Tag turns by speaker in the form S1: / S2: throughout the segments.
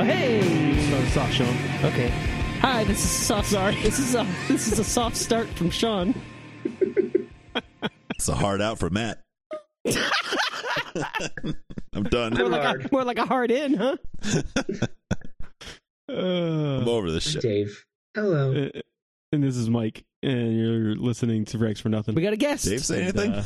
S1: Oh, hey!
S2: So, soft, Sean.
S1: Okay. Hi, this is soft.
S2: Sorry.
S1: This is a this is a soft start from Sean.
S3: It's a hard out for Matt. I'm done.
S1: More like a
S4: Hard.
S1: more like a hard in, huh?
S2: Uh,
S3: I'm over this shit.
S4: Dave. Hello.
S2: uh, and this is Mike, and you're listening to Rex for Nothing.
S1: We got a guest.
S3: Dave say
S2: And,
S3: anything?
S2: uh,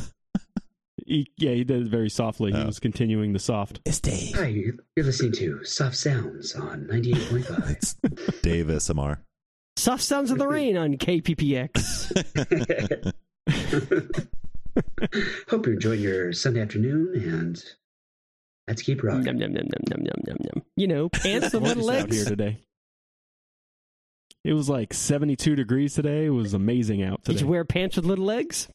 S2: he- yeah, he did it very softly. He
S3: Oh.
S2: was continuing the soft.
S3: It's Dave.
S4: Hi, you're you're listening to Soft Sounds on 98.5.
S3: It's
S2: uh,
S3: Dave SMR.
S1: Soft sounds of the rain on KPPX.
S4: Hope you're enjoying your Sunday afternoon and let's keep
S1: Nom
S4: rocking.
S1: nom nom nom nom nom nom nom. You know, pants with little
S2: gorgeous out here
S1: legs.
S2: today. It was like 72 degrees today. It was amazing out
S1: Did
S2: today.
S1: you wear pants with little legs?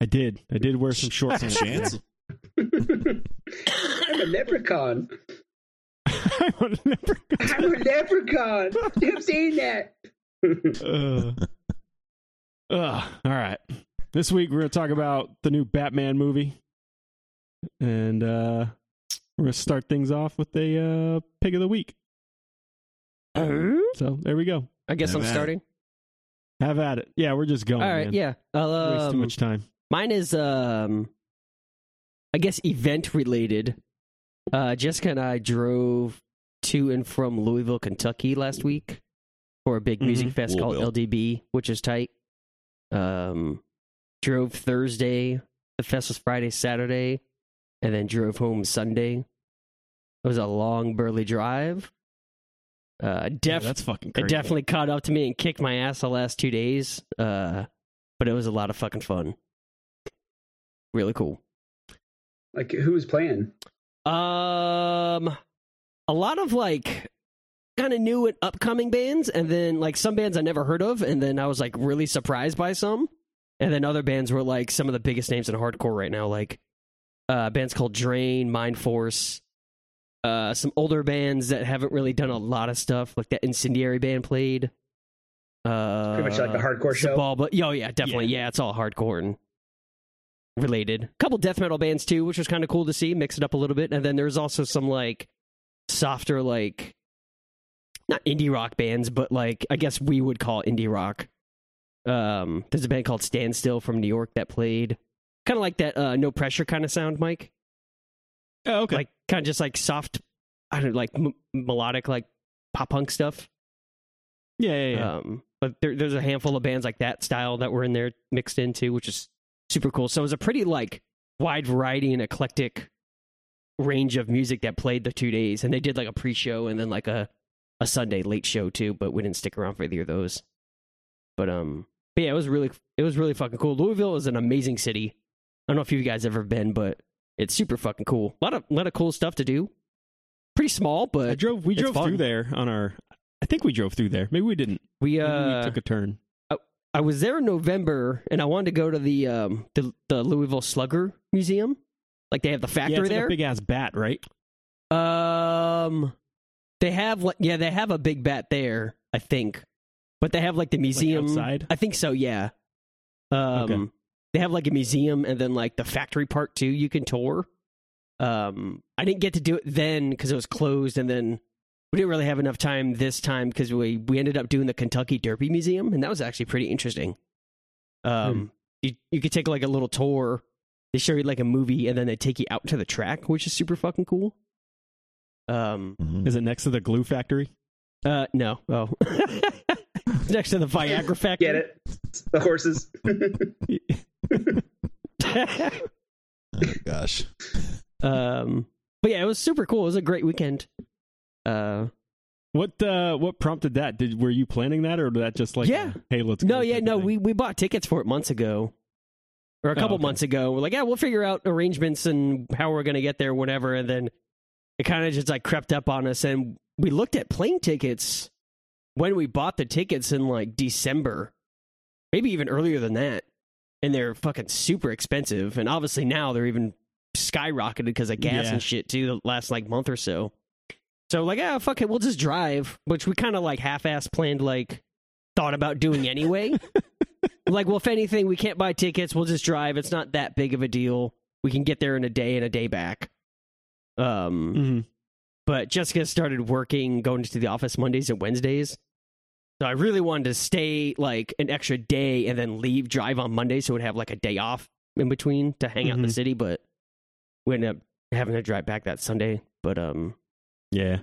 S2: I did. I did wear some shorts. and-
S3: Chance?
S4: I'm a leprechaun.
S2: I would never-
S4: I'm a leprechaun. Stop saying that.
S2: Uh, Ugh. Uh, all right. This week we're going to talk about the new Batman movie, and uh, we're going to start things off with a uh, pick of the week.
S1: Oh,
S2: So there we go.
S1: I guess
S3: Yeah,
S1: I'm
S3: man.
S1: starting.
S2: Have at it. Yeah, we're just going.
S1: All right,
S2: man.
S1: yeah. I'll,
S2: Waste too
S1: um,
S2: much time.
S1: Mine is um I guess event related. Uh Jessica and I drove to and from Louisville, Kentucky last week for a big music fest
S3: Louisville.
S1: called LDB, which is tight. Um drove Thursday, the fest was Friday, Saturday, and then drove home Sunday. It was a long burly drive. Uh
S2: Yeah,
S1: def-
S2: that's fucking.
S1: it
S2: Crazy.
S1: definitely caught up to me and kicked my ass the last two days. Uh, but it was a lot of fucking fun. Really cool.
S4: Like, who was playing?
S1: Um, a lot of like kind of new and upcoming bands, and then like some bands I never heard of, and then I was like really surprised by some, and then other bands were like some of the biggest names in hardcore right now, like uh, bands called Drain, Mind Force, uh, some older bands that haven't really done a lot of stuff, like that Incendiary band played. Uh,
S4: Pretty much like a hardcore show.
S1: Sebald, but oh yeah, definitely, yeah. it's all hardcore and related. A couple death metal bands too, which was kind of cool to see, mix it up a little bit, and then there's also some like softer, like not indie rock bands, but like I guess we would call indie rock. Um, there's a band called Standstill from New York that played kind of like that uh, no pressure kind of sound, Mike.
S2: Oh, okay.
S1: Like kind of just like soft, I don't know, like m- melodic, like pop punk stuff.
S2: yeah, yeah, yeah.
S1: Um, but there, there's a handful of bands like that style that were in there mixed into, which is super cool. So it was a pretty like wide variety and eclectic range of music that played the two days, and they did like a pre-show and then like a a Sunday late show too. But we didn't stick around for either of those. But um, but yeah, it was really it was really fucking cool. Louisville is an amazing city. I don't know if you guys ever been, but it's super fucking cool. A lot of lot of cool stuff to do. Pretty small,
S2: I
S1: but
S2: drove. We
S1: it's
S2: drove
S1: fun.
S2: through there on our. I think we drove through there. Maybe we didn't.
S1: we
S2: Maybe
S1: uh
S2: we took a turn.
S1: I was there in November, and I wanted to go to the um the, the Louisville Slugger Museum. Like they have the
S2: yeah,
S1: factory
S2: it's like
S1: there.
S2: a big ass bat, right?
S1: um, they have like yeah, they have a big bat there, I think. But they have like the museum
S2: outside?
S1: I think so. Yeah. Um,
S2: Okay.
S1: they have like a museum, and then like the factory part too. You can tour. Um, I didn't get to do it then because it was closed, and then we didn't really have enough time this time because we we ended up doing the Kentucky Derby Museum, and that was actually pretty interesting. Um, you you could take like a little tour. They show you like a movie, and then they take you out to the track, which is super fucking cool. Um,
S3: Mhm.
S2: Is it next to the glue factory?
S1: uh, no, oh, next to the Viagra factory.
S4: Get it? The horses.
S1: it?
S3: Oh, gosh.
S1: Um, but yeah, it was super cool. It was a great weekend. Uh,
S2: What uh what prompted that? Did were you planning that or was that just like
S1: Yeah.
S2: a, hey let's
S1: no,
S2: go
S1: yeah,
S2: type of
S1: no,
S2: thing?
S1: we we bought tickets for it months ago, or a
S2: Oh,
S1: couple
S2: okay.
S1: months ago. We're like, yeah, we'll figure out arrangements and how we're gonna get there, whatever. And then it kind of just like crept up on us, and we looked at plane tickets when we bought the tickets in like December, maybe even earlier than that, and they're fucking super expensive. And obviously now they're even skyrocketed because of gas
S2: Yeah.
S1: and shit too. The last like month or so. So like, ah, fuck it, we'll just drive, which we kind of like half-ass planned, like thought about doing anyway. like, well, if anything, we can't buy tickets. We'll just drive. It's not that big of a deal. We can get there in a day and a day back. Um,
S2: Mhm.
S1: But Jessica started working, going to the office Mondays and Wednesdays. So I really wanted to stay like an extra day and then leave drive on Monday so we'd have like a day off in between to hang out in the
S2: Mhm.
S1: city, but we ended up having to drive back that Sunday. But um
S2: Yeah.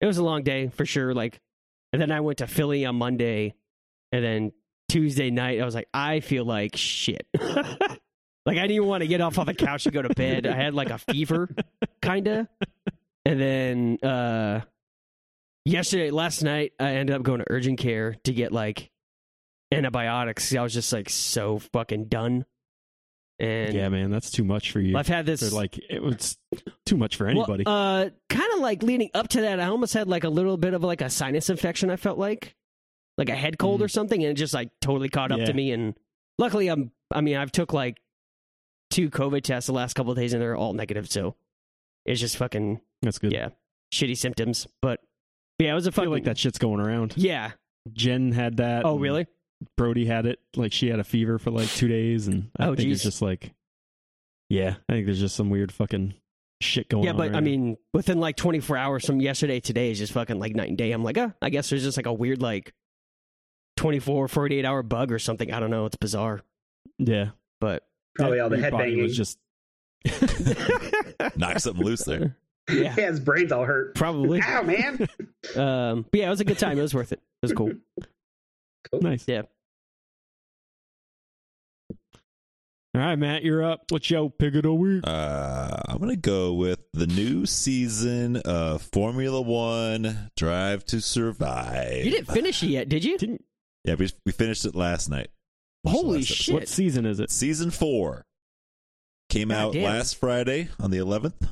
S1: it was a long day for sure. Like, and then I went to Philly on Monday, and then Tuesday night I was like, I feel like shit. like I didn't want to get off on the couch and go to bed. I had like a fever, kinda. And then uh yesterday, last night, I ended up going to urgent care to get like antibiotics. I was just like so fucking done. And
S2: yeah, man, that's too much for you.
S1: I've had
S2: They're
S1: this
S2: like it was too much for anybody.
S1: well, uh, kind of like leading up to that, I almost had like a little bit of like a sinus infection. I felt like, like a head cold
S2: Mhm.
S1: or something, and it just like totally caught up
S2: Yeah.
S1: to me. And luckily, I'm. I mean, I've took like two COVID tests the last couple of days, and they're all negative. So it's just fucking
S2: that's good.
S1: yeah, shitty symptoms. But yeah, it was a
S2: I
S1: fucking
S2: feel like that shit's going around.
S1: Yeah.
S2: Jen had that.
S1: Oh
S2: and
S1: really?
S2: Brody had it. Like she had a fever for like two days, and I
S1: Oh,
S2: think
S1: geez.
S2: it's just like, yeah, I think there's just some weird fucking shit going
S1: Yeah,
S2: on.
S1: but
S2: right
S1: I
S2: now.
S1: mean, within like 24 hours from yesterday, today is just fucking like night and day. I'm like, oh, I guess there's just like a weird like 24, 48 hour bug or something. I don't know. It's bizarre,
S2: yeah,
S1: but
S4: Probably all the
S2: your body
S4: headbanging.
S2: was just
S3: Knock something loose there.
S1: yeah,
S4: his brains all hurt.
S1: probably.
S4: Ow, man.
S1: Um, but yeah, it was a good time. It was worth it. It was cool.
S2: nice.
S1: Yeah.
S2: All right, Matt, you're up. What's your pick of the week?
S3: Uh, I'm gonna go with the new season of Formula One Drive to Survive.
S1: You didn't finish it yet, did you?
S2: Didn't-
S3: Yeah, we, we finished it last night. Watched the
S1: Holy
S3: last episode.
S1: shit.
S2: What season is it?
S3: Season four came
S1: God
S3: out
S1: damn.
S3: last Friday on the 11th.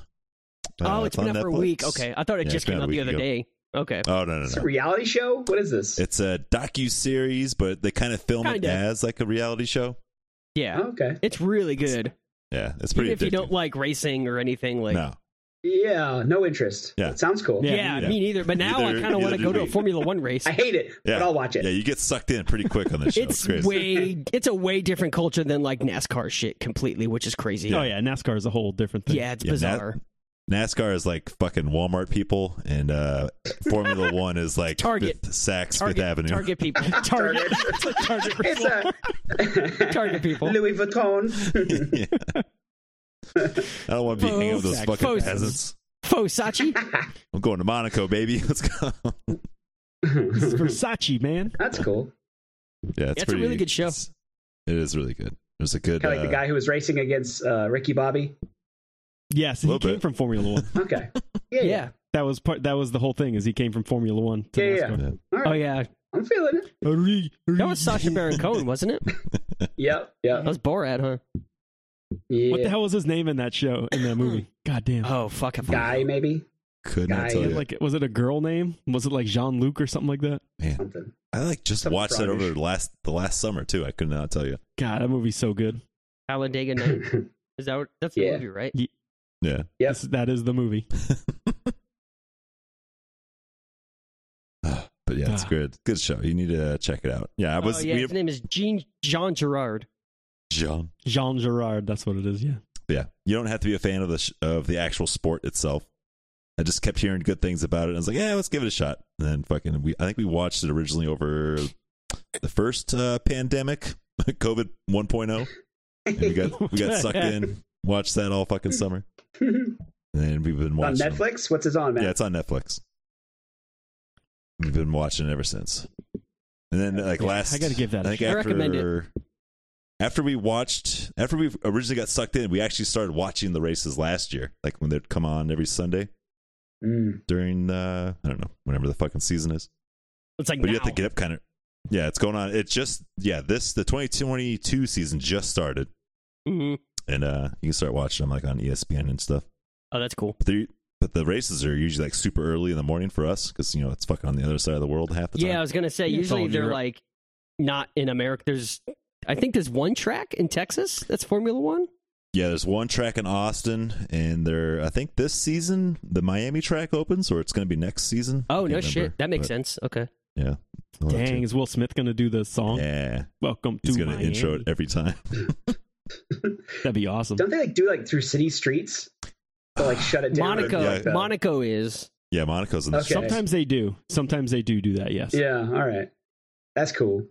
S1: oh,
S3: Uh,
S1: it's been
S3: on
S1: up for a
S3: Netflix.
S1: week. Okay, I thought it
S3: Yeah,
S1: just
S3: it's been
S1: came
S3: out a
S1: out the
S3: week
S1: other
S3: ago.
S1: day. Okay.
S3: Oh no no
S4: It's a
S3: no!
S4: reality show? What is this?
S3: It's a docu series, but they kind of film
S1: Kinda.
S3: it as like a reality show.
S1: Yeah,
S4: Oh, okay.
S1: it's really good.
S3: Yeah, it's pretty.
S1: Even if you
S3: addicting.
S1: don't like racing or anything, like
S3: no,
S4: Yeah, no interest.
S3: Yeah.
S4: It sounds cool.
S1: yeah,
S3: Yeah.
S1: me neither. But now I
S3: Neither-
S1: kind of want to
S3: neither
S1: go
S3: do
S1: to a
S3: we.
S1: Formula One race.
S4: I hate it,
S3: Yeah.
S4: but I'll watch it.
S3: yeah, you get sucked in pretty quick on this show.
S1: It's
S3: crazy.
S1: way, it's a way different culture than like NASCAR shit completely, which is crazy.
S2: Oh yeah, NASCAR is a whole different thing.
S1: yeah, it's
S3: Yeah, that-
S1: bizarre.
S3: NASCAR is like fucking Walmart people, and uh, Formula One is like
S1: Target.
S3: Fifth, Saks
S1: target,
S3: Fifth Avenue.
S1: target people, target, target,
S4: It's a
S1: target people.
S4: Louis Vuitton.
S3: Yeah. I don't want to be hanging out with those
S2: Saks
S3: fucking
S1: Fifth.
S3: peasants.
S1: Oh, Fosachi.
S3: I'm going to Monaco, baby. Let's go. yeah,
S2: This is Versace, man.
S4: That's cool.
S1: That's a really good show.
S3: It's, it is really good. There's a good.
S4: Kind of like
S3: uh,
S4: the guy who was racing against uh, Ricky Bobby.
S2: Yes, he
S3: Little
S2: came
S3: bit.
S2: from Formula One.
S4: Okay. Yeah. yeah.
S1: Yeah.
S2: That was part. That was the whole thing. Is he came from Formula One? To
S4: Yeah, yeah.
S2: NASCAR.
S3: yeah.
S4: All
S1: Oh
S4: right.
S1: yeah,
S4: I'm feeling it.
S1: that was Sasha Baron Cohen, wasn't it?
S4: Yep.
S1: That
S4: Yep.
S1: was Borat, huh?
S4: Yeah.
S2: What the hell was his name in that show in that movie? God damn.
S1: Oh fuck, I
S4: Guy, maybe?
S3: Could not
S4: Guy.
S3: tell
S2: Was
S3: you.
S2: it like was it a girl name? Was it like Jean Luc or something like that?
S3: Man,
S4: Something.
S3: I like just
S4: Some
S3: watched that
S4: froggish.
S3: over the last the last summer too. I could not tell you.
S2: God, that movie's so good.
S1: Talladega Night. Is that what- that's the
S4: Yeah.
S1: movie, right?
S3: Yeah.
S4: Yep.
S2: This- that is the movie.
S3: But yeah, it's
S2: Ah.
S3: good. Good show. You need to check it out. Yeah, I was
S1: oh, yeah,
S3: we
S1: his name is Jean Jean Gerard.
S3: John.
S2: Jean Gerard, that's what it is. Yeah.
S3: Yeah, you don't have to be a fan of the sh- of the actual sport itself. I just kept hearing good things about it. I was like, yeah, let's give it a shot. And then fucking, we I think we watched it originally over the first uh, pandemic, COVID 1.0. And we got we got sucked in. Watched that all fucking summer,
S4: on
S3: and then we've been watching them.
S4: Netflix? What's his on, man?
S3: Yeah, it's on Netflix. We've been watching it ever since. And then like
S2: Yeah,
S3: last,
S2: I gotta give that a
S3: I think
S1: shot. I
S3: after
S1: recommend
S3: after we watched after we originally got sucked in, we actually started watching the races last year, like when they'd come on every Sunday
S4: Mm.
S3: during uh I don't know whenever the fucking season is.
S1: It's like
S3: But
S1: now.
S3: you have to get up kind of. Yeah, it's going on. It just yeah this the 2022 season just started,
S1: Mhm.
S3: and uh you can start watching them like on E ESPN and stuff.
S1: Oh, that's cool.
S3: But the but the races are usually like super early in the morning for us because you know it's fucking on the other side of the world half the time.
S1: Yeah, I was gonna say.
S2: Yeah, it's all
S1: usually
S2: in
S1: they're
S2: Europe.
S1: like not in America. There's, I think there's one track in Texas that's Formula One. Oh,
S3: Yeah, there's one track in Austin, and there I think this season the Miami track opens, or it's going to be next season.
S1: Oh no
S3: I can't remember,
S1: shit, that makes
S3: but
S1: sense. Okay.
S3: we'll have to-
S2: Dang, is Will Smith gonna do the song?
S3: Yeah,
S2: Welcome
S3: he's
S2: to
S3: going to
S2: Miami.
S3: intro it every time.
S2: That'd be awesome.
S4: Don't they like do like through city streets? Or, like shut it down. or
S1: Monaco,
S4: like that.
S1: Monaco is.
S3: Yeah, Monaco's in
S4: Okay.
S3: this.
S2: Sometimes they do. Sometimes they do do that. Yes,
S4: Yeah, all right. That's cool.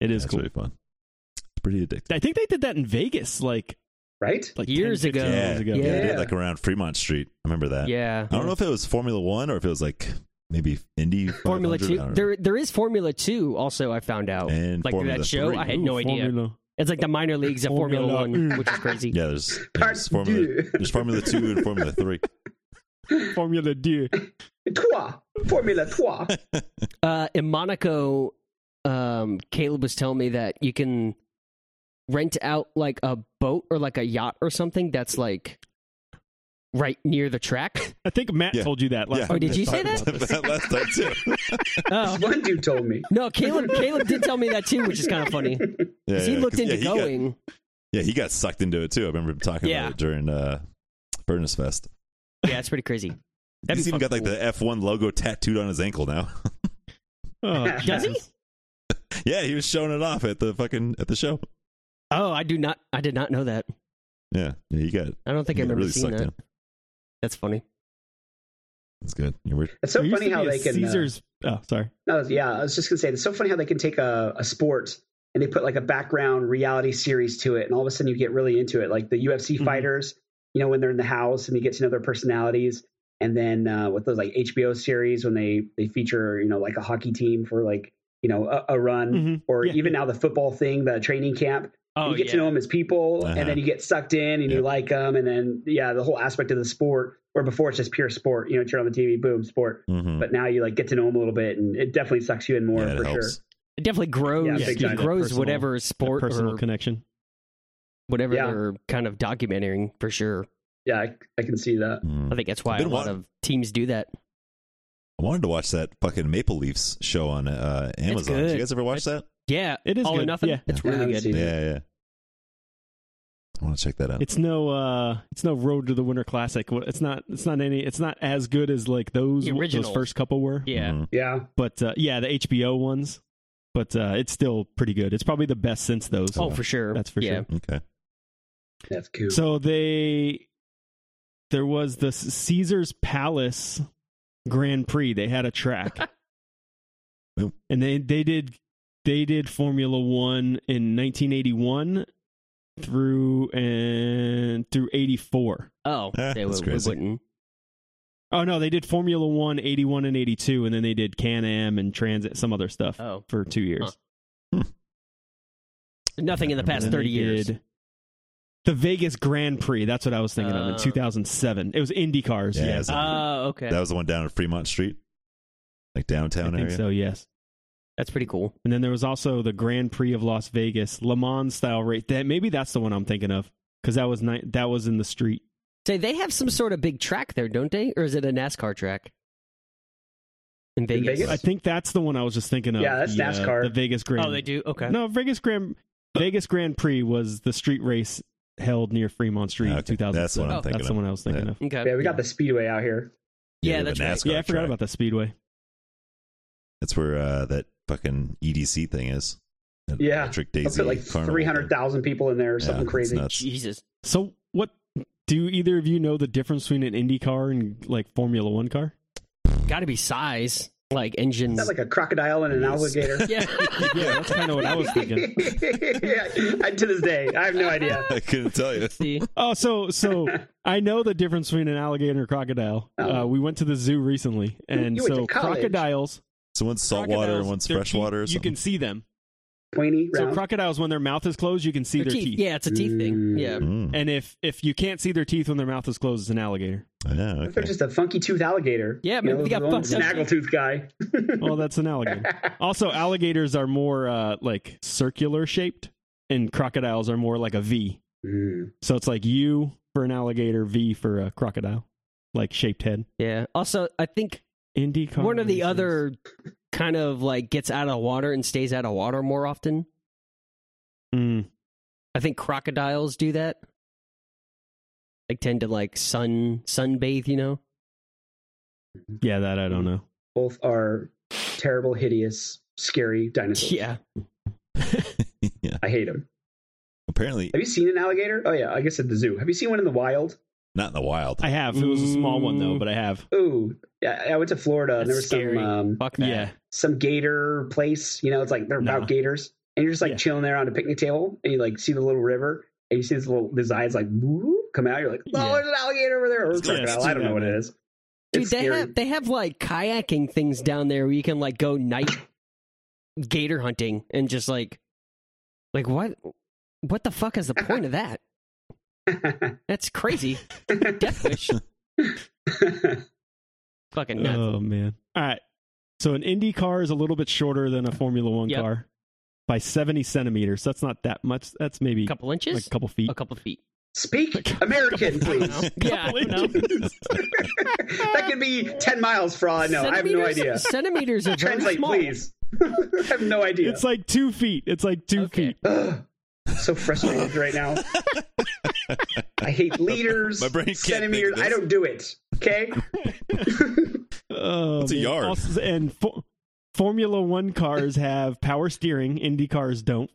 S2: it is
S3: That's
S2: cool.
S3: really fun. It's pretty addictive.
S2: I think they did that in Vegas, like
S4: Right?
S2: like
S1: Years
S2: 10, 15
S1: ago.
S2: years ago.
S3: yeah, they
S4: Yeah.
S3: did like around Fremont Street. I remember that.
S1: Yeah.
S3: I don't know if it was Formula One or if it was like maybe Indy
S1: Formula
S3: 500, I
S1: Two.
S3: don't know.
S1: There, there is Formula Two. Also, I found out.
S3: And
S1: like
S3: Formula
S1: that show,
S3: Three.
S1: I had no
S2: Ooh,
S1: idea.
S2: Formula.
S1: It's like the minor leagues of Formula,
S2: Formula
S1: One,
S2: E.
S1: which is crazy.
S3: Yeah, there's,
S4: Part
S3: there's Formula
S4: deux.
S3: there's Formula Two and Formula Three.
S2: Formula D.
S4: Trois. Formula Trois.
S1: Uh, in Monaco, um, Caleb was telling me that you can rent out like a boat or like a yacht or something that's like right near the track.
S2: I think Matt
S3: Yeah.
S2: told you that last
S3: Yeah.
S2: time.
S1: Oh, did
S2: we
S1: you say
S2: talked
S1: that?
S2: about this.
S3: That last time too.
S1: Oh
S4: One dude told me.
S1: no, Caleb, Caleb did tell me that too, which is kind of funny. 'Cause
S3: Yeah,
S1: he
S3: yeah,
S1: looked
S3: 'cause,
S1: into
S3: yeah, he got-
S1: going.
S3: yeah, he got sucked into it too. I remember him talking
S1: Yeah.
S3: about it during uh, Furnace Fest.
S1: yeah, it's pretty crazy. That'd
S3: He's
S1: be
S3: even got
S1: fucking
S3: like the F1 logo tattooed on his ankle now.
S2: Oh,
S1: Does he?
S2: Jesus.
S3: yeah, he was showing it off at the fucking at the show.
S1: Oh, I do not. I did not know that.
S3: Yeah, yeah, he got. I
S1: I don't think I remember
S3: really
S1: seeing
S3: sucked
S1: that.
S3: in.
S1: That's funny.
S3: That's good. You were
S4: It's so
S2: There used
S4: funny
S2: to
S4: how
S2: be a
S4: they can. uh,
S2: Caesar's. Oh, sorry.
S4: no, yeah, I was just gonna say it's so funny how they can take a, a sport and they put like a background reality series to it, and all of a sudden you get really into it. Like the UFC
S2: Mhm.
S4: fighters, you know, when they're in the house and you get to know their personalities, and then uh, with those like HBO series when they they feature you know like a hockey team for like you know a, a run.
S2: Mhm.
S4: Or
S2: Yeah.
S4: even now the football thing, the training camp.
S1: Oh,
S4: you get to know them as people,
S3: Uh-huh.
S4: and then you get sucked in, and you
S3: Yeah.
S4: like them, and then yeah, the whole aspect of the sport. Where before it's just pure sport, you know, turn on the TV, boom, sport
S3: mhm.
S4: but now you like get to know them a little bit and it definitely sucks you in more
S3: yeah, it
S4: for
S3: helps.
S1: It definitely grows.
S4: Yeah, big
S1: it
S4: time.
S1: grows
S2: Personal-
S1: whatever sport
S2: personal
S1: or
S2: connection.
S1: whatever
S4: Yeah.
S1: they're kind of documenting for sure.
S4: sure yeah I, I can see that
S3: Mhm.
S1: I think that's why
S3: I've
S1: a
S3: been
S1: lot
S3: wa-
S1: of teams do that.
S3: I wanted to watch that fucking Maple Leafs show on uh, Amazon. Did
S1: good.
S3: you guys ever watch that?
S1: Yeah,
S2: It is
S1: all or
S2: good.
S1: nothing.
S2: Yeah.
S1: It's
S4: Yeah, I
S1: really
S4: haven't
S1: good.
S4: seen it.
S3: Yeah, yeah. I want to check that out.
S2: It's no. uh It's no Road to the Winter Classic. What- It's not. It's not any. It's not as good as like those.
S1: The
S2: those
S1: originals.
S2: first couple were.
S1: Yeah,
S3: Mhm.
S4: yeah
S2: But uh, yeah, the HBO ones. But uh it's still pretty good. It's probably the best since those.
S1: oh for sure.
S2: That's for
S1: yeah.
S2: sure.
S3: Okay.
S4: that's cool
S2: So they there was the Caesar's Palace Grand Prix. They had a track.
S3: Ooh.
S2: and they they did they did Formula 1 in 1981 through and through 84.
S1: Oh,
S3: Eh,
S1: they
S3: that's
S1: would, we
S3: crazy.
S1: wouldn't.
S2: Oh no, they did Formula 1 81 and 82 and then they did Can-Am and Transit some other stuff
S1: Oh,
S2: for 2 years.
S1: Huh. nothing in the
S3: And
S1: past
S2: And then
S1: thirty
S2: they
S1: years.
S2: did The Vegas Grand Prix, that's what I was thinking of in
S1: Uh.
S2: 2007. It was IndyCars,
S3: Yeah,
S2: yes.
S3: it's
S1: Oh,
S3: a-
S1: okay.
S3: That was the one down in Fremont Street, like downtown
S2: I think
S3: area.
S2: so, yes.
S1: that's pretty cool.
S2: And then there was also the Grand Prix of Las Vegas, Le Mans style race. That maybe that's the one I'm thinking of because that was ni- that was in the street.
S1: Say they have some sort of big track there, don't they? Or is it a NASCAR track in Vegas?
S4: Vegas?
S2: I think that's the one I was just thinking of.
S4: Yeah, that's
S2: the, uh,
S4: NASCAR.
S2: the Vegas Grand.
S1: Oh, they do. Okay.
S2: No, Vegas Grand Vegas Grand Prix was the street race held near Fremont Street
S3: Okay,
S2: in 2007.
S3: that's what I'm thinking
S2: That's the
S3: of.
S2: one I was thinking
S3: Yeah.
S2: of.
S1: Okay.
S4: yeah we got the speedway out here
S1: Yeah,
S3: they have a
S1: that's
S3: NASCAR
S2: yeah, I forgot
S3: track.
S2: about the speedway.
S3: That's where uh, that fucking EDC thing is. That
S4: Yeah.
S3: Electric
S4: i
S3: Daisy.
S4: put like
S3: Carnival thing.
S4: 300000 people in there or
S3: Yeah,
S4: something
S3: it's
S4: crazy
S3: nuts.
S1: Jesus.
S2: So what do either of you know the difference between an Indy car and like Formula 1 car?
S1: Got to be size, like engine.
S4: Is that like a crocodile and an
S3: Yes.
S4: alligator
S1: yeah.
S2: Yeah, that's kind of what I was thinking.
S4: I- to this day i have no idea
S3: I couldn't tell you.
S1: See?
S2: Oh, so so I know the difference between an alligator and a crocodile.
S4: Oh.
S2: Uh, we went to the zoo recently, and
S4: you went
S2: so
S4: to college.
S2: crocodiles,
S3: So one's saltwater and
S2: crocodiles,
S3: one's
S2: their
S3: freshwater. or
S2: teeth- You
S3: something.
S2: can see them.
S4: pointy
S2: So
S4: round
S2: crocodiles, when their mouth is closed, you can see
S1: Their
S2: their teeth.
S1: teeth. Yeah, it's a teeth thing.
S4: Mm.
S1: Yeah.
S3: Mm.
S2: And if if you can't see their teeth when their mouth is closed, it's an alligator.
S3: Yeah,
S4: What if they're
S3: okay.
S4: just a funky tooth alligator
S1: Yeah, maybe they got
S4: the one
S1: fucked up. Oh,
S4: snaggletooth guy
S2: Well, that's an alligator. also, alligators are more uh, like circular shaped, and crocodiles are more like a V.
S4: Mm.
S2: So it's like U for an alligator, V for a crocodile, like shaped head.
S1: Yeah. Also, I think
S2: Indy car
S1: one of the
S2: races.
S1: other kind of like gets out of water and stays out of water more often.
S2: Mm.
S1: I think crocodiles do that. Like tend to like sun sunbathe, you know.
S2: Yeah, that I don't know.
S4: both are terrible hideous scary dinosaurs
S1: Yeah.
S3: yeah.
S4: i hate them
S3: Apparently,
S4: Have you seen an alligator? Oh yeah, I guess at the zoo. Have you seen one in the wild?
S3: Not in the wild.
S2: I have. It was a small one
S1: Mm.
S2: though, but I have.
S4: Ooh, yeah, I went to Florida and there was
S1: That's scary.
S4: some um,
S1: Fuck that.
S2: Yeah.
S4: some gator place. You know, it's like they're
S2: Nah.
S4: about gators, and you're just like
S2: Yeah.
S4: chilling there on a picnic table, and you like see the little river, and you see this little these eyes like woo, come out. You're like, oh,
S2: Yeah.
S4: there's an alligator over there, or a
S3: Let's go.
S4: crocodile.
S2: Let's do
S4: I don't know
S2: that,
S4: what
S2: man.
S4: it is.
S1: Dude,
S4: It's
S1: they
S4: scary.
S1: have they have like kayaking things down there where you can like go night gator hunting and just like like what what the fuck is the point of that? That's crazy. Death wish. Fucking nuts.
S2: Oh man. All right. So an Indy car is a little bit shorter than a Formula One
S1: Yep.
S2: car by seventy centimeters. That's not that much. That's maybe
S1: a couple inches?
S2: like a couple feet.
S1: a couple feet.
S4: Speak American, please.
S1: Yeah, I don't know.
S4: that could be ten miles for all I know. I have no
S1: Centimeters-
S4: idea.
S1: Centimeters are very
S4: Translate,
S1: small.
S4: please. I have no idea.
S2: It's like two feet. It's like two
S1: Okay.
S2: feet.
S4: Ugh, so frustrated right now. I hate leaders.
S3: My brain can't think of
S4: centimeters.
S3: this.
S4: I don't do it. Okay.
S2: Oh,
S3: That's a
S2: man.
S3: yard.
S2: Also- and fo- Formula One cars have power steering. Indy cars don't.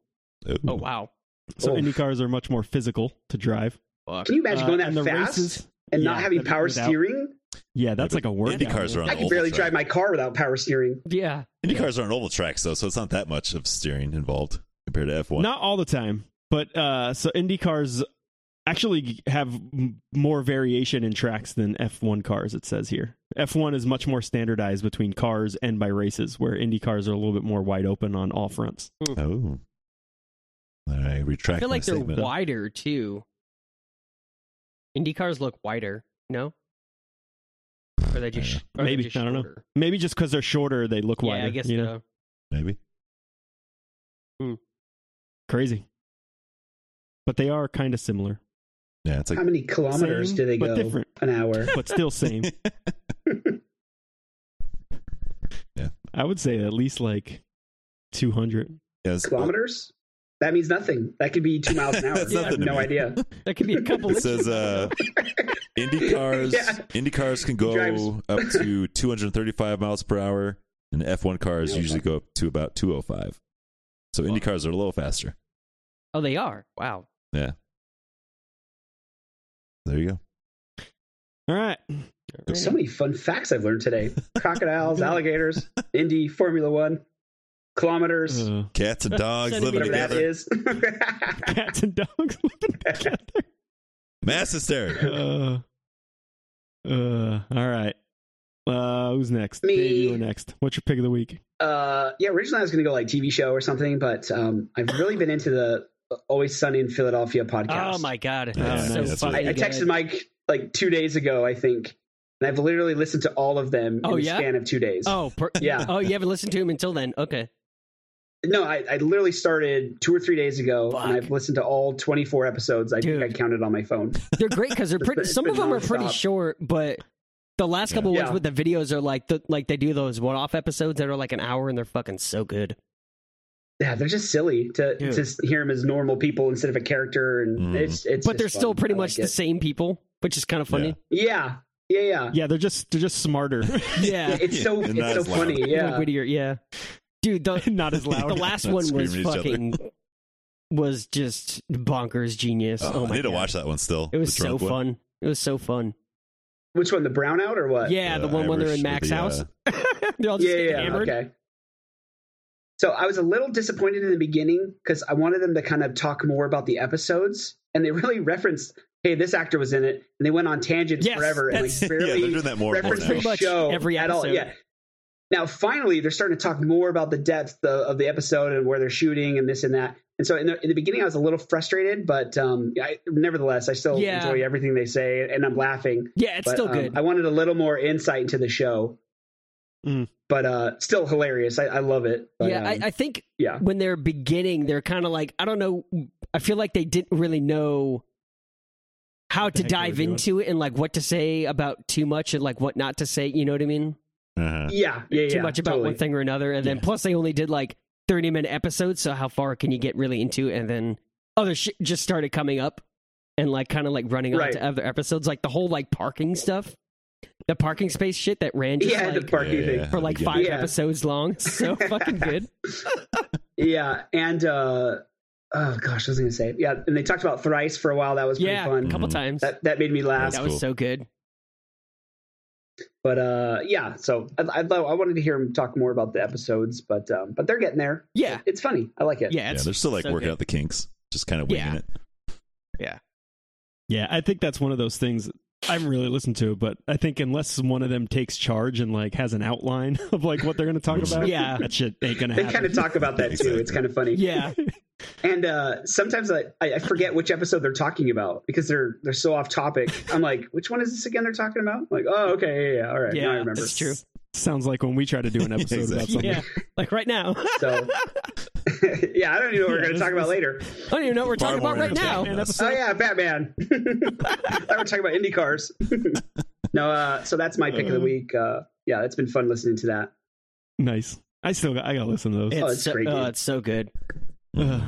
S3: Ooh.
S1: Oh wow.
S2: So
S4: Oof.
S2: Indy cars are much more physical to drive.
S1: Fuck.
S4: Can you imagine
S2: Uh,
S4: going
S2: and
S4: that
S2: the
S4: fast
S2: races-
S4: and
S2: yeah,
S4: not having
S2: that-
S4: power
S2: without-
S4: steering?
S2: Yeah, that's
S3: Yeah,
S2: like a word.
S3: Indy
S2: down
S3: cars
S2: there.
S3: are on
S4: I
S3: the
S4: can
S3: oval
S4: barely
S3: track.
S4: drive my car without power steering.
S1: Yeah.
S3: Indy cars are on oval tracks though, so it's not that much of steering involved compared to F one.
S2: Not all the time, but uh, so Indy cars actually have m- more variation in tracks than F1 cars. It says here, F1 is much more standardized between cars and by races, where Indy cars are a little bit more wide open on all fronts.
S3: Oh. All right, retract
S1: I feel
S3: my
S1: like they're
S3: statement.
S1: wider too. Indy cars look wider, no? Or they just or they're
S3: don't
S2: Maybe.
S1: just
S2: I don't know.
S1: shorter.
S2: Maybe just because they're shorter, they look wider.
S1: Yeah, I guess
S2: you know,
S1: so.
S3: Maybe.
S2: crazy. But they are kind of similar,
S3: Yeah, it's like
S4: How many kilometers
S2: Same,
S4: do they
S2: but
S4: go
S2: different.
S4: an hour?
S2: but still same. I would say at least like two hundred.
S3: yeah, it's-
S4: Kilometers? That means nothing. That could be two miles an hour.
S3: That's
S4: I have
S3: nothing to
S4: no
S3: me.
S4: idea.
S1: That could be a couple
S3: It
S1: inches.
S3: says uh, Indy cars.
S4: Yeah.
S3: Indy cars can
S4: Drives.
S3: go up to 235 miles per hour, and F1 cars
S4: Yeah.
S3: usually go up to about 205. So Indy cars are a little faster.
S1: oh, they are. Wow.
S3: There you go.
S2: All right.
S4: So many fun facts I've learned today: crocodiles, alligators, Indy, Formula One, kilometers,
S2: Uh,
S3: Cats and dogs living
S4: whatever that
S3: together.
S4: is.
S2: cats and dogs living together.
S3: Mass hysteria.
S2: uh, uh, all right. Uh, who's next?
S4: Me.
S2: Dave, you were next. What's your pick of the week?
S4: uh, yeah, originally I was going to go like TV show or something, but um, I've really been into the uh, Always Sunny in Philadelphia podcast.
S1: Oh my god.
S3: Yeah,
S1: That's
S2: nice.
S1: so
S3: That's what-
S1: fucking
S4: I, I texted
S1: good.
S4: Mike like two days ago, I think, and I've literally listened to all of them
S1: Oh,
S4: in the
S1: yeah?
S4: span of two days.
S1: Oh, per-
S4: Yeah.
S1: Oh, you haven't listened to him until then. Okay.
S4: No, I, I literally started two or three days ago, and
S1: Fuck.
S4: I've listened to all 24 episodes. I think I
S1: Dude.
S4: counted on my phone.
S1: They're great because they're pretty.
S4: been- it's
S1: Some of
S4: been
S1: them are pretty
S4: nonstop.
S1: short, but the last couple
S4: Yeah.
S1: ones with the videos are like the like they do those one-off episodes that are like an hour and they're fucking so good.
S4: Yeah, they're just silly to
S1: Dude. Mm.
S4: to hear them as normal people instead of a character, and
S3: Mhm.
S4: it's it's.
S1: But they're
S4: just
S1: still
S4: fun.
S1: pretty
S4: I
S1: much
S4: like
S1: the same people, which is kind of funny.
S4: it. Yeah, yeah, yeah.
S2: Yeah, they're just they're just smarter,
S1: Yeah.
S4: Yeah, it's so
S3: Yeah,
S4: it's
S3: and not
S4: so
S3: as loud.
S4: funny.
S1: yeah.
S4: Yeah,
S1: wittier. Yeah. Dude, the,
S2: not as
S1: the
S2: loud.
S1: last
S3: Not
S1: one was
S3: screaming at each other.
S1: fucking was just bonkers genius.
S3: Oh,
S1: Oh,
S3: I
S1: my
S3: need to
S1: God.
S3: watch that one still.
S1: It was
S3: The
S1: so
S3: drunk
S1: fun.
S3: one.
S1: It was so fun.
S4: which one? The brownout or what?
S1: Yeah, the one when they're in Mac's
S3: Irish or the, uh,
S1: house. they're all just
S4: yeah,
S1: getting
S4: yeah,
S1: hammered.
S4: okay. So I was a little disappointed in the beginning because I wanted them to kind of talk more about the episodes, and they really referenced, "Hey, this actor was in it," and they went on tangents
S1: Yes,
S4: forever and
S1: that's-
S4: like
S3: yeah,
S4: barely
S3: they're doing that more and more
S4: referenced
S3: now.
S4: the
S1: Pretty much
S4: show
S1: every
S4: at all.
S1: episode.
S4: Yeah. Now, finally, they're starting to talk more about the depth of, of the episode and where they're shooting and this and that. And so, in the, in the beginning, I was a little frustrated, but um, I, nevertheless, I still
S1: Yeah.
S4: enjoy everything they say, and I'm laughing.
S1: Yeah, it's
S4: But,
S1: still
S4: um,
S1: good.
S4: I wanted a little more insight into the show,
S2: Mm.
S4: but uh, still hilarious. I, I love it. But,
S1: yeah,
S4: um,
S1: I, I think
S4: yeah.
S1: when they're beginning, they're kind of like, I don't know. I feel like they didn't really know how
S2: What
S1: to
S2: the heck they were
S1: dive
S2: doing.
S1: into it and like what to say about too much and like what not to say. You know what I mean?
S3: Uh-huh.
S4: yeah, yeah,
S1: too
S4: yeah,
S1: much about
S4: totally.
S1: one thing or another. And then
S2: Yeah.
S1: plus they only did like 30 minute episodes. So how far can you get really into it? And then other shit just started coming up and like kind of like running on
S4: Right.
S1: to other episodes. Like the whole like parking stuff, the parking space shit that ran just
S4: Yeah,
S1: like,
S4: the parking
S3: Yeah,
S4: thing.
S3: yeah.
S1: for like
S3: Yeah.
S1: five
S4: Yeah.
S1: episodes long. So fucking good.
S4: Yeah, and uh, oh gosh, I was going to say yeah. And they talked about thrice for a while. That was pretty
S1: yeah, a
S4: fun.
S1: couple
S3: Mhm.
S1: times. That,
S4: That that made me laugh.
S3: That's
S1: was
S3: cool.
S1: so good.
S4: But uh, yeah, so I, I lo- I wanted to hear him talk more about the episodes, but um, but they're getting there.
S1: Yeah.
S4: it's funny. I like it.
S1: Yeah,
S3: yeah,
S1: it's,
S3: they're still like
S1: so
S3: working
S1: good.
S3: out the kinks, just kind of winging
S1: Yeah.
S3: it.
S2: Yeah, I think that's one of those things I haven't really listened to, but I think unless one of them takes charge and like has an outline of like what they're going to talk about,
S1: Yeah.
S2: that shit ain't going to
S4: They
S2: happen.
S4: kind of talk about that too. It's kind of funny.
S1: yeah,
S4: And uh, sometimes I, I I forget which episode they're talking about because they're they're so off topic. I'm like, which one is this again? They're talking about? like, oh, okay, yeah, yeah, all right, now I
S1: yeah,
S4: remember.
S1: that's true.
S2: Sounds like when we try to do an episode about
S3: Exactly.
S2: something.
S1: Yeah, like right now. I
S4: So, yeah, I don't even know what we're
S2: Yeah,
S4: going to
S2: this-
S4: talk about
S2: this-
S4: later.
S1: don't even know what we're
S3: Far
S1: talking
S3: more
S1: about right now.
S3: entertaining than us.
S4: Oh yeah, Batman. I thought we were talking about Indy cars. no, uh, so that's my pick
S1: Uh-huh.
S4: of the week. Uh, yeah, it's been fun listening to that.
S2: Nice. I still got, I got to listen to those.
S1: It's,
S4: it's
S1: so,
S4: great,
S1: oh,
S4: dude.
S1: it's so good.
S2: Ugh.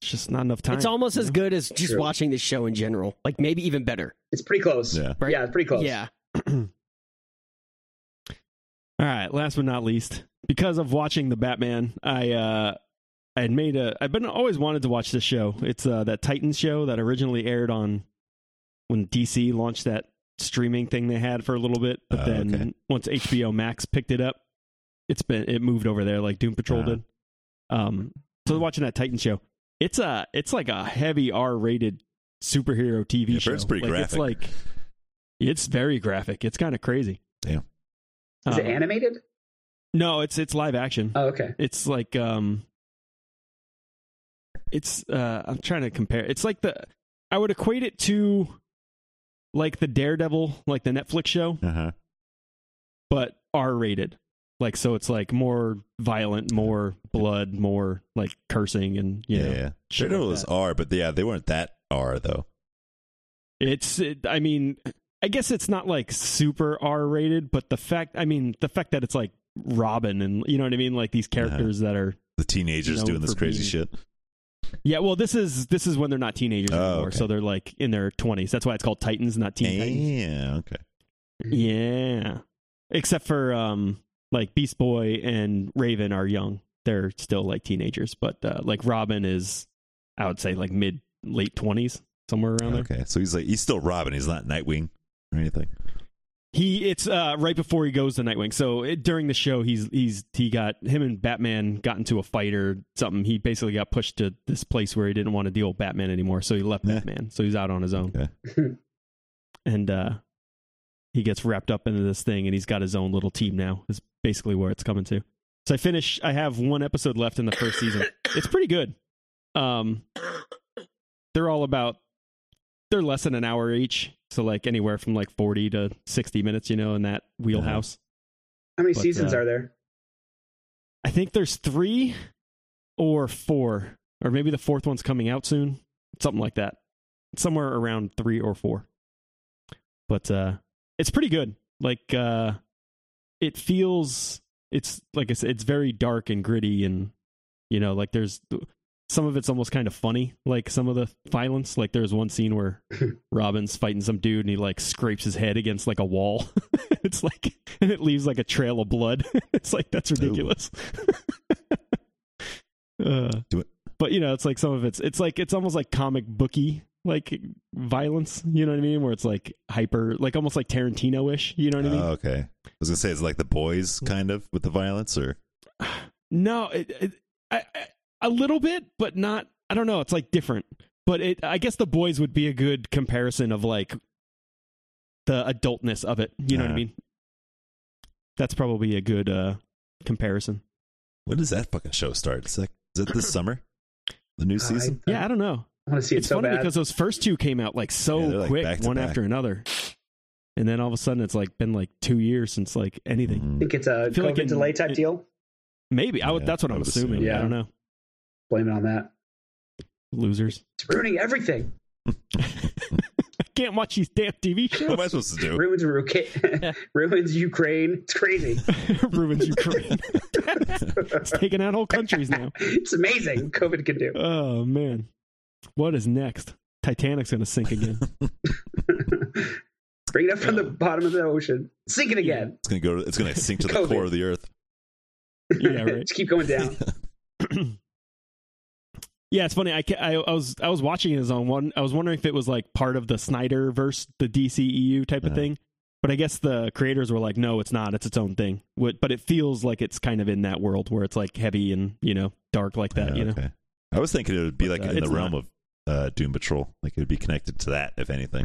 S2: it's just not enough time.
S1: It's almost as good as just
S4: True.
S1: watching the show in general. Like maybe even better.
S4: It's pretty close.
S3: Yeah.
S1: Right.
S4: Yeah, it's pretty close.
S1: Yeah.
S2: All right. Last but not least, because of watching the Batman, I uh, I had made a. I've been always wanted to watch this show. It's uh, that Titans show that originally aired on when DC launched that streaming thing they had for a little bit, but
S3: Oh,
S2: then
S3: okay.
S2: once HBO Max picked it up, it's been it moved over there like Doom Patrol
S3: Ah.
S2: did. Um, so watching that Titan show, it's a it's like a heavy R rated superhero TV
S3: Yeah, I've
S2: show.
S3: heard it's pretty
S2: Like, It's
S3: graphic.
S2: like it's very graphic. It's kind of crazy.
S3: Yeah.
S4: Is it
S2: Um,
S4: animated?
S2: no, it's it's live action.
S4: Oh, okay.
S2: It's like um it's uh I'm trying to compare. It's like the I would equate it to like the Daredevil, like the Netflix show,
S3: Uh huh.
S2: but R rated. Like so it's like more violent, more blood, more like cursing and you
S3: Yeah,
S2: know.
S3: yeah.
S2: shit
S3: Daredevil
S2: like
S3: is
S2: that.
S3: R, but yeah, they weren't that R though.
S2: It's it, I mean, I guess it's not like super R rated, but the fact I mean, the fact that it's like Robin and you know what I mean, like these characters that are
S3: The teenagers
S2: Known
S3: doing this
S2: for
S3: crazy
S2: being-
S3: shit.
S2: Yeah, well, this is this is when they're not teenagers
S3: Oh,
S2: anymore,
S3: okay.
S2: so they're like in their twenties. That's why it's called Titans, not Teen Titans.
S3: Yeah. Okay.
S2: Yeah, except for um, like Beast Boy and Raven are young; they're still like teenagers. But uh, like Robin is, I would say like mid late twenties, somewhere around there.
S3: Okay. So he's like he's still Robin. He's not Nightwing or anything.
S2: He it's uh right before he goes to Nightwing. So it, during the show, he's he's he got him and Batman got into a fight or something. He basically got pushed to this place where he didn't want to deal with Batman anymore, so he left
S3: Yeah.
S2: Batman. So he's out on his own.
S4: Okay.
S2: and uh he gets wrapped up into this thing, and he's got his own little team now. Is basically where it's coming to. So I finish. I have one episode left in the first season. It's pretty good. Um, they're all about they're less than an hour each, so like anywhere from like forty to sixty minutes, you know, in that wheelhouse.
S4: How many
S2: But,
S4: seasons
S2: uh,
S4: are there?
S2: I think there's three or four, or maybe the fourth one's coming out soon, something like that. Somewhere around three or four. But uh, it's pretty good. Like uh, it feels it's like I said, it's very dark and gritty, and you know, like there's some of it's almost kind of funny. Like some of the violence, like there's one scene where Robin's fighting some dude, and he like scrapes his head against like a wall. it's like, and it leaves like a trail of blood. it's like that's ridiculous. uh,
S3: Do it.
S2: But you know, it's like some of it's it's like it's almost like comic booky like violence. You know what I mean? Where it's like hyper, like almost like Tarantino ish. You know what I mean?
S3: Oh, okay. I was gonna say it's like the boys kind of with the violence or
S2: No, it, it, I, I, a little bit, but not. I don't know. It's like different. But it, I guess the boys would be a good comparison of like the adultness of it. You know what I
S3: Uh-huh.
S2: mean? That's probably a good uh, comparison.
S3: when does that fucking show start? It's like is it this summer? The new season?
S4: I,
S2: Yeah, I don't know.
S4: I want to see it
S2: It's
S4: so
S2: funny
S4: bad.
S2: because those first two came out like so
S3: Yeah, they're, like,
S2: quick,
S3: back to
S2: one
S3: back.
S2: after another, and then all of a sudden it's like been like two years since like anything.
S4: I
S3: Mm.
S4: think it's a
S2: I feel
S4: COVID
S2: like in-
S4: delay type
S2: in-
S4: deal.
S2: Maybe I would.
S3: Yeah,
S2: that's what
S3: I
S2: I'm
S3: would
S2: assuming.
S3: assume.
S2: I
S4: Yeah.
S2: don't know.
S4: Blame it on that.
S2: Losers.
S4: It's ruining everything.
S2: I can't watch these damn TV shows.
S3: What am I supposed to do?
S4: Ruins Ruka- ruins Ukraine. It's crazy.
S2: ruins Ukraine. it's taking out whole countries now.
S4: It's amazing what COVID can do.
S2: Oh man, what is next? Titanic's gonna sink again.
S4: Bring it up from the bottom of the ocean. Sink it again.
S3: It's gonna go to, it's gonna sink to the
S4: COVID.
S3: core of the earth.
S2: yeah, right.
S4: Just keep going down.
S2: Yeah, it's funny. I, ca- I I was I was watching his own one. I was wondering if it was like part of the Snyder verse, the DCEU type of
S3: Uh-huh.
S2: thing. But I guess the creators were like, no, it's not. It's its own thing. What- But it feels like it's kind of in that world where it's like heavy and you know dark like that.
S3: Yeah,
S2: you know,
S3: okay. I was thinking it would be
S2: But,
S3: like
S2: uh,
S3: in the
S2: it's
S3: realm of uh, Doom Patrol. Like it would be connected to that, if anything.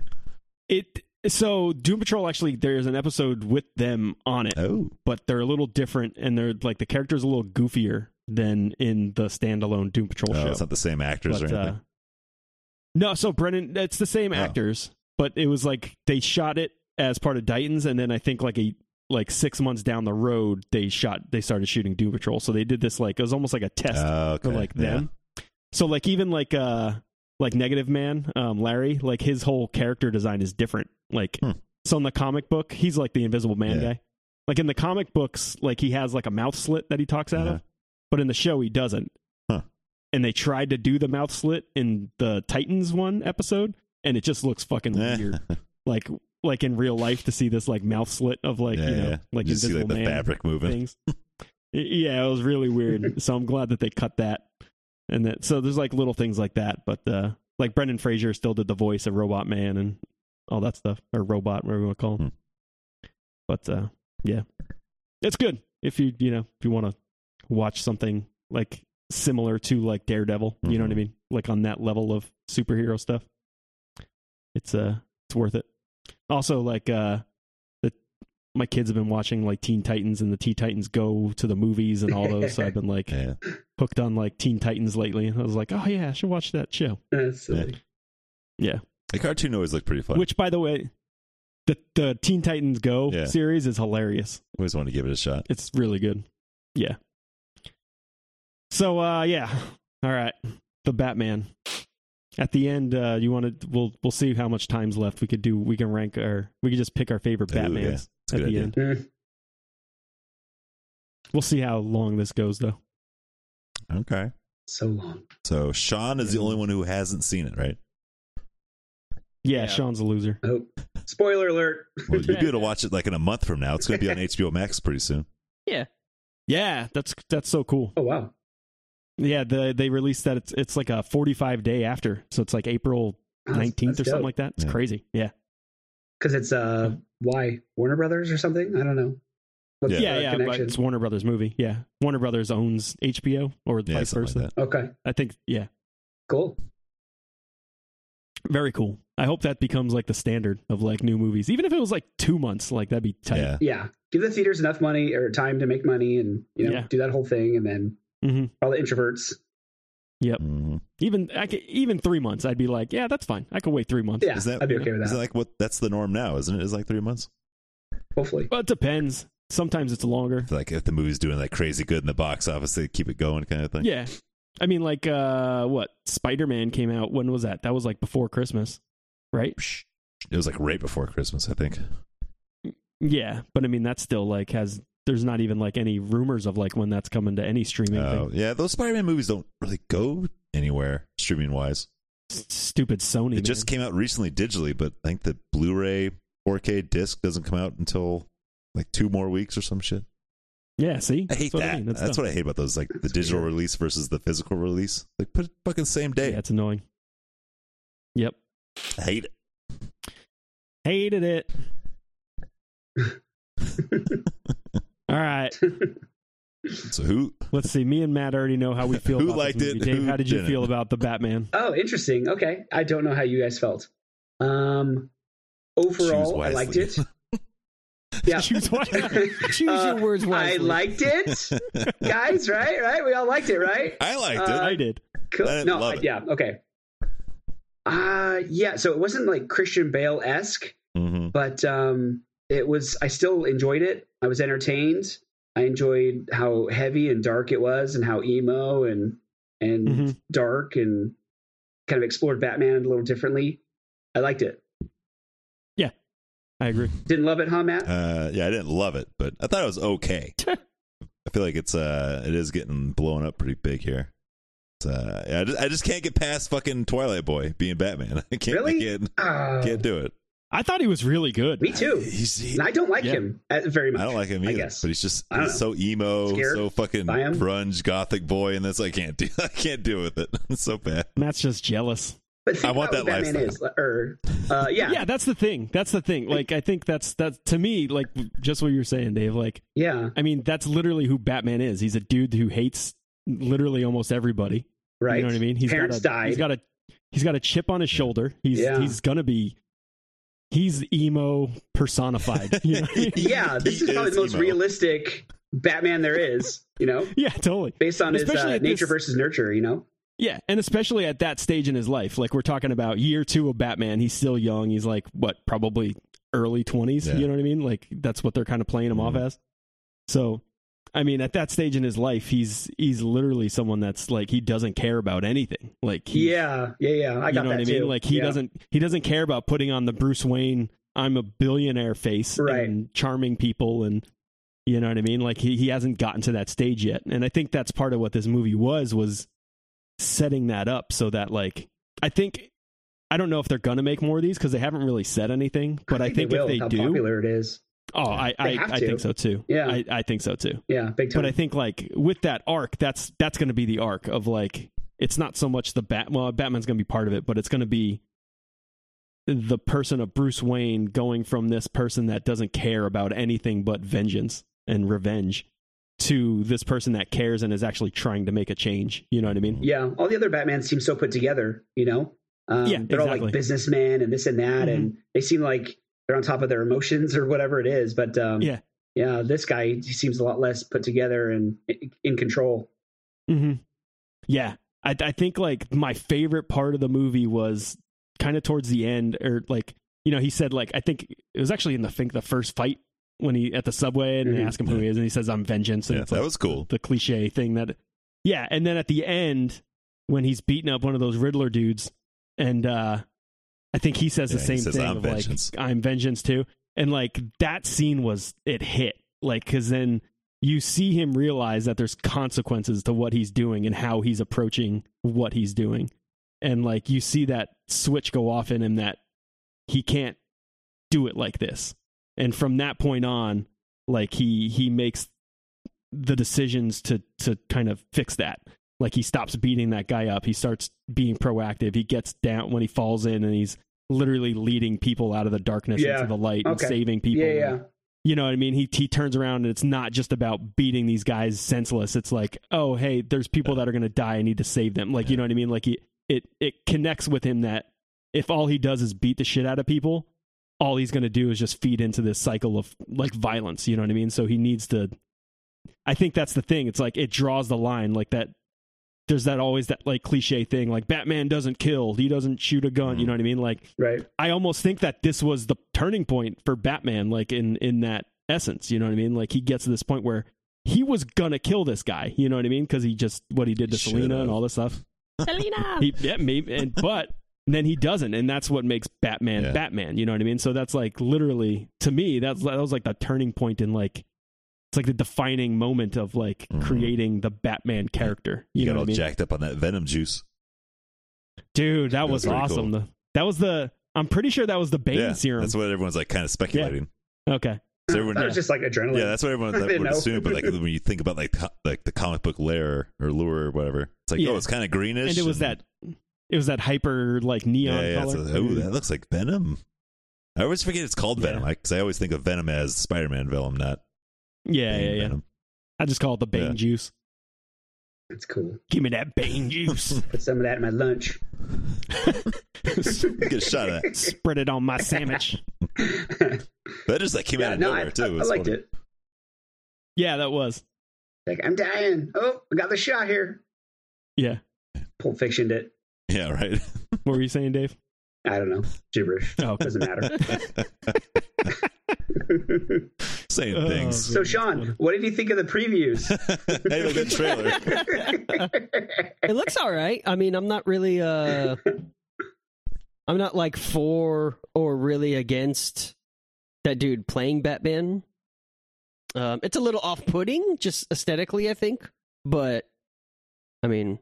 S2: it. So Doom Patrol actually, there's an episode with them on it,
S3: Oh,
S2: but they're a little different and they're like the characters a little goofier than in the standalone Doom Patrol
S3: oh
S2: show.
S3: it's not the same actors
S2: But,
S3: or
S2: uh,
S3: anything.
S2: no, so Brennan, it's the same
S3: Oh.
S2: actors, but it was like they shot it as part of Dighton's, and then I think like a like six months down the road, they shot they started shooting Doom Patrol. So they did this like it was almost like a test
S3: Oh,
S2: for
S3: okay.
S2: like
S3: yeah.
S2: them. So like even like uh like Negative Man, um Larry, like his whole character design is different. Like
S3: Hmm.
S2: so in the comic book, he's like the Invisible Man
S3: Yeah.
S2: guy. Like in the comic books, like he has like a mouth slit that he talks out
S3: Uh-huh.
S2: of, but in the show he doesn't.
S3: Huh.
S2: And they tried to do the mouth slit in the Titans one episode, and it just looks fucking
S3: Eh.
S2: weird. Like like in real life to see this like mouth slit of like
S3: yeah,
S2: you know
S3: yeah.
S2: like
S3: you see
S2: Invisible
S3: like the
S2: Man
S3: fabric moving.
S2: things. Y- yeah, it was really weird. so I'm glad that they cut that. And that so there's like little things like that, but uh like Brendan Fraser still did the voice of Robot Man and all that stuff or Robot, whatever you want to call him. But uh yeah. It's good if you you know, if you want to watch something like similar to like Daredevil, you know what I
S3: Mhm.
S2: mean? Like on that level of superhero stuff. It's uh it's worth it. Also like uh my kids have been watching like Teen Titans and the Teen Titans go to the movies and all those. so I've been like
S3: Yeah.
S2: hooked on like Teen Titans lately. And I was like, oh yeah, I should watch that show.
S4: That's Uh, silly.
S3: The cartoon always looked pretty fun.
S2: Which, by the way, the the Teen Titans Go
S3: Yeah.
S2: series is hilarious.
S3: always wanted to give it a shot.
S2: It's really good. Yeah. So uh yeah. All right. The Batman. At the end, uh you want to we'll we'll see how much time's left. We could do we can rank our we could just pick our favorite
S3: Ooh, yeah.
S2: Batmans
S3: That's a good
S2: at the
S3: idea.
S2: end.
S4: Mm.
S2: We'll see how long this goes though.
S3: Okay.
S4: So long.
S3: So Sean is the only one who hasn't seen it, right?
S2: yeah.
S1: Yeah.
S2: Sean's a loser.
S4: I hope. Oh, Spoiler alert.
S3: Well, you'll be able to watch it like in a month from now. It's going to be on HBO Max pretty soon.
S2: Yeah, that's that's so cool.
S4: Oh wow.
S2: Yeah, the, they released that it's it's like a 45 day after, so it's like April
S4: That's-
S2: 19th or
S4: that's
S2: something
S4: dope.
S2: like that. It's
S3: Yeah.
S2: crazy. Yeah,
S4: Because it's uh why Warner Brothers or something. I don't know. What's
S3: Yeah.
S2: yeah,
S4: the
S2: yeah. But
S4: connection?
S2: it's Warner Brothers movie. Yeah, Warner Brothers owns HBO or
S3: Yeah,
S2: vice
S3: something
S2: versa.
S3: like that.
S4: Okay.
S2: I think. Yeah,
S4: Cool.
S2: very cool. I hope that becomes like the standard of like new movies. Even if it was like two months, like that'd be tight.
S3: Yeah.
S4: Yeah. Give the theaters enough money or time to make money, and you know
S2: Yeah.
S4: do that whole thing, and then
S2: hmm
S1: Mm-hmm.
S4: all the introverts.
S3: Mhm.
S2: Even I could, even three months, I'd be like, yeah, that's fine. I could wait three months.
S4: Yeah,
S3: Is that-
S4: I'd be okay with
S3: Is
S4: that.
S3: that like what? That's the norm now, isn't it? Is like three months.
S4: Hopefully.
S2: Well, it depends. Sometimes it's longer.
S3: Like if the movie's doing like crazy good in the box office, they keep it going, kind of thing.
S2: Yeah. I mean, like, uh, what? Spider Man came out. When was that? That was like before Christmas, right?
S3: It was like right before Christmas, I think.
S2: Yeah. But I mean, that's still like has, there's not even like any rumors of like when that's coming to any streaming
S3: Oh
S2: thing.
S3: yeah, those Spider-Man movies don't really go anywhere streaming wise.
S2: S- Stupid Sony.
S3: It just
S2: man.
S3: came out recently digitally, but I think the Blu-ray 4K disc doesn't come out until like two more weeks or some shit.
S2: Yeah. See?
S3: I hate
S2: that's what
S3: that.
S2: I mean.
S3: That's,
S2: dumb.
S3: what I hate about those, like the
S4: That's
S3: digital
S4: weird.
S3: release versus the physical release. Like put it fucking same day.
S2: Yeah. It's annoying. Yep.
S3: I hate it.
S2: Hated it. All right.
S3: So who?
S2: Let's see. Me and Matt already know how we feel
S3: Who
S2: about this
S3: liked it?
S2: movie. Dave,
S3: Who
S2: how did you
S3: didn't?
S2: feel about the Batman?
S4: Oh, interesting. Okay. I don't know how you guys felt. Um overall, I liked it.
S3: wisely.
S4: Yeah.
S2: Choose one.
S1: Choose
S4: Uh,
S1: your words wisely.
S4: I liked it. guys, right? Right? We all liked it, right?
S3: I liked
S4: Uh,
S2: I did.
S4: Cool.
S3: I didn't
S4: no,
S3: love
S4: I-
S3: it.
S4: yeah, okay. Uh yeah, so it wasn't like Christian Bale esque,
S3: it. hmm
S4: but um it was I still enjoyed it. I was entertained. I enjoyed how heavy and dark it was and how emo and and
S2: Mhm.
S4: dark and kind of explored Batman a little differently. I liked it.
S2: I agree.
S4: Didn't love it, huh, Matt?
S3: Uh, yeah, I didn't love it, but I thought it was okay. I feel like it's uh, it is getting blown up pretty big here. It's, uh, yeah, I just I just can't get past fucking Twilight Boy being Batman. I can't,
S4: Really?
S3: I can't,
S4: Oh,
S3: can't do it.
S2: I thought he was really good.
S4: Me too.
S3: He's, he,
S4: And I don't like
S2: Yeah.
S4: him uh, very
S3: I
S4: much.
S3: don't like him
S4: I
S3: either.
S4: guess.
S3: But he's just
S4: I don't
S3: he's so emo,
S4: Scared
S3: so fucking
S4: by him.
S3: grunge gothic boy, and that's I can't do. I can't deal with it. It's so bad.
S2: Matt's just jealous.
S4: But think
S3: I want
S4: about
S3: that
S4: what Batman
S3: lifestyle.
S4: is. Or, uh, yeah, yeah,
S2: Yeah, that's the thing. That's the thing. Like, I think that's that's to me, like, just what you were saying, Dave. Like, I mean, that's literally who Batman is. He's a dude who hates literally almost everybody.
S4: right.
S2: You know what I mean? He's
S4: Parents
S2: got a,
S4: died.
S2: He's got a he's got a chip on his shoulder. He's
S4: Yeah.
S2: he's gonna be he's emo personified. you know?
S4: yeah, this
S3: He
S4: is probably the most
S3: emo.
S4: realistic Batman there is. You know,
S2: yeah, totally.
S4: based on his
S2: Especially
S4: uh,
S2: at
S4: nature
S2: this-
S4: versus nurture. You know,
S2: Yeah, and especially at that stage in his life, like we're talking about year two of Batman. He's still young. He's like what, probably early twenties.
S3: Yeah.
S2: You know what I mean? Like that's what they're kind of playing him off
S3: Mhm.
S4: Mm-hmm.
S2: as. So, I mean, at that stage in his life, he's he's literally someone that's like he doesn't care about anything. Like he's,
S4: yeah, yeah, yeah. I got
S2: you know
S4: that
S2: what I mean?
S4: too.
S2: Like he
S4: Yeah.
S2: doesn't he doesn't care about putting on the Bruce Wayne I'm a billionaire face
S4: Right.
S2: and charming people and you know what I mean? Like he, he hasn't gotten to that stage yet. And I think that's part of what this movie was was setting that up so that like I think I don't know if they're gonna make more of these because they haven't really said anything, but I think,
S4: they will,
S2: if
S4: how
S2: they do,
S4: popular it is.
S2: oh, I
S4: They
S2: I,
S4: have
S2: I
S4: to.
S2: think so too.
S4: Yeah.
S2: I, I think so too.
S4: Yeah, big time.
S2: But I think like with that arc, that's that's going to be the arc of like it's not so much the bat. Well, Batman's going to be part of it, but it's going to be the person of Bruce Wayne going from this person that doesn't care about anything but vengeance and revenge to this person that cares and is actually trying to make a change. You know what I mean?
S4: yeah, all the other Batman seem so put together. You know, um,
S2: Yeah,
S4: they're all
S2: exactly. Mm-hmm.
S4: like businessmen and this and that, and they seem like they're on top of their emotions or whatever it is. But um,
S2: Yeah.
S4: yeah, this guy he seems a lot less put together and in- in control.
S2: Mm-hmm. Yeah, I, I think like my favorite part of the movie was kind of towards the end, or like you know, he said like I think it was actually in the think the first fight when he at the subway and they
S4: Mhm.
S2: ask him who he is, and he says I'm vengeance, and
S3: Mm-hmm. Yeah,
S2: it's
S3: that
S2: like
S3: was cool.
S2: the cliche thing that yeah, and then at the end when he's beating up one of those Riddler dudes, and uh I think he says
S3: Yeah,
S2: the
S3: he
S2: same
S3: says,
S2: thing
S3: "I'm
S2: of
S3: vengeance."
S2: like I'm vengeance too, and like that scene was it hit like because then you see him realize that there's consequences to what he's doing and how he's approaching what he's doing. And like you see that switch go off in him that he can't do it like this. And from that point on, like he he makes the decisions to to kind of fix that. Like he stops beating that guy up. He starts being proactive. He gets down when he falls in and he's literally leading people out of the darkness
S4: Yeah.
S2: into the light and
S4: Okay.
S2: saving people.
S4: yeah, yeah,
S2: You know what I mean? He he turns around and it's not just about beating these guys senseless. It's like, oh hey, there's people that are gonna die. I need to save them. Like you know what I mean? Like he, it it connects with him that if all he does is beat the shit out of people, all he's gonna do is just feed into this cycle of like violence. You know what I mean? So he needs to. I think that's the thing. It's like it draws the line. Like that. There's that always that like cliche thing like Batman doesn't kill. He doesn't shoot a gun. You know what I mean? Like
S4: right.
S2: I almost think that this was the turning point for Batman, like in in that essence. You know what I mean? Like he gets to this point where he was gonna kill this guy. You know what I mean? Because he just what he did to
S3: He
S2: Selena
S3: should've.
S2: and all this stuff.
S1: Oh.
S2: Selena. He, yeah, maybe. And but then he doesn't, and that's what makes Batman
S3: Yeah.
S2: Batman. You know what I mean? So that's like literally to me, that's that was like the turning point in like it's like the defining moment of like
S3: Mhm.
S2: creating the Batman character. You,
S3: You,
S2: know
S3: got
S2: what
S3: all
S2: I mean?
S3: jacked up on that venom juice.
S2: Dude, that
S3: That was
S2: was,
S3: pretty
S2: awesome. The- that was the. I'm pretty sure that was the Bane
S3: yeah,
S2: serum.
S3: that's what everyone's like kind of speculating.
S2: Okay.
S3: So
S4: That
S3: everyone,
S4: was just like adrenaline.
S3: yeah, that's what everyone
S4: I
S3: that
S4: didn't
S3: would
S4: know.
S3: assume. But like when you think about like co- like the comic book lair or lure or whatever, it's like
S2: Yeah.
S3: oh, it's kind of greenish.
S2: and it was that it was that hyper like neon
S3: Yeah, yeah. It's
S2: color.
S3: like, oh, that looks like Venom. I always forget it's called
S2: Yeah.
S3: Venom because I always think of Venom as Spider-Man Venom, not
S2: yeah, yeah,
S3: Bane
S2: yeah.
S3: Venom.
S2: I just call it the Bane
S3: Yeah.
S2: juice.
S4: That's cool.
S2: Give me that Bane juice.
S4: Put some of that in my lunch.
S3: Get a shot at that.
S2: Spread it on my sandwich.
S3: That just like came out of
S4: no, I,
S3: nowhere too.
S4: I, I
S3: was
S4: liked
S3: funny.
S4: it.
S2: Yeah, that was.
S4: Like I'm dying. Oh, I got the shot here.
S2: Yeah.
S4: Pulp Fictioned it.
S3: Yeah, right.
S2: What were you saying, Dave?
S4: I don't know. Gibberish.
S2: Oh, okay.
S4: Doesn't matter.
S3: Same
S2: Oh,
S3: things.
S4: so Sean, what did you think of the previews?
S3: hey, look at the trailer.
S1: it looks all right. I mean, I'm not really uh I'm not like for or really against that dude playing Batman. Um it's a little off-putting just aesthetically, I think, but I mean,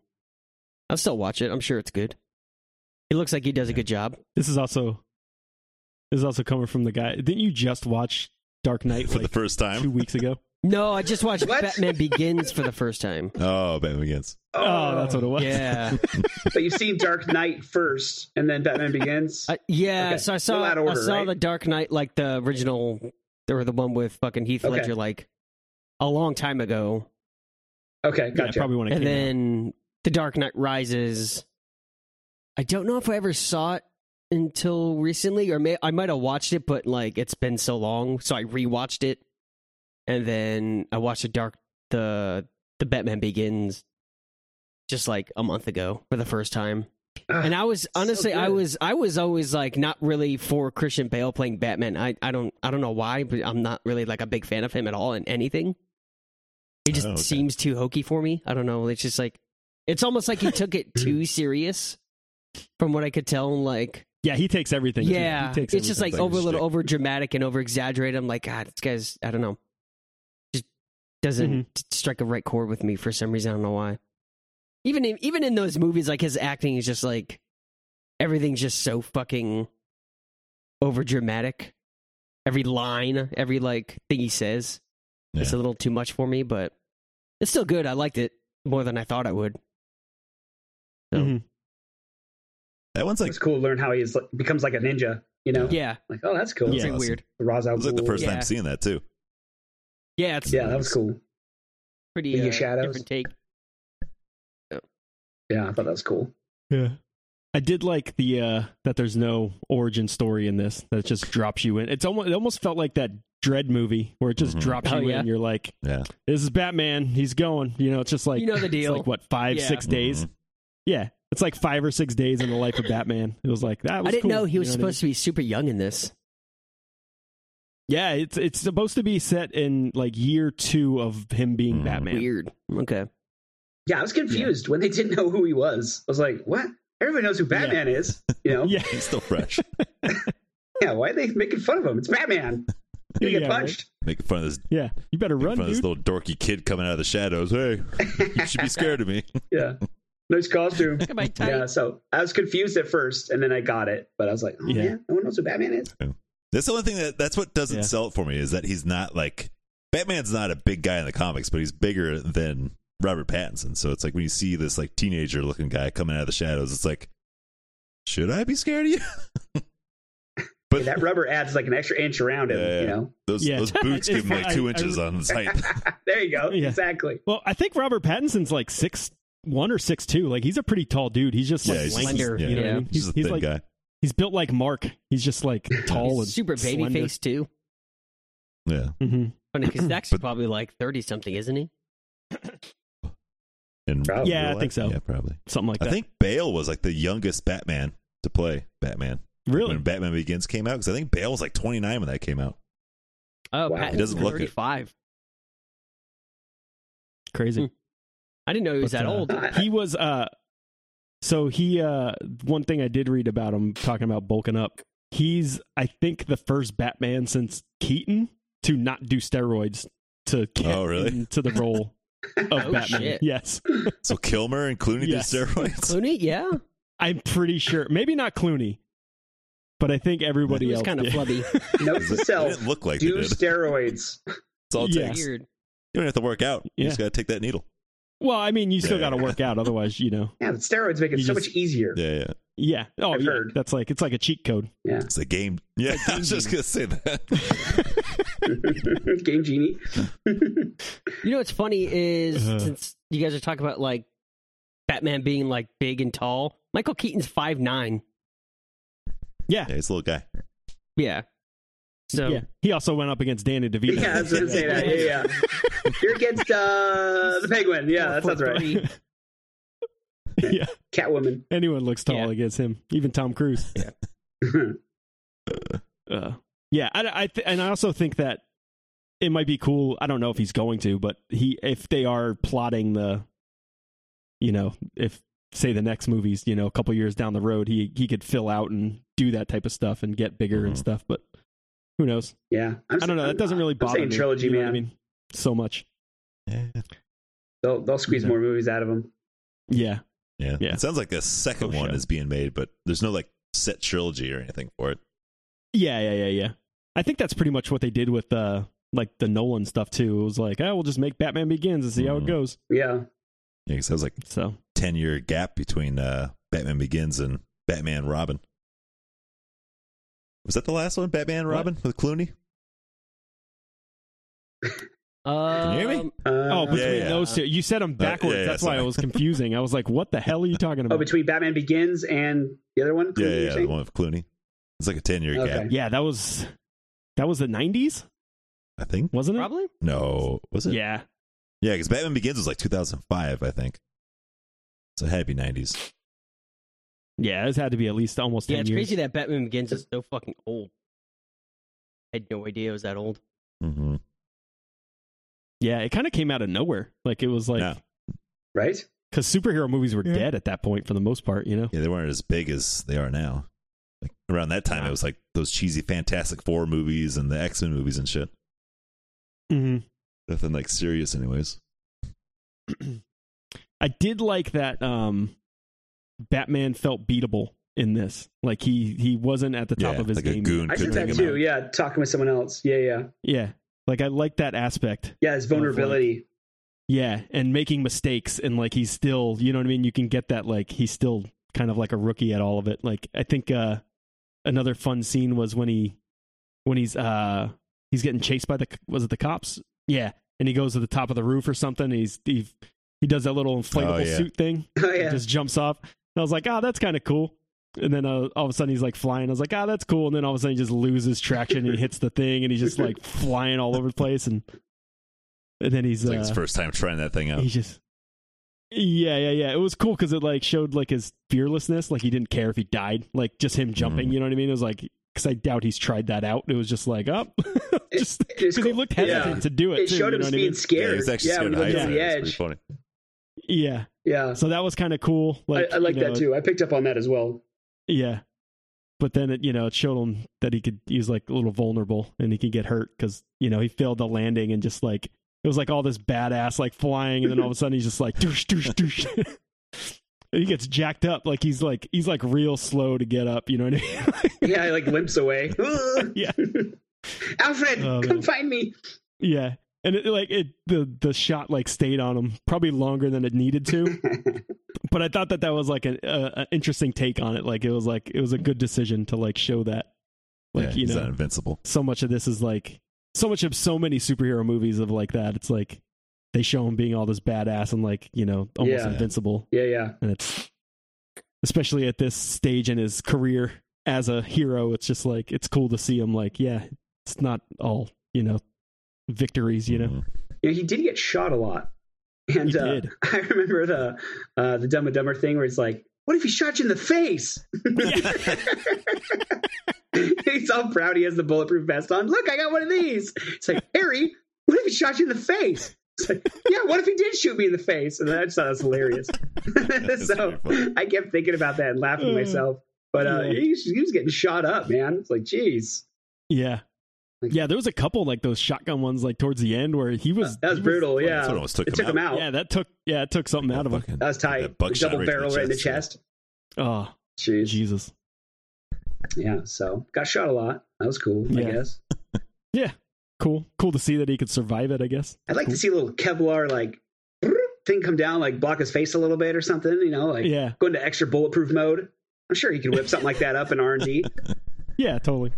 S1: I'll still watch it. I'm sure it's good. He looks like he does a good job.
S2: This is also This is also coming from the guy. Didn't you just watch Dark Knight
S3: for
S2: like
S3: the first
S2: two
S3: time.
S2: weeks ago?
S1: No, I just watched
S4: What?
S1: Batman Begins for the first time.
S3: Oh, Batman Begins.
S2: Oh, that's what it was.
S1: Yeah,
S4: but you've seen Dark Knight first, and then Batman Begins.
S1: I, Uh, yeah.
S4: Okay.
S1: So I saw
S4: Little out of order,
S1: I saw
S4: right?
S1: the Dark Knight, like the original, or the one with fucking Heath
S4: Okay.
S1: Ledger, like a long time ago,
S4: okay,
S2: Yeah,
S4: gotcha.
S2: probably when it
S1: and
S2: came out.
S1: then the Dark Knight Rises. I don't know if I ever saw it until recently, or may I might have watched it, but like it's been so long, so I rewatched it, and then I watched the Dark the the Batman Begins just like a month ago for the first time.
S4: Ugh,
S1: And I was honestly, I
S4: good.
S1: was, I was always like not really for Christian Bale playing Batman. I, I don't, I don't know why, but I'm not really like a big fan of him at all in anything. He just
S3: Oh, okay.
S1: seems too hokey for me. I don't know. It's just like, it's almost like he took it too serious, from what I could tell. and, Like,
S2: Yeah, he takes everything. too.
S1: yeah,
S2: he takes
S1: it's just
S2: everything.
S1: like
S3: Like
S1: over a
S3: his
S1: little
S3: shtick.
S1: over dramatic and over exaggerated. I'm like, God, this guy's, I don't know, just doesn't
S2: Mm-hmm.
S1: t- strike a right chord with me for some reason. I don't know why. Even in, even in those movies, like his acting is just like everything's just so fucking over dramatic. Every line, every like thing he says, it's
S3: Yeah.
S1: a little too much for me, but it's still good. I liked it more than I thought I would. So,
S2: Mhm.
S3: That one's like
S4: it's cool to learn how he is, becomes like a ninja. You know,
S1: Yeah,
S4: like oh, that's cool.
S1: it's
S3: Yeah.
S1: like
S3: awesome.
S1: weird.
S4: Ra's al
S3: it was like the
S4: Ghul.
S3: first
S1: Yeah.
S3: time seeing that too.
S1: Yeah, it's
S4: Yeah, that was cool.
S1: pretty
S4: League
S1: uh,
S4: of Shadows.
S1: different take.
S4: Yeah, I thought that was cool.
S2: Yeah. I did like the uh that there's no origin story in this that it just drops you in. It's almost it almost felt like that dread movie where it just
S3: Mhm.
S4: Mm-hmm.
S2: drops
S1: Oh,
S2: you
S1: yeah?
S2: in. You're like,
S3: Yeah.
S2: this is Batman. He's going. You know, it's just like
S1: You know the
S2: it's
S1: deal.
S2: like what five
S1: Yeah.
S2: six days.
S3: Mhm.
S4: Mm-hmm.
S2: Yeah, it's like five or six days in the life of Batman. It was like that. Was
S1: I didn't
S2: cool,
S1: know he
S2: you
S1: was
S2: what I mean?
S1: supposed to be super young in this.
S2: Yeah, it's it's supposed to be set in like year two of him being
S4: Mm-hmm.
S3: Mhm.
S2: Batman.
S1: Weird. Okay.
S4: Yeah, I was confused when they didn't know who he was. I was like, what? Everybody knows who Batman is. You know? yeah.
S2: Yeah,
S3: He's still fresh.
S4: why are they making fun of him? It's Batman. You
S2: Yeah,
S4: get
S2: right.
S4: punched.
S3: Making fun of this,
S2: yeah. You better
S3: making
S2: run,
S3: fun of this
S2: dude.
S3: little dorky kid coming out of the shadows. Hey, you should be scared of me.
S4: Yeah. Nice costume.
S1: Look at my tight.
S4: Yeah, so I was confused at first, and then I got it. But I was like, oh,
S2: Yeah.
S4: man, no one knows who Batman is.
S3: That's the only thing that that's what doesn't
S2: Yeah.
S3: sell it for me is that he's not like Batman's not a big guy in the comics, but he's bigger than Robert Pattinson. So it's like when you see this like teenager looking guy coming out of the shadows, it's like, should I be scared of you?
S4: Hey, that rubber adds like an extra inch around him.
S3: Yeah,
S4: You
S3: yeah.
S4: know?
S3: Those
S2: Yeah.
S3: those boots give him like two
S2: I- I-
S3: inches on his height.
S4: there you go.
S2: Yeah.
S4: Exactly.
S2: Well, I think Robert Pattinson's like six one or six two. Like he's a pretty tall dude. He's just like
S3: Yeah, he's just-
S2: slender.
S3: yeah.
S2: you know what I
S1: Yeah.
S2: mean?
S3: He's, just a thin
S2: like
S3: guy.
S2: he's built like Mark. He's just like tall and
S1: He's super baby
S2: slender.
S1: face too.
S3: Yeah.
S2: Mhm.
S1: Funny because
S3: But-
S1: probably like thirty something, isn't he?
S3: In
S4: Probably.
S2: Yeah,
S3: real
S2: I
S3: life?
S2: think so.
S3: Yeah, probably.
S2: Something like
S3: I
S2: that.
S3: think Bale was like the youngest Batman to play Batman
S2: really?
S3: when Batman Begins came out because I think Bale was like 29 when that came out.
S1: Oh,
S4: Wow.
S1: Pattinson's
S4: He
S3: doesn't look it.
S1: thirty-five. Hmm.
S2: Crazy.
S1: I didn't know he was
S2: But,
S1: that
S2: uh,
S1: old.
S4: No, I-
S2: He was uh so he uh one thing I did read about him talking about bulking up. He's I think the first Batman since Keaton to not do steroids to get
S3: Oh, really?
S2: into the role of
S1: Oh,
S2: Batman.
S1: shit.
S2: Yes.
S3: So Kilmer and Clooney
S2: Yes.
S3: did steroids.
S1: Clooney, yeah,
S2: I'm pretty sure. Maybe not Clooney, but I think everybody
S1: he was
S2: else.
S1: kind of
S2: did.
S1: flubby.
S4: Note to
S3: They
S4: self
S3: didn't look like
S4: do
S3: they did.
S4: steroids.
S3: That's all it
S2: Yeah.
S3: takes. You
S1: Weird.
S3: don't have to work out. You
S2: Yeah.
S3: just got to take that needle.
S2: Well, I mean, you still
S3: Yeah.
S2: got to work out, otherwise, you know.
S4: Yeah, but steroids make it
S2: You
S4: so
S2: just-
S4: much easier.
S3: Yeah, yeah.
S2: Yeah. Oh,
S4: I've
S2: yeah.
S4: heard.
S2: That's like it's like a cheat code.
S3: It's a game. Yeah, I was just going to say that.
S4: Game Genie.
S1: You know what's funny is
S2: Uh.
S1: since you guys are talking about like Batman being like big and tall, Michael Keaton's five nine.
S2: Yeah.
S3: yeah, he's a little guy.
S1: Yeah. So
S2: Yeah. He also went up against Danny DeVito.
S4: yeah, I was going to say that. Yeah, yeah. You're against uh, the penguin. Yeah, that sounds right.
S1: Three.
S2: yeah.
S4: Catwoman.
S2: Anyone looks tall
S1: Yeah.
S2: against him, even Tom Cruise. Uh, yeah, I, I th- and I also think that it might be cool. I don't know if he's going to, but he if they are plotting the, you know, if say the next movies, you know, a couple years down the road, he he could fill out and do that type of stuff and get bigger and
S3: Mhm.
S2: stuff. But who knows?
S4: yeah. I'm,
S2: I don't know. That doesn't really
S4: I'm
S2: bother
S4: saying
S2: me.
S4: trilogy,
S2: you know
S4: man.
S2: what I mean, so much.
S3: Yeah.
S4: They'll, they'll squeeze
S2: Yeah.
S4: more movies out of him.
S2: Yeah,
S3: yeah.
S2: Yeah.
S3: It sounds like a second
S2: Oh,
S3: one
S2: shit.
S3: is being made, but there's no like set trilogy or anything for it.
S2: Yeah, yeah, yeah, yeah. I think that's pretty much what they did with uh like the Nolan stuff too. It was like, oh, we'll just make Batman Begins and see how it
S3: Mhm.
S2: goes.
S4: Yeah.
S3: Yeah, 'cause that was like
S2: So
S3: ten year gap between uh, Batman Begins and Batman Robin. Was that the last one, Batman
S2: What?
S3: Robin with Clooney?
S1: Um,
S3: you hear me?
S2: Oh,
S4: Uh,
S2: between
S3: yeah, yeah.
S2: those two, you said them backwards.
S3: yeah,
S2: That's why
S3: sorry.
S2: it was confusing. I was like, "What the hell are you talking
S4: Oh,
S2: about?"
S4: between Batman Begins and the other one.
S3: Yeah,
S4: Clooney,
S3: yeah,
S4: you're
S3: yeah, the
S4: saying?
S3: one with Clooney. It's like a ten year
S4: Okay.
S3: gap,
S2: yeah, that was that was the '90s,
S3: I think.
S2: wasn't it?
S1: Probably.
S3: No, was it?
S2: Yeah,
S3: yeah, because Batman Begins was like 2005, I think. So happy 90s.
S2: yeah, this had to be at least almost
S1: Yeah,
S2: ten
S1: it's
S2: years.
S1: crazy that Batman Begins is so fucking old. I had no idea it was that old.
S3: Mm-hmm.
S2: Yeah, it kind of came out of nowhere. Like it was like
S3: Yeah.
S4: Right.
S2: because superhero movies were
S1: Yeah.
S2: dead at that point for the most part. You know?
S3: Yeah, they weren't as big as they are now. Like around that time,
S2: Wow.
S3: it was like those cheesy Fantastic Four movies and the X Men movies and shit.
S2: Mm-hmm.
S3: Nothing like serious, anyways.
S2: I did like that um Batman felt beatable in this. Like he he wasn't at the top
S3: yeah,
S2: of his
S3: like a
S2: game.
S3: goon
S4: I
S3: couldn't
S4: said
S3: take
S4: that
S3: him
S4: too.
S3: out.
S4: Yeah, talking with someone else. Yeah, yeah,
S2: Yeah. Like I like that aspect.
S4: yeah. His vulnerability.
S2: Yeah, and making mistakes and like he's still, you know what I mean? You can get that like he's still kind of like a rookie at all of it. Like I think uh another fun scene was when he when he's uh he's getting chased by the was it the cops? Yeah. And he goes to the top of the roof or something. He's he he does that little inflatable
S3: Oh, yeah.
S2: suit thing.
S4: Oh
S2: and
S4: yeah.
S2: Just jumps off. And I was like, "Ah, that's kind of cool." And then uh, all of a sudden he's like flying. I was like, "Ah, that's cool." And then all of a sudden he just loses traction and he hits the thing and he's just like flying all over the place and and then he's
S3: It's like
S2: uh,
S3: his first time trying that thing out.
S2: he just yeah yeah yeah it was cool because it like showed like his fearlessness like he didn't care if he died like just him jumping
S3: Mhm.
S2: you know what i mean it was like because i doubt he's tried that out it was just like up oh, just
S4: It-
S2: because
S4: it's
S2: he
S4: cool.
S2: looked hesitant
S4: Yeah.
S2: to do it
S4: It
S2: too,
S4: showed
S2: you
S4: him
S2: know
S4: as
S2: what I
S4: being
S2: mean?
S3: yeah,
S4: scared.
S3: he was actually scared of
S4: when he goes
S3: heights.
S4: down
S3: yeah,
S4: the
S3: It's pretty
S4: edge.
S3: funny.
S2: yeah
S4: Yeah,
S2: so that was kind of cool like
S4: I, I like
S2: you
S4: that
S2: know,
S4: too. I picked up on that as well.
S2: yeah but then it you know it showed him that he could he was like a little vulnerable and he could get hurt because you know he failed the landing and just like it was like all this badass like flying and then all of a sudden he's just like doosh doosh doosh And he gets jacked up like he's like he's like real slow to get up you know what i mean
S4: Yeah, he like limps away.
S2: Yeah.
S4: Alfred,
S2: Oh,
S4: come
S2: man.
S4: find me.
S2: yeah and it like it the the shot like stayed on him probably longer than it needed to but i thought that that was like an uh, a, a interesting take on it like it was like it was a good decision to like show that like
S3: yeah,
S2: you
S3: he's
S2: know
S3: not invincible.
S2: so much of this is like so much of so many superhero movies of like that. It's like they show him being all this badass and like you know almost
S4: Yeah.
S2: invincible,
S4: yeah, yeah.
S2: and it's especially at this stage in his career as a hero. It's just like it's cool to see him like yeah, it's not all you know victories. You know,
S3: Mhm.
S4: You know, he did get shot a lot. And
S2: He
S4: uh,
S2: did.
S4: I remember the uh, the Dumb and Dumber thing where it's like, "What if he shot you in the face?" He's all proud. He has the bulletproof vest on. Look, I got one of these. It's like Harry. What if he shot you in the face? It's like, yeah. What if he did shoot me in the face? And I just thought that was hilarious. so
S3: pretty funny.
S4: I kept thinking about that and laughing to
S2: Uh,
S4: myself. But uh,
S2: yeah.
S4: he, was- he was getting shot up, man. It's like, geez,
S2: yeah.
S4: Like-
S2: yeah, there was a couple like those shotgun ones like towards the end where he was
S4: that was
S2: he
S4: brutal.
S3: Well, That's what
S4: yeah,
S3: almost took
S4: it
S3: him
S4: took
S3: out.
S4: him out.
S2: Yeah, that took yeah, it took something out of him.
S3: Fucking-
S4: That was tight.
S3: That buckshot
S4: Double
S3: right to the
S4: barrel right in the
S3: chest.
S4: chest.
S2: Oh,
S4: Jeez.
S2: Jesus.
S4: Yeah, so got shot a lot. That was cool, I
S2: Yeah.
S4: guess.
S2: Cool. Cool to see that he could survive it, I guess.
S4: I'd like to see a little Kevlar like thing come down, like block his face a little bit or something, you know, like
S2: Yeah.
S4: go into extra bulletproof mode. I'm sure you could whip something like that up in R and D.
S2: Yeah, totally.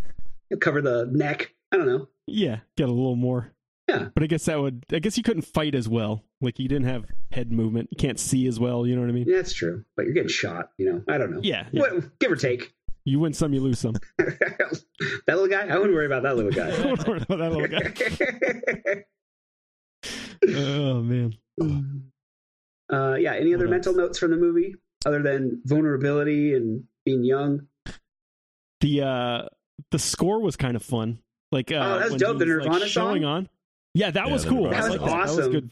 S4: Cover the neck. I don't know.
S2: Yeah, get a little more.
S4: Yeah.
S2: But I guess that would I guess you couldn't fight as well. Like you didn't have head movement. You can't see as well, you know what I mean?
S4: Yeah, that's true. But you're getting shot, you know. I don't know.
S2: Yeah. yeah.
S4: What, give or take.
S2: You win some, you lose some.
S4: that little guy? I wouldn't worry about that little guy.
S2: Don't worry about that little guy. Oh man.
S4: uh, yeah, any other
S2: What
S4: mental notes from the movie other than vulnerability and being young?
S2: The uh the score was kind of fun. Like uh
S4: Oh, that's
S2: when
S4: dope, the
S2: he's, like,
S4: Nirvana song?
S2: showing on. Yeah, that
S3: Yeah,
S2: was
S3: the
S2: cool.
S3: Nirvana
S2: I
S4: That was
S2: like That. that was
S4: awesome.
S2: good.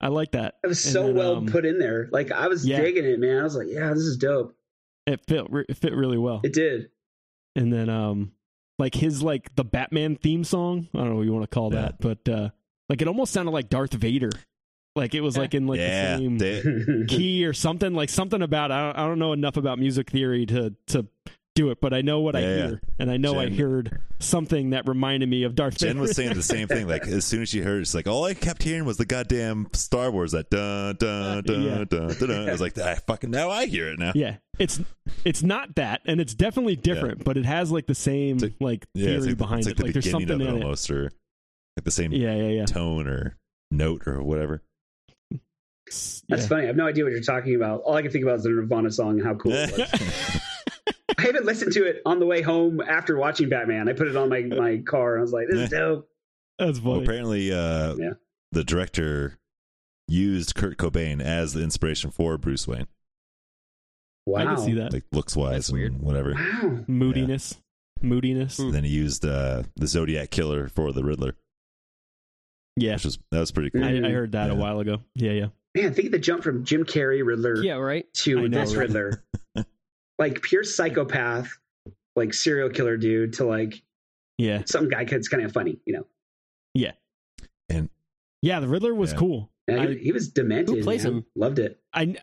S2: I like that.
S4: It was
S2: And
S4: so
S2: then,
S4: well
S2: um,
S4: put in there. Like I was
S2: yeah.
S4: digging it, man. I was like, yeah, this is dope.
S2: It fit re- it fit really well.
S4: It did.
S2: and then um like his like the batman theme song i don't know what you want to call
S3: Yeah.
S2: that but uh like it almost sounded like darth vader like it was like in like
S3: yeah,
S2: the same
S3: they-
S2: key or something like something about I don't, I don't know enough about music theory to to do it, but I know what I
S3: Yeah, yeah.
S2: hear, and I know I
S3: Jen-
S2: heard something that reminded me of Darth
S3: Jen
S2: Vader.
S3: was saying the same thing. Like as soon as she heard, it, she's like, "All I kept hearing was the goddamn Star Wars that dun dun dun
S2: Uh, Yeah.
S3: dun dun." dun. I was like, "I fucking now I hear it now."
S2: yeah, it's it's not that, and it's definitely different, but it has like the same
S3: It's like-
S2: like
S3: yeah,
S2: theory
S3: it's like, the-
S2: behind
S3: it's
S2: it.
S3: like the
S2: like there's
S3: beginning
S2: something
S3: of it
S2: in it.
S3: almost, or like the same
S2: Yeah, yeah, yeah.
S3: tone or note or whatever.
S2: S-
S4: That's
S2: yeah.
S4: funny. I have no idea what you're talking about. All I can think about is the Nirvana song and how cool it was. I even listened to it on the way home after watching Batman. I put it on my, my car and I was like, this is dope.
S2: That's
S3: Well,
S2: funny.
S3: apparently, uh,
S4: Yeah.
S3: the director used Kurt Cobain as the inspiration for Bruce Wayne,
S4: Wow.
S2: I can see that
S3: like looks wise
S1: That's
S3: and
S1: weird.
S3: whatever.
S4: Wow.
S2: moodiness, moodiness.
S1: Hmm.
S3: And then he used uh, the Zodiac killer for the Riddler,
S2: Yeah,
S3: which was that was pretty cool.
S2: I, I heard that a
S3: Mm. Yeah.
S2: while ago. Yeah, yeah.
S4: Man, think of the jump from Jim Carrey Riddler
S1: Yeah, right.
S4: to
S2: I know,
S4: this
S2: right?
S4: Riddler. like pure psychopath, like serial killer dude to like
S2: Yeah.
S4: some guy that's kind of funny, you know.
S2: Yeah, the Riddler was
S3: Yeah.
S2: cool.
S4: And he,
S2: I-
S4: he was demented.
S1: Who plays
S4: man.
S1: him?
S4: Loved it.
S2: I kn-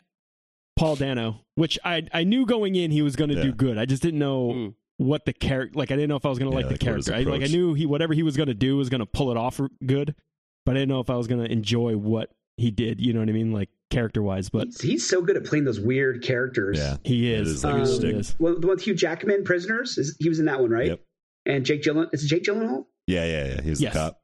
S2: Paul Dano, which I I knew going in he was going to
S3: Yeah.
S2: do good. I just didn't know
S1: Mm.
S2: what the character like I didn't know if I was going to
S3: Yeah,
S2: like the
S3: like, what his
S2: character. I, like I
S3: approach-
S2: knew he whatever he was going to do was going to pull it off r- good, but I didn't know if I was going to enjoy what he did, you know what I mean, like character-wise, but
S4: he's, he's so good at playing those weird characters.
S3: Yeah,
S2: he
S3: It
S2: is.
S3: is like
S4: a
S2: He
S4: shtick.
S2: is.
S4: Well, the one with Hugh Jackman, Prisoners, is, he was in that one, right?
S3: Yep.
S4: And Jake Gyllenhaal. Is it Jake Gyllenhaal?
S3: yeah, yeah, yeah. He was
S2: Yes.
S3: the cop.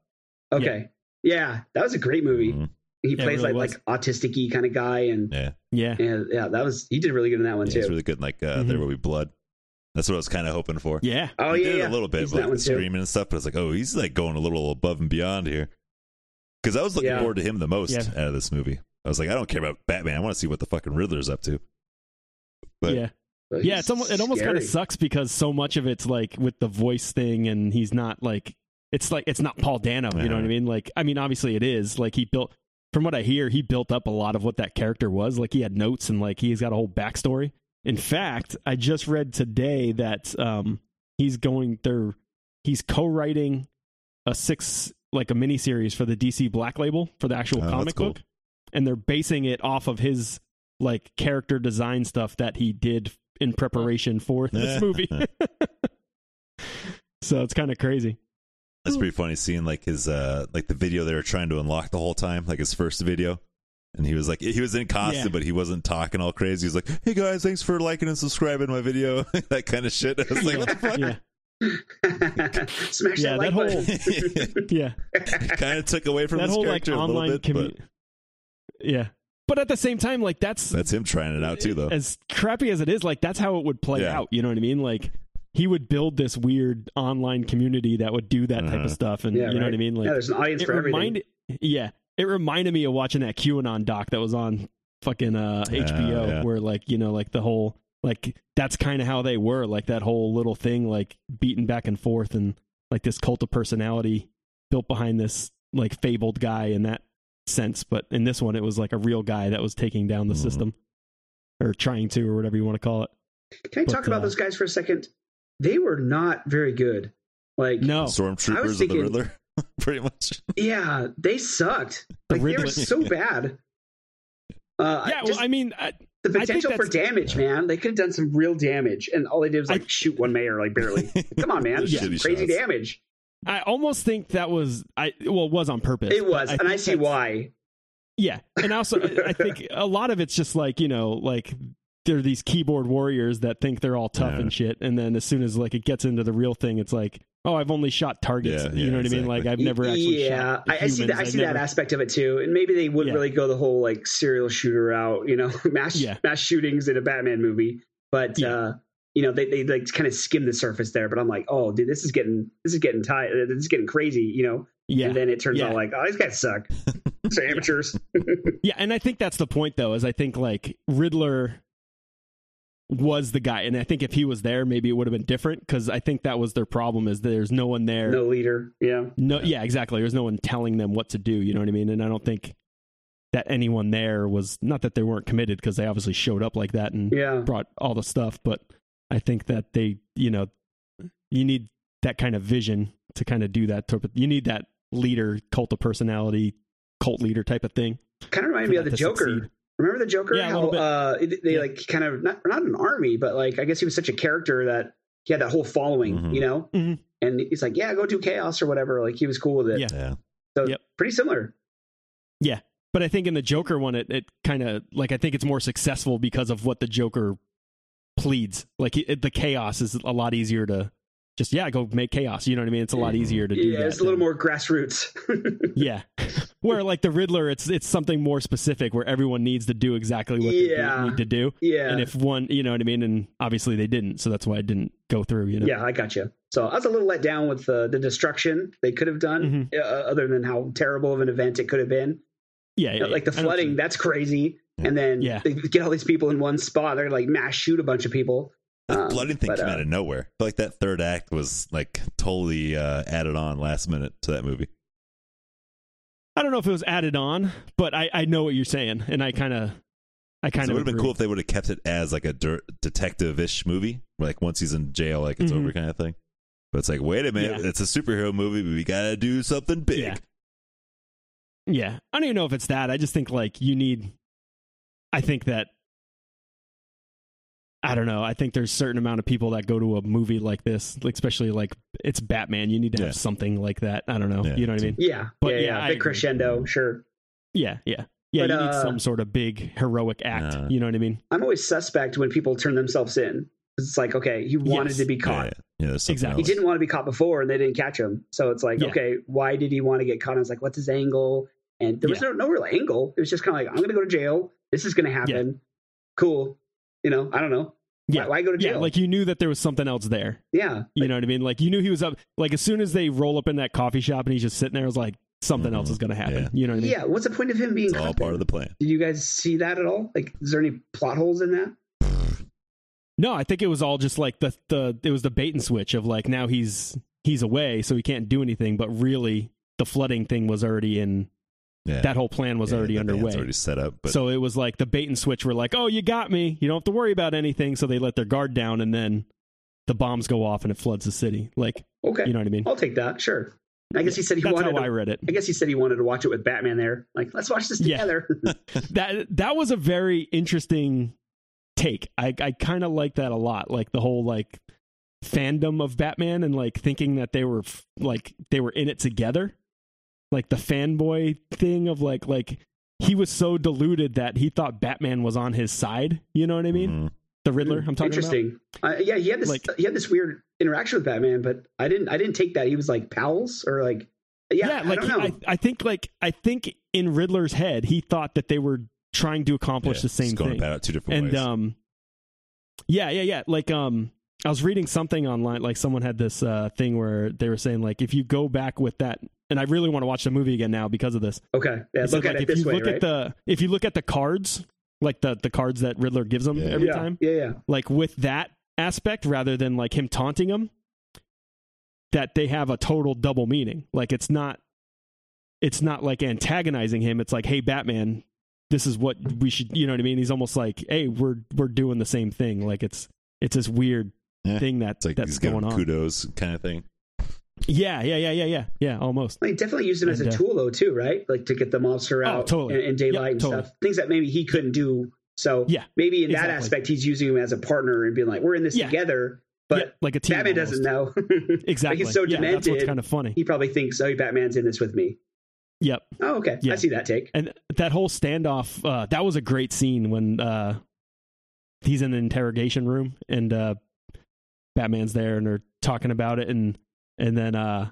S4: Okay. Yeah. that was a great movie.
S2: Mm-hmm.
S3: Mhm.
S4: He
S2: Yeah, it
S4: plays
S2: really
S4: like
S2: was.
S4: like autistic kind of guy, and
S3: Yeah,
S2: Yeah.
S4: yeah. yeah, that was he did really good in that one
S3: yeah
S4: too.
S3: he's really good. in, Like uh,
S2: Mhm.
S3: there will be blood. That's what I was kind of hoping for.
S2: Yeah.
S4: oh
S3: He
S4: yeah,
S3: did
S4: yeah.
S3: it a little bit,
S4: He's
S3: with,
S4: in that
S3: like
S4: one
S3: the
S4: too.
S3: screaming and stuff. But it's like, oh, he's like going a little above and beyond here. Because I was looking
S4: Yeah.
S3: forward to him the most
S2: Yeah.
S3: out of this movie. I was like, I don't care about Batman. I want to see what the fucking Riddler's up to. But-
S2: yeah.
S4: But
S2: Yeah,
S4: he's
S2: it's almost, it almost kind
S4: scary.
S2: of sucks because so much of it's like with the voice thing, and he's not like it's like it's not Paul Dano. You know
S3: Uh-huh.
S2: what I mean? Like, I mean, obviously it is. Like he built, from what I hear, he built up a lot of what that character was. Like he had notes and like he's got a whole backstory. In fact, I just read today that um he's going there. He's co-writing a six like a mini series for the DC Black Label for the actual
S3: Oh, that's
S2: comic
S3: cool.
S2: book, and they're basing it off of his like character design stuff that he did in preparation for this movie. so it's kind of crazy.
S3: That's pretty funny seeing like his uh like the video they were trying to unlock the whole time, like his first video. And he was like he was in costume,
S2: Yeah.
S3: but he wasn't talking all crazy. He's like, Hey guys, thanks for liking and subscribing to my video that kind of shit. I was like,
S2: yeah,
S3: what the fuck?
S2: yeah,
S4: Smash
S2: Yeah,
S4: that, like
S2: that whole-
S4: button.
S2: yeah.
S3: kind of took away from
S2: that
S3: his
S2: whole like
S3: character a
S2: online
S3: little bit,
S2: community. Yeah, but at the same time, like that's
S3: but that's him trying it out too though.
S2: as crappy as it is, like that's how it would play
S3: Yeah.
S2: out. You know what I mean? Like he would build this weird online community that would do that type
S3: Uh-huh.
S2: of stuff, and
S4: Yeah,
S2: you
S4: right.
S2: know what I mean? Like
S4: yeah, there's an audience
S2: it
S4: for everything.
S2: reminded, yeah, it reminded me of watching that QAnon doc that was on fucking uh, HBO,
S3: yeah.
S2: where like you know, like the whole like that's kind of how they were, like that whole little thing, like beaten back and forth, and like this cult of personality built behind this like fabled guy in that sense. But in this one, it was like a real guy that was taking down the
S3: Mhm.
S2: system or trying to, or whatever you want to call it.
S4: Can I
S2: but,
S4: talk about
S2: uh,
S4: those guys for a second? They were not very good. Like,
S2: No,
S4: I was
S3: Stormtroopers of
S4: thinking-
S3: the Riddler, pretty much.
S4: yeah, they sucked.
S2: The
S4: Like they were
S2: Riddler-
S4: so bad. Uh,
S2: yeah,
S4: just
S2: well, I mean, I,
S4: the
S2: think
S4: potential for
S2: that's-
S4: damage, man. They could have done some real damage, and all they did was
S2: I-
S4: like shoot one mayor, like barely. Come on, man!
S3: Those
S2: Yeah.
S3: shitty
S4: Crazy
S3: shots.
S4: damage.
S2: I almost think that was I well, it was on purpose.
S4: It
S2: but
S4: was, and I
S2: think
S4: see
S2: that's-
S4: why.
S2: Yeah, and also uh, I I think a lot of it's just like you know, like there are these keyboard warriors that think they're all tough
S3: Yeah.
S2: and shit, and then as soon as like it gets into the real thing, it's like, oh, I've only shot targets.
S3: Yeah,
S2: you
S3: yeah,
S2: know what I mean? Like
S3: exactly.
S2: I've never actually
S4: yeah,
S2: shot.
S4: I, I see that. I
S2: humans.
S4: see
S2: I've
S4: that
S2: never-
S4: aspect of it too, and maybe they wouldn't
S2: Yeah.
S4: really go the whole like serial shooter route, you know, mass
S2: Yeah.
S4: mass shootings in a Batman movie. But
S2: Yeah.
S4: uh, you know, they they like kind of skim the surface there. But I'm like, oh, dude, this is getting this is getting tight. uh, This is getting crazy, you know. And
S2: Yeah,
S4: then it turns
S2: Yeah.
S4: out like, oh, these guys suck. They're amateurs.
S2: yeah, and I think that's the point though. Is I think like Riddler was the guy, and I think if he was there, maybe it would have been different because I think that was their problem. Is there's no one there.
S4: No leader. Yeah.
S2: No, yeah, exactly. There's no one telling them what to do. You know what I mean? And I don't think that anyone there was not that they weren't committed because they obviously showed up like that and
S4: Yeah.
S2: brought all the stuff. But I think that they, you know, you need that kind of vision to kind of do that. Type of, you need that leader, cult of personality, cult leader type of thing.
S4: Kind of reminded
S2: for
S4: me of
S2: that
S4: the
S2: to
S4: Joker.
S2: succeed.
S4: Remember the Joker?
S2: Yeah, a
S4: how
S2: little bit.
S4: uh, it- they
S2: Yeah.
S4: like kind of not not an army, but like I guess he was such a character that he had that whole following,
S3: Mhm.
S4: you know.
S2: Mhm.
S4: And he's like, "Yeah, go do chaos or whatever." Like he was cool with it.
S2: Yeah.
S3: Yeah.
S4: So
S2: Yep.
S4: pretty similar.
S2: But I think in the Joker one, it, it kind of like I think it's more successful because of what the Joker pleads. Like it, the chaos is a lot easier to just yeah go make chaos. You know what I mean? It's a lot
S3: Mhm.
S2: easier to do.
S4: Yeah,
S2: that
S4: it's a little
S2: than-
S4: more grassroots.
S2: Yeah, where like the Riddler, it's it's something more specific where everyone needs to do exactly what
S4: Yeah.
S2: they do- need to do.
S4: yeah,
S2: And if one, you know what I mean, and obviously they didn't, so that's why it didn't go through. You know?
S4: yeah, I got you. So I was a little let down with uh, the the destruction they could have done,
S2: Mm-hmm.
S4: uh, other than how terrible of an event it could have been.
S2: yeah, yeah,
S4: like the
S2: yeah. I don't
S4: flooding, that's crazy.
S3: Yeah.
S4: And then
S2: Yeah.
S4: they get all these people in one spot. They're like mass shoot a bunch of people.
S3: That
S4: Um,
S3: blooding thing
S4: but,
S3: came
S4: uh,
S3: out of nowhere. I feel like that third act was like totally uh, added on last minute to that movie.
S2: I don't know if it was added on, but I, I know what you're saying, and I kind of, I kind
S3: So it
S2: of
S3: would have been cool if they would have kept it as like a der- detective-ish movie, where, like once he's in jail, like it's
S2: Mhm.
S3: over kind of thing. But it's like, wait a minute,
S2: Yeah.
S3: it's a superhero movie, but we gotta do something big.
S2: Yeah. Yeah, I don't even know if it's that. I just think like you need. I think that. I don't know. I think there's certain amount of people that go to a movie like this, like, especially like it's Batman. You need to have
S3: Yeah.
S2: something like that. I don't know.
S3: Yeah.
S2: You know what I mean?
S4: Yeah,
S2: But
S4: yeah,
S2: yeah,
S4: yeah,
S2: I
S4: big
S2: agree.
S4: crescendo. Sure,
S2: Yeah, yeah, yeah.
S4: But,
S2: you need
S4: uh,
S2: some sort of big heroic act.
S3: Nah.
S2: you know what I mean?
S4: I'm always suspect when people turn themselves in. 'Cause It's like, okay, he wanted
S2: Yes.
S4: to be
S3: yeah,
S4: caught.
S3: yeah. yeah there's something
S2: Exactly.
S4: He
S3: else.
S4: didn't want to be caught before, and they didn't catch him. So it's like,
S2: Yeah.
S4: okay, why did he want to get caught? And it's like, what's his angle? And there was no, no real angle. It was just kind of like, I'm going to go to jail. This is going to happen. Cool. You know, I don't know.
S2: Yeah.
S4: Why, why go to jail?
S2: Yeah, like you knew that there was something else there.
S4: yeah.
S2: You know what I mean? Like you knew he was up. Like as soon as they roll up in that coffee shop and he's just sitting there, it was like something else
S3: Mhm.
S2: is going to happen.
S3: Yeah.
S2: You know what I mean?
S4: Yeah. What's the point of him being
S3: It's all
S4: caught
S3: part
S4: then?
S3: of the plan.
S4: Did you guys see that at all? Like, is there any plot holes in that?
S2: No, I think it was all just like the the it was the bait and switch of like now he's he's away, so he can't do anything. But really, the flooding thing was already in
S3: Yeah.
S2: that whole plan was
S3: Yeah,
S2: already
S3: the band's
S2: underway.
S3: already set up. But
S2: so it was like the bait and switch were like, oh, you got me. You don't have to worry about anything. So they let their guard down, and then the bombs go off and it floods the city. Like
S4: Okay.
S2: you know what I mean?
S4: I'll take that. Sure. I guess he said he
S2: That's
S4: wanted.
S2: how
S4: To,
S2: I read it.
S4: I guess he said he wanted to watch it with Batman there. Like, let's watch this
S2: Yeah.
S4: together.
S2: that that was a very interesting take. I I kind of like that a lot. Like the whole like fandom of Batman and like thinking that they were f- like they were in it together. Like the fanboy thing of like like he was so deluded that he thought Batman was on his side. You know what I mean?
S3: Mhm.
S2: The Riddler. I'm talking about.
S4: Hmm, Interesting. Uh, yeah, he had this.
S2: Like-
S4: he had this weird interaction with Batman, but I didn't. I didn't take that. He was like pals or like. Yeah,
S2: like
S4: I don't know.
S2: I, I think like I think in Riddler's head he thought that they were trying to accomplish
S3: yeah,
S2: the same
S3: just going
S2: thing.
S3: about it two different
S2: and
S3: ways.
S2: um yeah yeah yeah like um i was reading something online like someone had this uh thing where they were saying like if you go back with that and i really want to watch the movie again now because of this
S4: okay, yeah,
S2: They
S4: look at
S2: said, like,
S4: it
S2: if
S4: this
S2: you
S4: way,
S2: look
S4: right?
S2: at the if you look at the cards like the the cards that riddler gives him
S3: Yeah.
S2: every
S4: yeah,
S2: time
S4: yeah, yeah.
S2: like with that aspect rather than like him taunting him that they have a total double meaning like it's not it's not like antagonizing him it's like hey batman this is what we should you know what i mean he's almost like hey we're we're doing the same thing like it's it's this weird
S3: Yeah.
S2: thing that
S3: it's like
S2: that's
S3: he's giving
S2: going on
S3: kudos kind of thing.
S2: yeah yeah yeah yeah yeah yeah almost
S4: Well, he definitely used him as a
S2: And, uh,
S4: tool, though, too, right? Like to get the mobster
S2: Oh,
S4: out
S2: totally.
S4: in, in daylight
S2: Yep,
S4: and
S2: totally.
S4: stuff. Things that maybe he couldn't do. So
S2: Yeah,
S4: maybe in that
S2: exactly.
S4: aspect, he's using him as a partner and being like, "We're in this
S2: Yeah.
S4: together." But
S2: Yeah, like a team
S4: Batman
S2: almost.
S4: doesn't know.
S2: exactly
S4: Like, he's so
S2: yeah, that's what's
S4: demented.
S2: kind of funny
S4: he probably thinks, "Oh, Batman's in this with me."
S2: yep
S4: Oh, okay. I
S2: Yeah.
S4: see that take.
S2: And that whole standoff, uh, that was a great scene when uh, he's in the interrogation room and uh, Batman's there and they're talking about it and and then uh,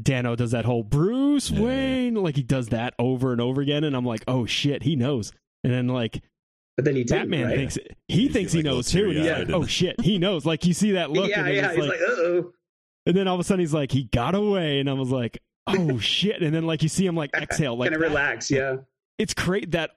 S2: Dano does that whole Bruce
S3: Yeah.
S2: Wayne like he does that over and over again and I'm like, oh shit, he knows. And then like
S4: But then he did.
S2: Batman
S4: right?
S2: thinks he
S3: He's
S2: thinks he
S3: like, all
S2: knows too, and he's
S3: teary-eyed
S2: like,
S3: and-
S2: oh shit, he knows. Like you see that look,
S4: yeah,
S2: and, then
S4: yeah.
S2: it's
S4: He's
S2: like-
S4: like, "Oh,
S2: and then all of a sudden he's like, he got away, and I was like, oh shit, and then like you see him like exhale, like
S4: kind of
S2: that-
S4: relax." Yeah.
S2: it's great that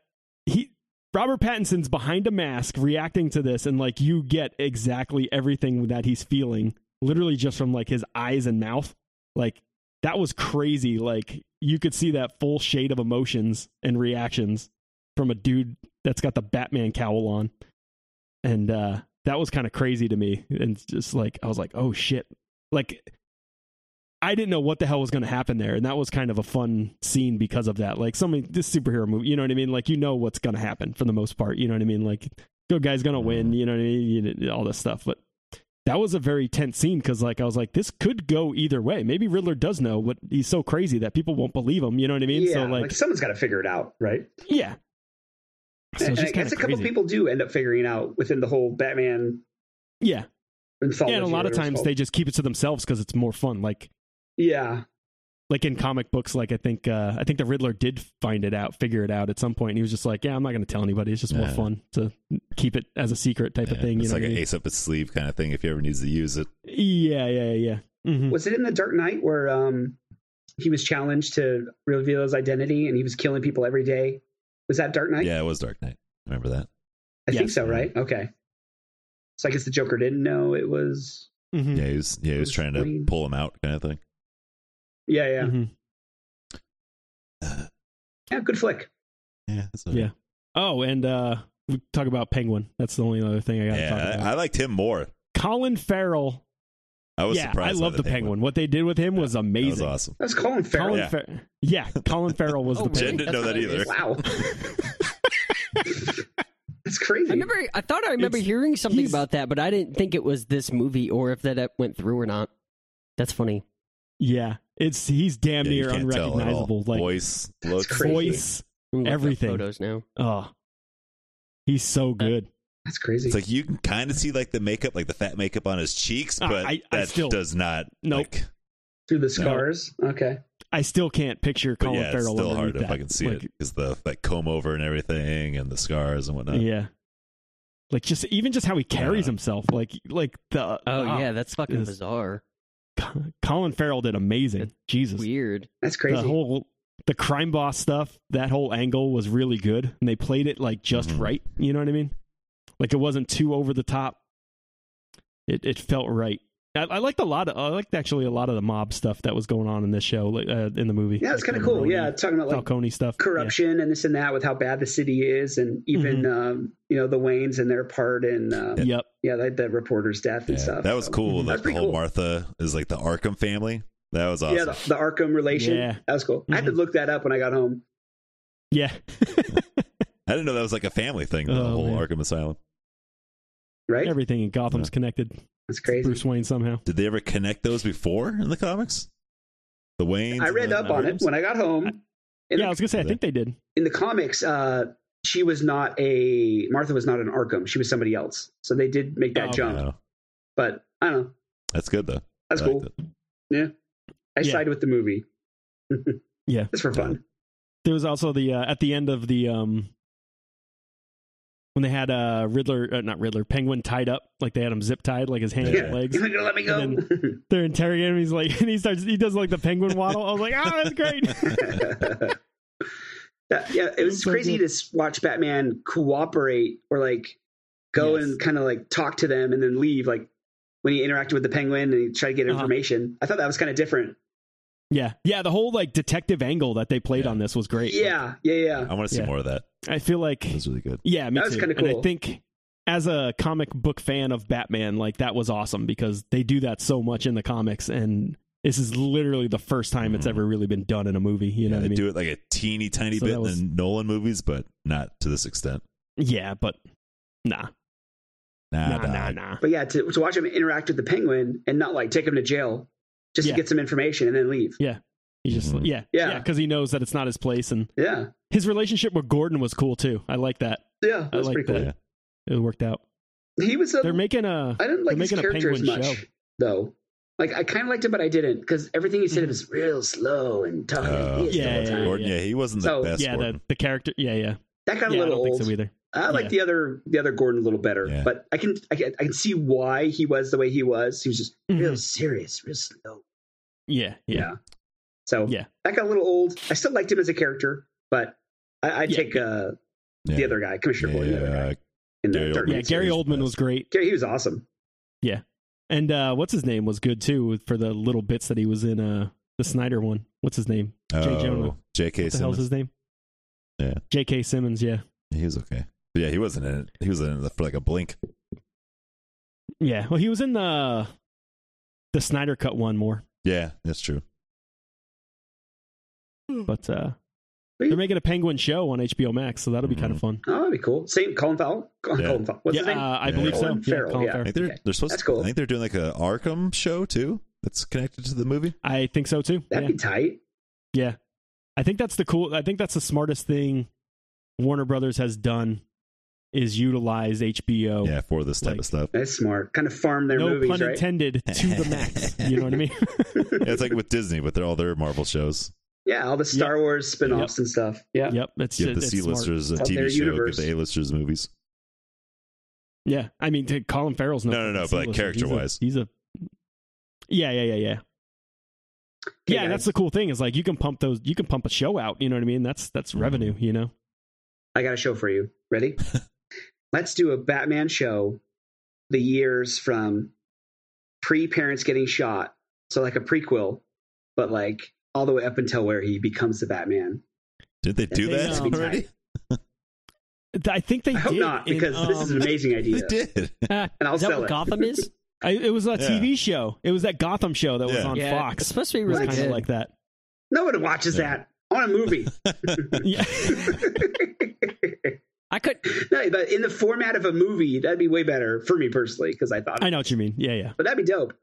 S2: he Robert Pattinson's behind a mask reacting to this and like you get exactly everything that he's feeling literally just from like his eyes and mouth like that was crazy like you could see that full shade of emotions and reactions from a dude that's got the Batman cowl on and uh that was kind of crazy to me and it's just like I was like oh shit like I didn't know what the hell was going to happen there, and that was kind of a fun scene because of that. Like, something this superhero movie, you know what I mean? Like, you know what's going to happen for the most part. You know what I mean? Like, good guy's going to win. You know what I mean? You know, all this stuff, but that was a very tense scene because like I was like, this could go either way. Maybe Riddler does know, but he's so crazy that people won't believe him. You know what I mean?
S4: yeah,
S2: so
S4: like,
S2: like,
S4: someone's got to figure it out, right?
S2: yeah. So it's
S4: and I
S2: just
S4: guess
S2: kinda
S4: a couple
S2: crazy.
S4: people do end up figuring out within the whole Batman
S2: Yeah,
S4: mythology.
S2: yeah, and a
S4: or
S2: lot of
S4: whatever it's
S2: times
S4: called.
S2: they just keep it to themselves because it's more fun. Like,
S4: yeah,
S2: like in comic books, like I think uh I think the Riddler did find it out, figure it out at some point. And he was just like, yeah, I'm not going to tell anybody. It's just more
S3: Yeah.
S2: fun to keep it as a secret type of
S3: Yeah,
S2: thing. You
S3: it's
S2: know,
S3: like
S2: what I
S3: an
S2: mean?
S3: ace up its sleeve kind of thing if he ever needs to use it.
S2: yeah, yeah, yeah. Mhm.
S4: was it in the Dark Knight where um he was challenged to reveal his identity and he was killing people every day? Was that Dark Knight?
S3: yeah, it was Dark Knight. Remember that?
S4: I think
S2: Yes.
S4: so, right? Okay. So I guess the Joker didn't know it was.
S2: Mhm.
S3: Yeah, he was, yeah, he was
S4: Bruce
S3: trying to
S4: Wayne.
S3: pull him out kind of thing.
S4: Yeah, yeah,
S2: Mhm.
S4: yeah. Good flick.
S3: Yeah, that's all
S2: Yeah.
S3: right.
S2: Oh, and uh we talk about Penguin. That's the only other thing I got to talk
S3: yeah.
S2: about.
S3: I, I liked him more.
S2: Colin Farrell.
S3: I was
S2: yeah, I
S3: surprised. by
S2: love the penguin. What they did with him was
S3: That was
S2: amazing.
S3: awesome.
S4: That was Colin Farrell.
S2: Colin
S3: Yeah.
S2: Far- yeah, Colin Farrell was the
S1: Oh,
S3: Jen
S2: penguin.
S3: didn't know that either.
S4: Wow. That's crazy.
S1: I remember. I thought I remember
S2: It's-
S1: hearing something
S2: he's-
S1: about that, but I didn't think it was this movie or if that uh, went through or not. That's funny.
S2: Yeah, it's he's damn
S3: Yeah, you
S2: near
S3: can't tell at all.
S2: unrecognizable. Like
S3: voice,
S4: That's
S3: looks,
S4: crazy.
S2: voice.
S1: I'm looking up
S2: Everything.
S1: photos now.
S2: Oh, he's
S1: Uh,
S2: so good.
S4: That's crazy.
S3: It's like you can kind of see like the makeup, like the fat makeup on his cheeks,
S2: Ah,
S3: but
S2: I- I
S3: that
S2: still-
S3: does not.
S2: Nope.
S3: like-
S4: Through the scars. Okay.
S2: I still can't picture
S3: but
S2: Colin
S3: yeah, it's
S2: Farrell.
S3: still hard
S2: underneath
S3: to
S2: that.
S3: fucking see
S2: Like,
S3: it because the like comb over and everything, and the scars and whatnot.
S2: Yeah, like just even just how he carries
S3: Yeah.
S2: himself. Like like the
S1: Oh yeah, that's fucking
S2: It's
S1: bizarre.
S2: Co- Colin Farrell did amazing.
S1: It's
S2: Jesus,
S1: Weird.
S4: That's crazy.
S2: the whole the crime boss stuff. That whole angle was really good, and they played it like just
S3: Mhm.
S2: right. You know what I mean? Like it wasn't too over the top. It it felt right. I, I liked a lot of I liked actually a lot of the mob stuff that was going on in this show, like uh, in the movie.
S4: yeah, that's kind of cool. Yeah, talking about like
S2: Falcone stuff.
S4: corruption and this and that with how bad the city is and even um, you know the Waynes and their part in um,
S2: Yeah. Yep.
S4: yeah like the reporter's death and
S3: Yeah,
S4: stuff.
S3: that was
S4: So,
S3: cool.
S4: That's
S3: Like the
S4: pretty
S3: whole
S4: cool.
S3: Martha is like the Arkham family. That was awesome.
S4: Yeah, the, the Arkham relation.
S2: Yeah.
S4: That was cool. I had to look that up when I got home.
S2: Yeah.
S3: I didn't know that was like a family thing. The
S2: Oh,
S3: whole
S2: man.
S3: Arkham Asylum.
S4: Right?
S2: Everything in Gotham's connected.
S4: That's crazy.
S2: Bruce Wayne somehow.
S3: Did they ever connect those before in the comics? The Waynes.
S4: I
S3: and
S4: read
S3: the-
S4: up on it
S3: Arkhams?
S4: when I got home. In,
S2: yeah, I
S4: the,
S2: was gonna say I think they did.
S4: in the comics, uh, she was not a Martha was not an Arkham. She was somebody else. So they did make that
S2: Oh,
S4: jump.
S3: No.
S4: But I don't know.
S3: that's good though.
S4: That's
S3: I like
S4: cool.
S3: that.
S4: I
S2: Yeah.
S4: side with the movie.
S2: Yeah.
S4: It's for fun.
S2: There was also the uh, at the end of the um when they had uh Riddler uh, not Riddler Penguin tied up like they had him zip tied like his hands
S3: Yeah.
S2: and legs.
S4: You're not gonna let me go.
S2: And They're interrogating him. He's like and he starts he does like the penguin waddle. I was like, oh, that's great.
S4: That- yeah, it was
S2: So
S4: crazy to
S2: good.
S4: s- watch Batman cooperate or like go
S2: Yes.
S4: and kind of like talk to them and then leave. Like when he interacted with the Penguin and he tried to get
S2: Uh-huh.
S4: information, I thought that was kind of different.
S2: yeah, yeah. The whole like detective angle that they played
S3: Yeah.
S2: on this was great.
S4: Yeah, yeah, yeah.
S3: I want to see
S2: Yeah.
S3: more of that.
S2: I feel like
S3: It was really good.
S2: Yeah, me
S4: That was
S2: too.
S4: kinda
S2: And I
S4: cool.
S2: think as a comic book fan of Batman, like that was awesome because they do that so much in the comics, and this is literally the first time it's
S3: Mhm.
S2: ever really been done in a movie. You
S3: yeah,
S2: know what I
S3: they
S2: mean?
S3: do it like a teeny tiny
S2: So
S3: bit
S2: that was-
S3: in the Nolan movies, but not to this extent.
S2: Yeah, but nah,
S3: Nah,
S2: nah,
S3: dog.
S2: nah, nah.
S4: But yeah, to, to watch him interact with the Penguin and not like take him to jail just
S2: Yeah.
S4: to get some information and then leave.
S2: He just
S3: Mhm.
S2: yeah,
S4: Yeah.
S2: yeah, because he knows that it's not his place, and
S4: Yeah,
S2: his relationship with Gordon was cool too. I like that.
S4: yeah, that
S2: I
S4: was
S2: like
S4: pretty cool.
S2: that. It worked out.
S4: He was a
S2: They're making a
S4: Um, I didn't like
S2: They're
S4: his
S2: making a
S4: character as
S2: Penguin
S4: much,
S2: show.
S4: though. Like I kind of liked it, but I didn't because everything he said
S2: Mhm.
S4: was real slow and tough.
S3: Uh,
S4: and
S2: Oh, Yeah,
S4: all the time.
S3: Gordon, yeah, he wasn't the
S4: So-
S3: best.
S2: yeah, the,
S3: Gordon.
S2: the character yeah, yeah,
S4: that got a
S2: yeah. I
S4: little
S2: don't
S4: old.
S2: think so either.
S4: I like
S2: yeah.
S4: the other the other Gordon a little better,
S3: Yeah.
S4: but I can, I can I can see why he was the way he was. He was just real
S2: Mhm.
S4: serious, real slow.
S2: Yeah, yeah,
S4: So
S2: Yeah.
S4: that got a little old. I still liked him as a character, but I, I'd
S2: Yeah.
S4: take uh,
S3: yeah.
S4: the other guy, Commissioner Gordon, the other guy
S3: Yeah,
S4: in
S3: Gary
S4: the Dark
S3: Oldman.
S2: yeah.
S4: Knight.
S2: Gary
S3: He's the
S2: Oldman
S3: best.
S2: was great.
S4: Gary, he was awesome.
S2: And uh, what's his name was good too for the little bits that he was in uh, the Snyder one. What's his name? Jay Jonah.
S3: oh, J.K.
S2: What the hell's
S3: Simmons.
S2: his name?
S3: Yeah.
S2: J.K. Simmons. Yeah,
S3: He was okay. But yeah, he wasn't in it. He was in it for like a blink.
S2: yeah. Well, he was in the the Snyder cut one more,
S4: Hmm.
S3: Yeah, that's true.
S2: but uh, They're making a Penguin show on HBO Max, so that'll be kind of fun.
S4: Oh, that'd be cool. Same Colin Farrell. Colin,
S3: Yeah.
S4: Colin Farrell. What's
S2: yeah,
S4: his name?
S2: uh, I
S3: Yeah.
S2: believe so.
S4: Colin Farrell,
S2: Colin
S4: yeah.
S3: I think they're
S4: Okay.
S3: they're supposed.
S4: That's cool.
S3: I think they're doing like a Arkham show too. That's connected to the movie.
S2: I think so too.
S4: That'd
S2: yeah.
S4: be tight.
S2: Yeah. I think that's the cool I think that's the smartest thing Warner Brothers has done is utilize HBO.
S3: Yeah, for this type
S2: Oh, Like-
S3: of stuff.
S4: That's smart. Kind of farm their
S2: no
S4: movies,
S2: pun
S4: right?
S2: intended to the max. You know what I mean?
S3: Yeah, it's like with Disney, but they're all their Marvel shows.
S4: Yeah, all the Star Wars spin-offs and stuff. Yeah.
S2: yep. That's
S3: Give the
S2: it's smart.
S3: C-listers a
S4: Out there
S3: TV show.
S4: universe.
S3: Give the A-listers movies.
S2: Yeah. I mean to Colin Farrell's no.
S3: No, no, no,
S2: fucking
S3: but, like,
S2: C-lister.
S3: character-wise.
S2: He's a, he's a Yeah, yeah, yeah, yeah.
S4: Hey,
S2: yeah,
S4: guys.
S2: that's the cool thing is like you can pump those you can pump a show out, you know what I mean? That's that's
S3: Mhm.
S2: revenue, you know.
S4: I got a show for you. Ready? Let's do a Batman show. The years from pre-parents getting shot, so like a prequel, but like all the way up until where he becomes the Batman.
S3: Did they do
S2: They,
S3: that
S2: um,
S3: already?
S2: I think they
S4: I hope
S2: did
S4: not,
S2: in,
S4: because this is an
S2: um,
S4: amazing idea,
S3: They did.
S4: and I'll
S1: is that
S4: sell
S1: what
S4: it.
S1: Gotham is?
S2: I, it was a
S3: Yeah.
S2: TV show. It was that Gotham show that was
S3: Yeah.
S2: on
S1: yeah, It's
S2: Fox.
S1: supposed to be
S2: It was
S1: really
S2: kind
S1: good.
S2: of like that.
S4: No one watches
S3: Yeah.
S4: that. I want a movie.
S2: Yeah.
S1: I could.
S4: no, but in the format of a movie, that'd be way better for me personally because I thought.
S2: I know what you mean. Yeah, yeah.
S4: But that'd be dope.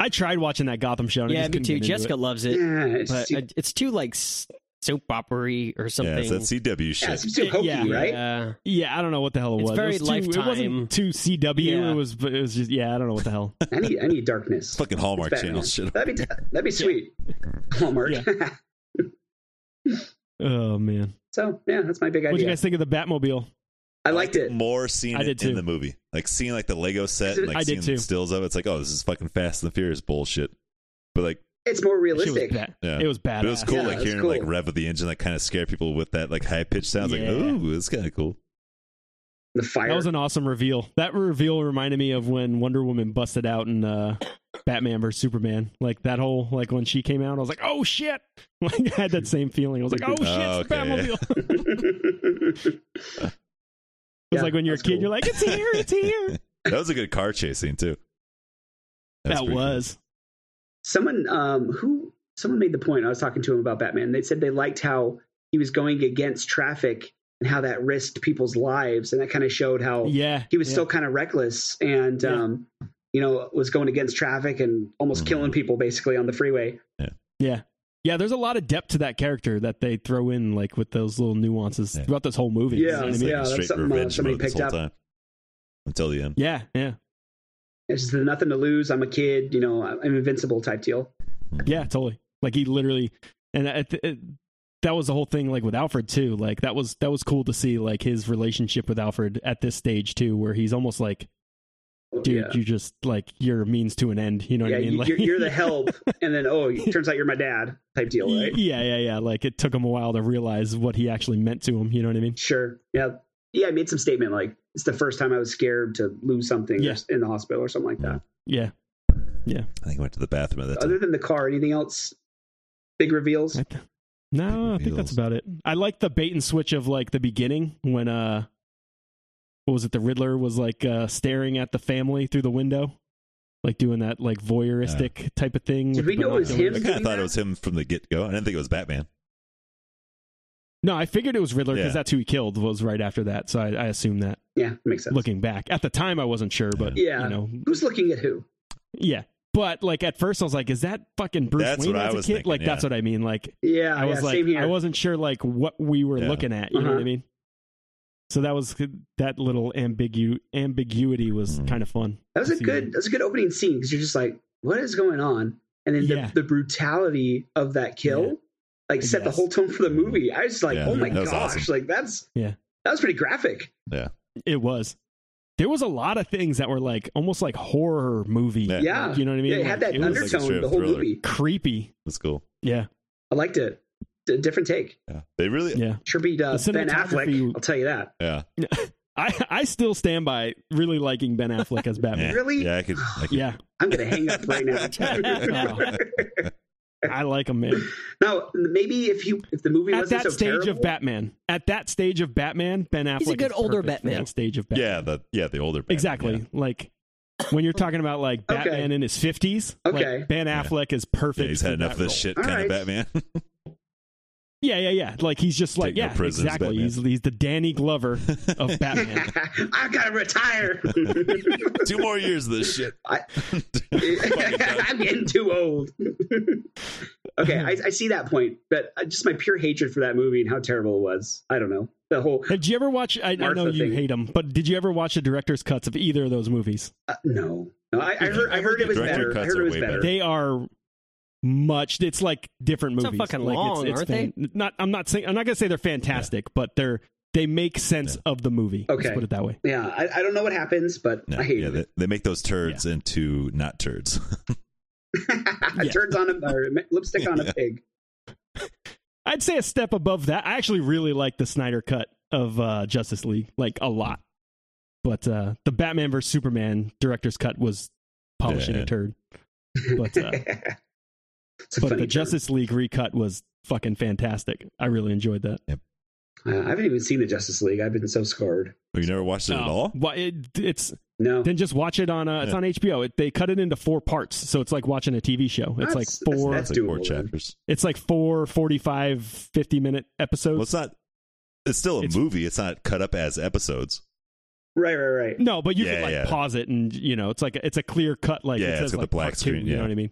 S2: I tried watching that Gotham show. And I
S1: Yeah,
S2: just
S1: me
S2: couldn't
S1: too.
S2: get into
S1: Jessica loves it,
S4: Yeah, it's,
S1: but
S4: too,
S1: it- it's too like s- soap opery or something.
S3: Yeah, it's that CW
S4: yeah,
S3: shit.
S4: it's too hokey,
S2: Yeah.
S4: right?
S1: Yeah.
S2: It. Yeah, I don't know what the hell it
S1: It's
S2: was.
S1: very
S2: it was too, It
S1: Lifetime.
S2: wasn't too CW.
S1: Yeah.
S2: It was. It was just. Yeah, I don't know what the hell.
S4: I need, I need darkness.
S3: It's fucking Hallmark
S4: Batman.
S3: Channel shit.
S4: That'd be that'd be sweet. Hallmark.
S2: oh man,
S4: so yeah, that's my big
S2: what do you
S4: idea.
S2: guys think of the Batmobile?
S4: I liked it.
S3: More seeing
S2: I
S3: it
S2: did
S3: in
S2: too.
S3: the movie, like seeing like the Lego set,
S4: I
S3: and, like
S2: did
S3: seeing
S2: too.
S3: stills of it. It's like, oh, this is fucking Fast and the Furious bullshit. But like,
S4: It's more
S2: That shit
S4: realistic.
S2: Was bad.
S3: yeah,
S2: It was badass.
S3: But it was cool,
S4: Yeah,
S3: like
S4: it's
S3: hearing
S4: cool.
S3: like rev of the engine, like kind of scare people with that like high pitched sounds.
S2: Yeah.
S3: Like, ooh, it's kind of cool.
S4: The fire.
S2: That was an awesome reveal. That reveal reminded me of when Wonder Woman busted out in uh, Batman vs Superman. Like that whole like when she came out, I was like, oh shit! Like I had that same feeling. I was like, oh shit,
S3: Oh,
S2: it's the
S3: okay.
S2: Batmobile. It was
S4: Yeah,
S2: like when you're a
S4: that's
S2: kid,
S4: cool.
S2: you're like, it's here, it's here.
S3: That was a good car chase scene too.
S2: that
S3: pretty
S2: was.
S4: someone um who someone made the point. I was talking to him about Batman. They said they liked how he was going against traffic and how that risked people's lives, and that kind of showed how
S2: Yeah,
S4: he was
S2: yeah.
S4: still kind of reckless and
S2: Yeah. Mm.
S4: um you know was going against traffic and almost
S3: Mhm.
S4: killing people basically on the freeway.
S2: Yeah. Yeah, there's a lot of depth to that character that they throw in, like with those little nuances
S3: Yeah.
S2: throughout this whole movie. you know
S4: Yeah,
S2: what I
S3: It's
S2: mean?
S3: like
S4: yeah,
S3: a
S4: that's
S3: straight
S4: something, uh,
S3: revenge
S4: somebody
S3: mode this
S4: picked
S3: whole
S4: up.
S3: time until the end.
S2: yeah, yeah,
S4: It's just nothing to lose. I'm a kid, you know. I'm invincible type deal.
S2: yeah, totally. Like he literally, and I th- it, that was the whole thing, like with Alfred too. Like that was that was cool to see, like his relationship with Alfred at this stage too, where he's almost like, dude,
S4: yeah.
S2: you just like you're a means to an end. You know what
S4: yeah,
S2: I mean?
S4: you-
S2: Like,
S4: you're, you're the help, and then oh, it turns out you're my dad type deal, right?
S2: Yeah, yeah, yeah. Like it took him a while to realize what he actually meant to him. You know what I mean?
S4: Sure. Yeah. Yeah, I made some statement like it's the first time I was scared to lose something
S2: Yeah.
S4: in the hospital or something like that.
S2: Yeah.
S3: I think I went to the bathroom at that
S4: Other
S3: time.
S4: than the car, anything else? Big reveals.
S2: I th- no, I think
S3: reveals.
S2: that's about it. I like the bait and switch of like the beginning when uh what was it, the Riddler was like uh staring at the family through the window. Like doing that like voyeuristic type of thing.
S4: Did
S2: with
S4: we
S2: the
S4: know it was
S2: binoculars.
S4: him?
S3: I kind of thought it was him from the get go. I didn't think it was Batman.
S2: No, I figured it was Riddler because
S3: Yeah.
S2: that's who he killed was right after that. So I, I assume that
S4: yeah, makes sense.
S2: looking back. At the time I wasn't sure, but
S4: Yeah.
S2: you know
S4: Who's looking at who?
S2: yeah. But like at first I was like, is that fucking Bruce
S3: That's
S2: Wayne
S3: what
S2: as
S3: I
S2: a
S3: was
S2: kid?
S3: thinking,
S2: like that's
S3: yeah.
S2: what I mean. Like
S4: Yeah,
S2: I was
S4: yeah,
S2: like,
S4: same here.
S2: I wasn't sure like what we were
S3: Yeah.
S2: looking at. You know
S4: Uh-huh.
S2: what I mean? So that was that little ambigu ambiguity was
S3: Mhm.
S2: kind of fun.
S4: that was
S2: to
S4: a
S2: see
S4: good. That was a good opening scene because you're just like, what is going on? And then
S2: Yeah.
S4: the, the brutality of that kill,
S2: Yeah.
S4: like, set the
S2: Yes.
S4: whole tone for the movie. I was just like,
S3: Yeah,
S4: oh my
S3: that
S4: gosh,
S3: was awesome.
S4: like that's
S2: Yeah.
S4: that was pretty graphic.
S2: It was. There was a lot of things that were like almost like horror movie.
S3: Yeah.
S4: Yeah,
S2: Like, you know what I mean?
S4: yeah, it
S2: Like,
S4: had that
S2: was,
S3: under- like a
S4: undertone
S3: straight-up
S4: the whole
S3: thriller.
S4: movie.
S2: creepy.
S3: That's cool.
S2: Yeah.
S4: I liked it. D- different take.
S3: Yeah. They really. Yeah.
S2: Yeah.
S4: Sure beat uh,
S2: The
S4: Ben Affleck.
S2: cinematography-
S4: I'll tell you that.
S2: I I still stand by really liking Ben Affleck as Batman.
S4: Really?
S3: Yeah, I could. I could
S2: yeah.
S4: I'm gonna hang up right now.
S2: I like him, man.
S4: now, maybe if you if the movie
S2: At
S4: wasn't
S2: that
S4: so
S2: stage
S4: terrible,
S2: of Batman, at that stage of Batman, Ben Affleck
S1: He's a good
S2: is
S1: older
S2: perfect for
S1: Batman.
S2: That stage of Batman.
S3: yeah, the yeah the older Batman,
S2: Exactly.
S3: yeah.
S2: Like when you're talking about like
S4: Okay.
S2: Batman in his 50s,
S4: Okay.
S2: like Ben
S3: Yeah.
S2: Affleck is
S3: Yeah,
S2: perfect.
S3: he's had
S2: for
S3: enough
S2: that
S3: of this
S2: role.
S3: shit
S4: All
S3: kind
S4: right.
S3: of Batman.
S2: Yeah, yeah, yeah. Like he's just like
S3: Take no
S2: yeah,
S3: prisoners,
S2: exactly.
S3: Batman.
S2: He's he's the Danny Glover of Batman.
S4: I gotta retire.
S3: Two more years of this shit.
S4: I-
S3: Fucking done.
S4: I'm getting too old. okay, I, I see that point, but uh, just my pure hatred for that movie and how terrible it was. I don't know the whole.
S2: Did you ever watch? I, I know
S4: Martha
S2: you
S4: thing.
S2: hate 'em, hate them, but did you ever watch the director's cuts of either of those movies?
S4: Uh, no, no, I, I heard. I heard it was
S3: Director
S4: better. I
S3: cuts
S4: heard
S3: are
S4: it was
S3: way
S4: better.
S3: better.
S2: They are much. It's like different
S1: So
S2: movies.
S1: fucking
S2: like,
S1: long, aren't
S2: they? Not. I'm not saying. I'm not gonna say they're fantastic, but they're they make sense of the movie.
S4: Okay.
S2: Let's put it that way.
S4: Yeah, I, I don't know what happens, but
S3: No,
S4: I hate
S3: yeah,
S4: it.
S3: they, they make those turds into not turds.
S2: Yeah.
S4: Turns on a or lipstick on
S3: Yeah.
S4: a pig.
S2: I'd say a step above that. I actually really like the Snyder cut of uh, Justice League, like a lot. But uh, the Batman vs Superman director's cut was polishing
S3: Yeah.
S2: a turd. But uh,
S4: it's a funny
S2: but the
S4: term.
S2: Justice League recut was fucking fantastic. I really enjoyed that.
S4: Uh, I haven't even seen the Justice League. I've been so scarred.
S3: you never watched it at
S2: Oh,
S3: all?
S2: Well, it, it's
S4: No,
S2: then just watch it on uh, it's
S3: Yeah.
S2: on HBO. It, they cut it into four parts, so it's like watching a TV show. It's like
S4: That's-
S2: four.
S3: It's
S4: that's-
S3: like four
S4: doable, then.
S3: chapters.
S2: it's like four 45, 50 minute episodes.
S3: Well, it's not. It's still a
S2: It's-
S3: movie. It's not cut up as episodes.
S4: right, right, right.
S2: No, but you
S3: Yeah,
S2: can like
S3: yeah.
S2: pause it and you know it's like it's a clear cut. Like
S3: Yeah,
S2: it
S3: it's
S2: says,
S3: got the
S2: like,
S3: black
S2: part two,
S3: screen,
S2: You
S3: yeah.
S2: know what I mean?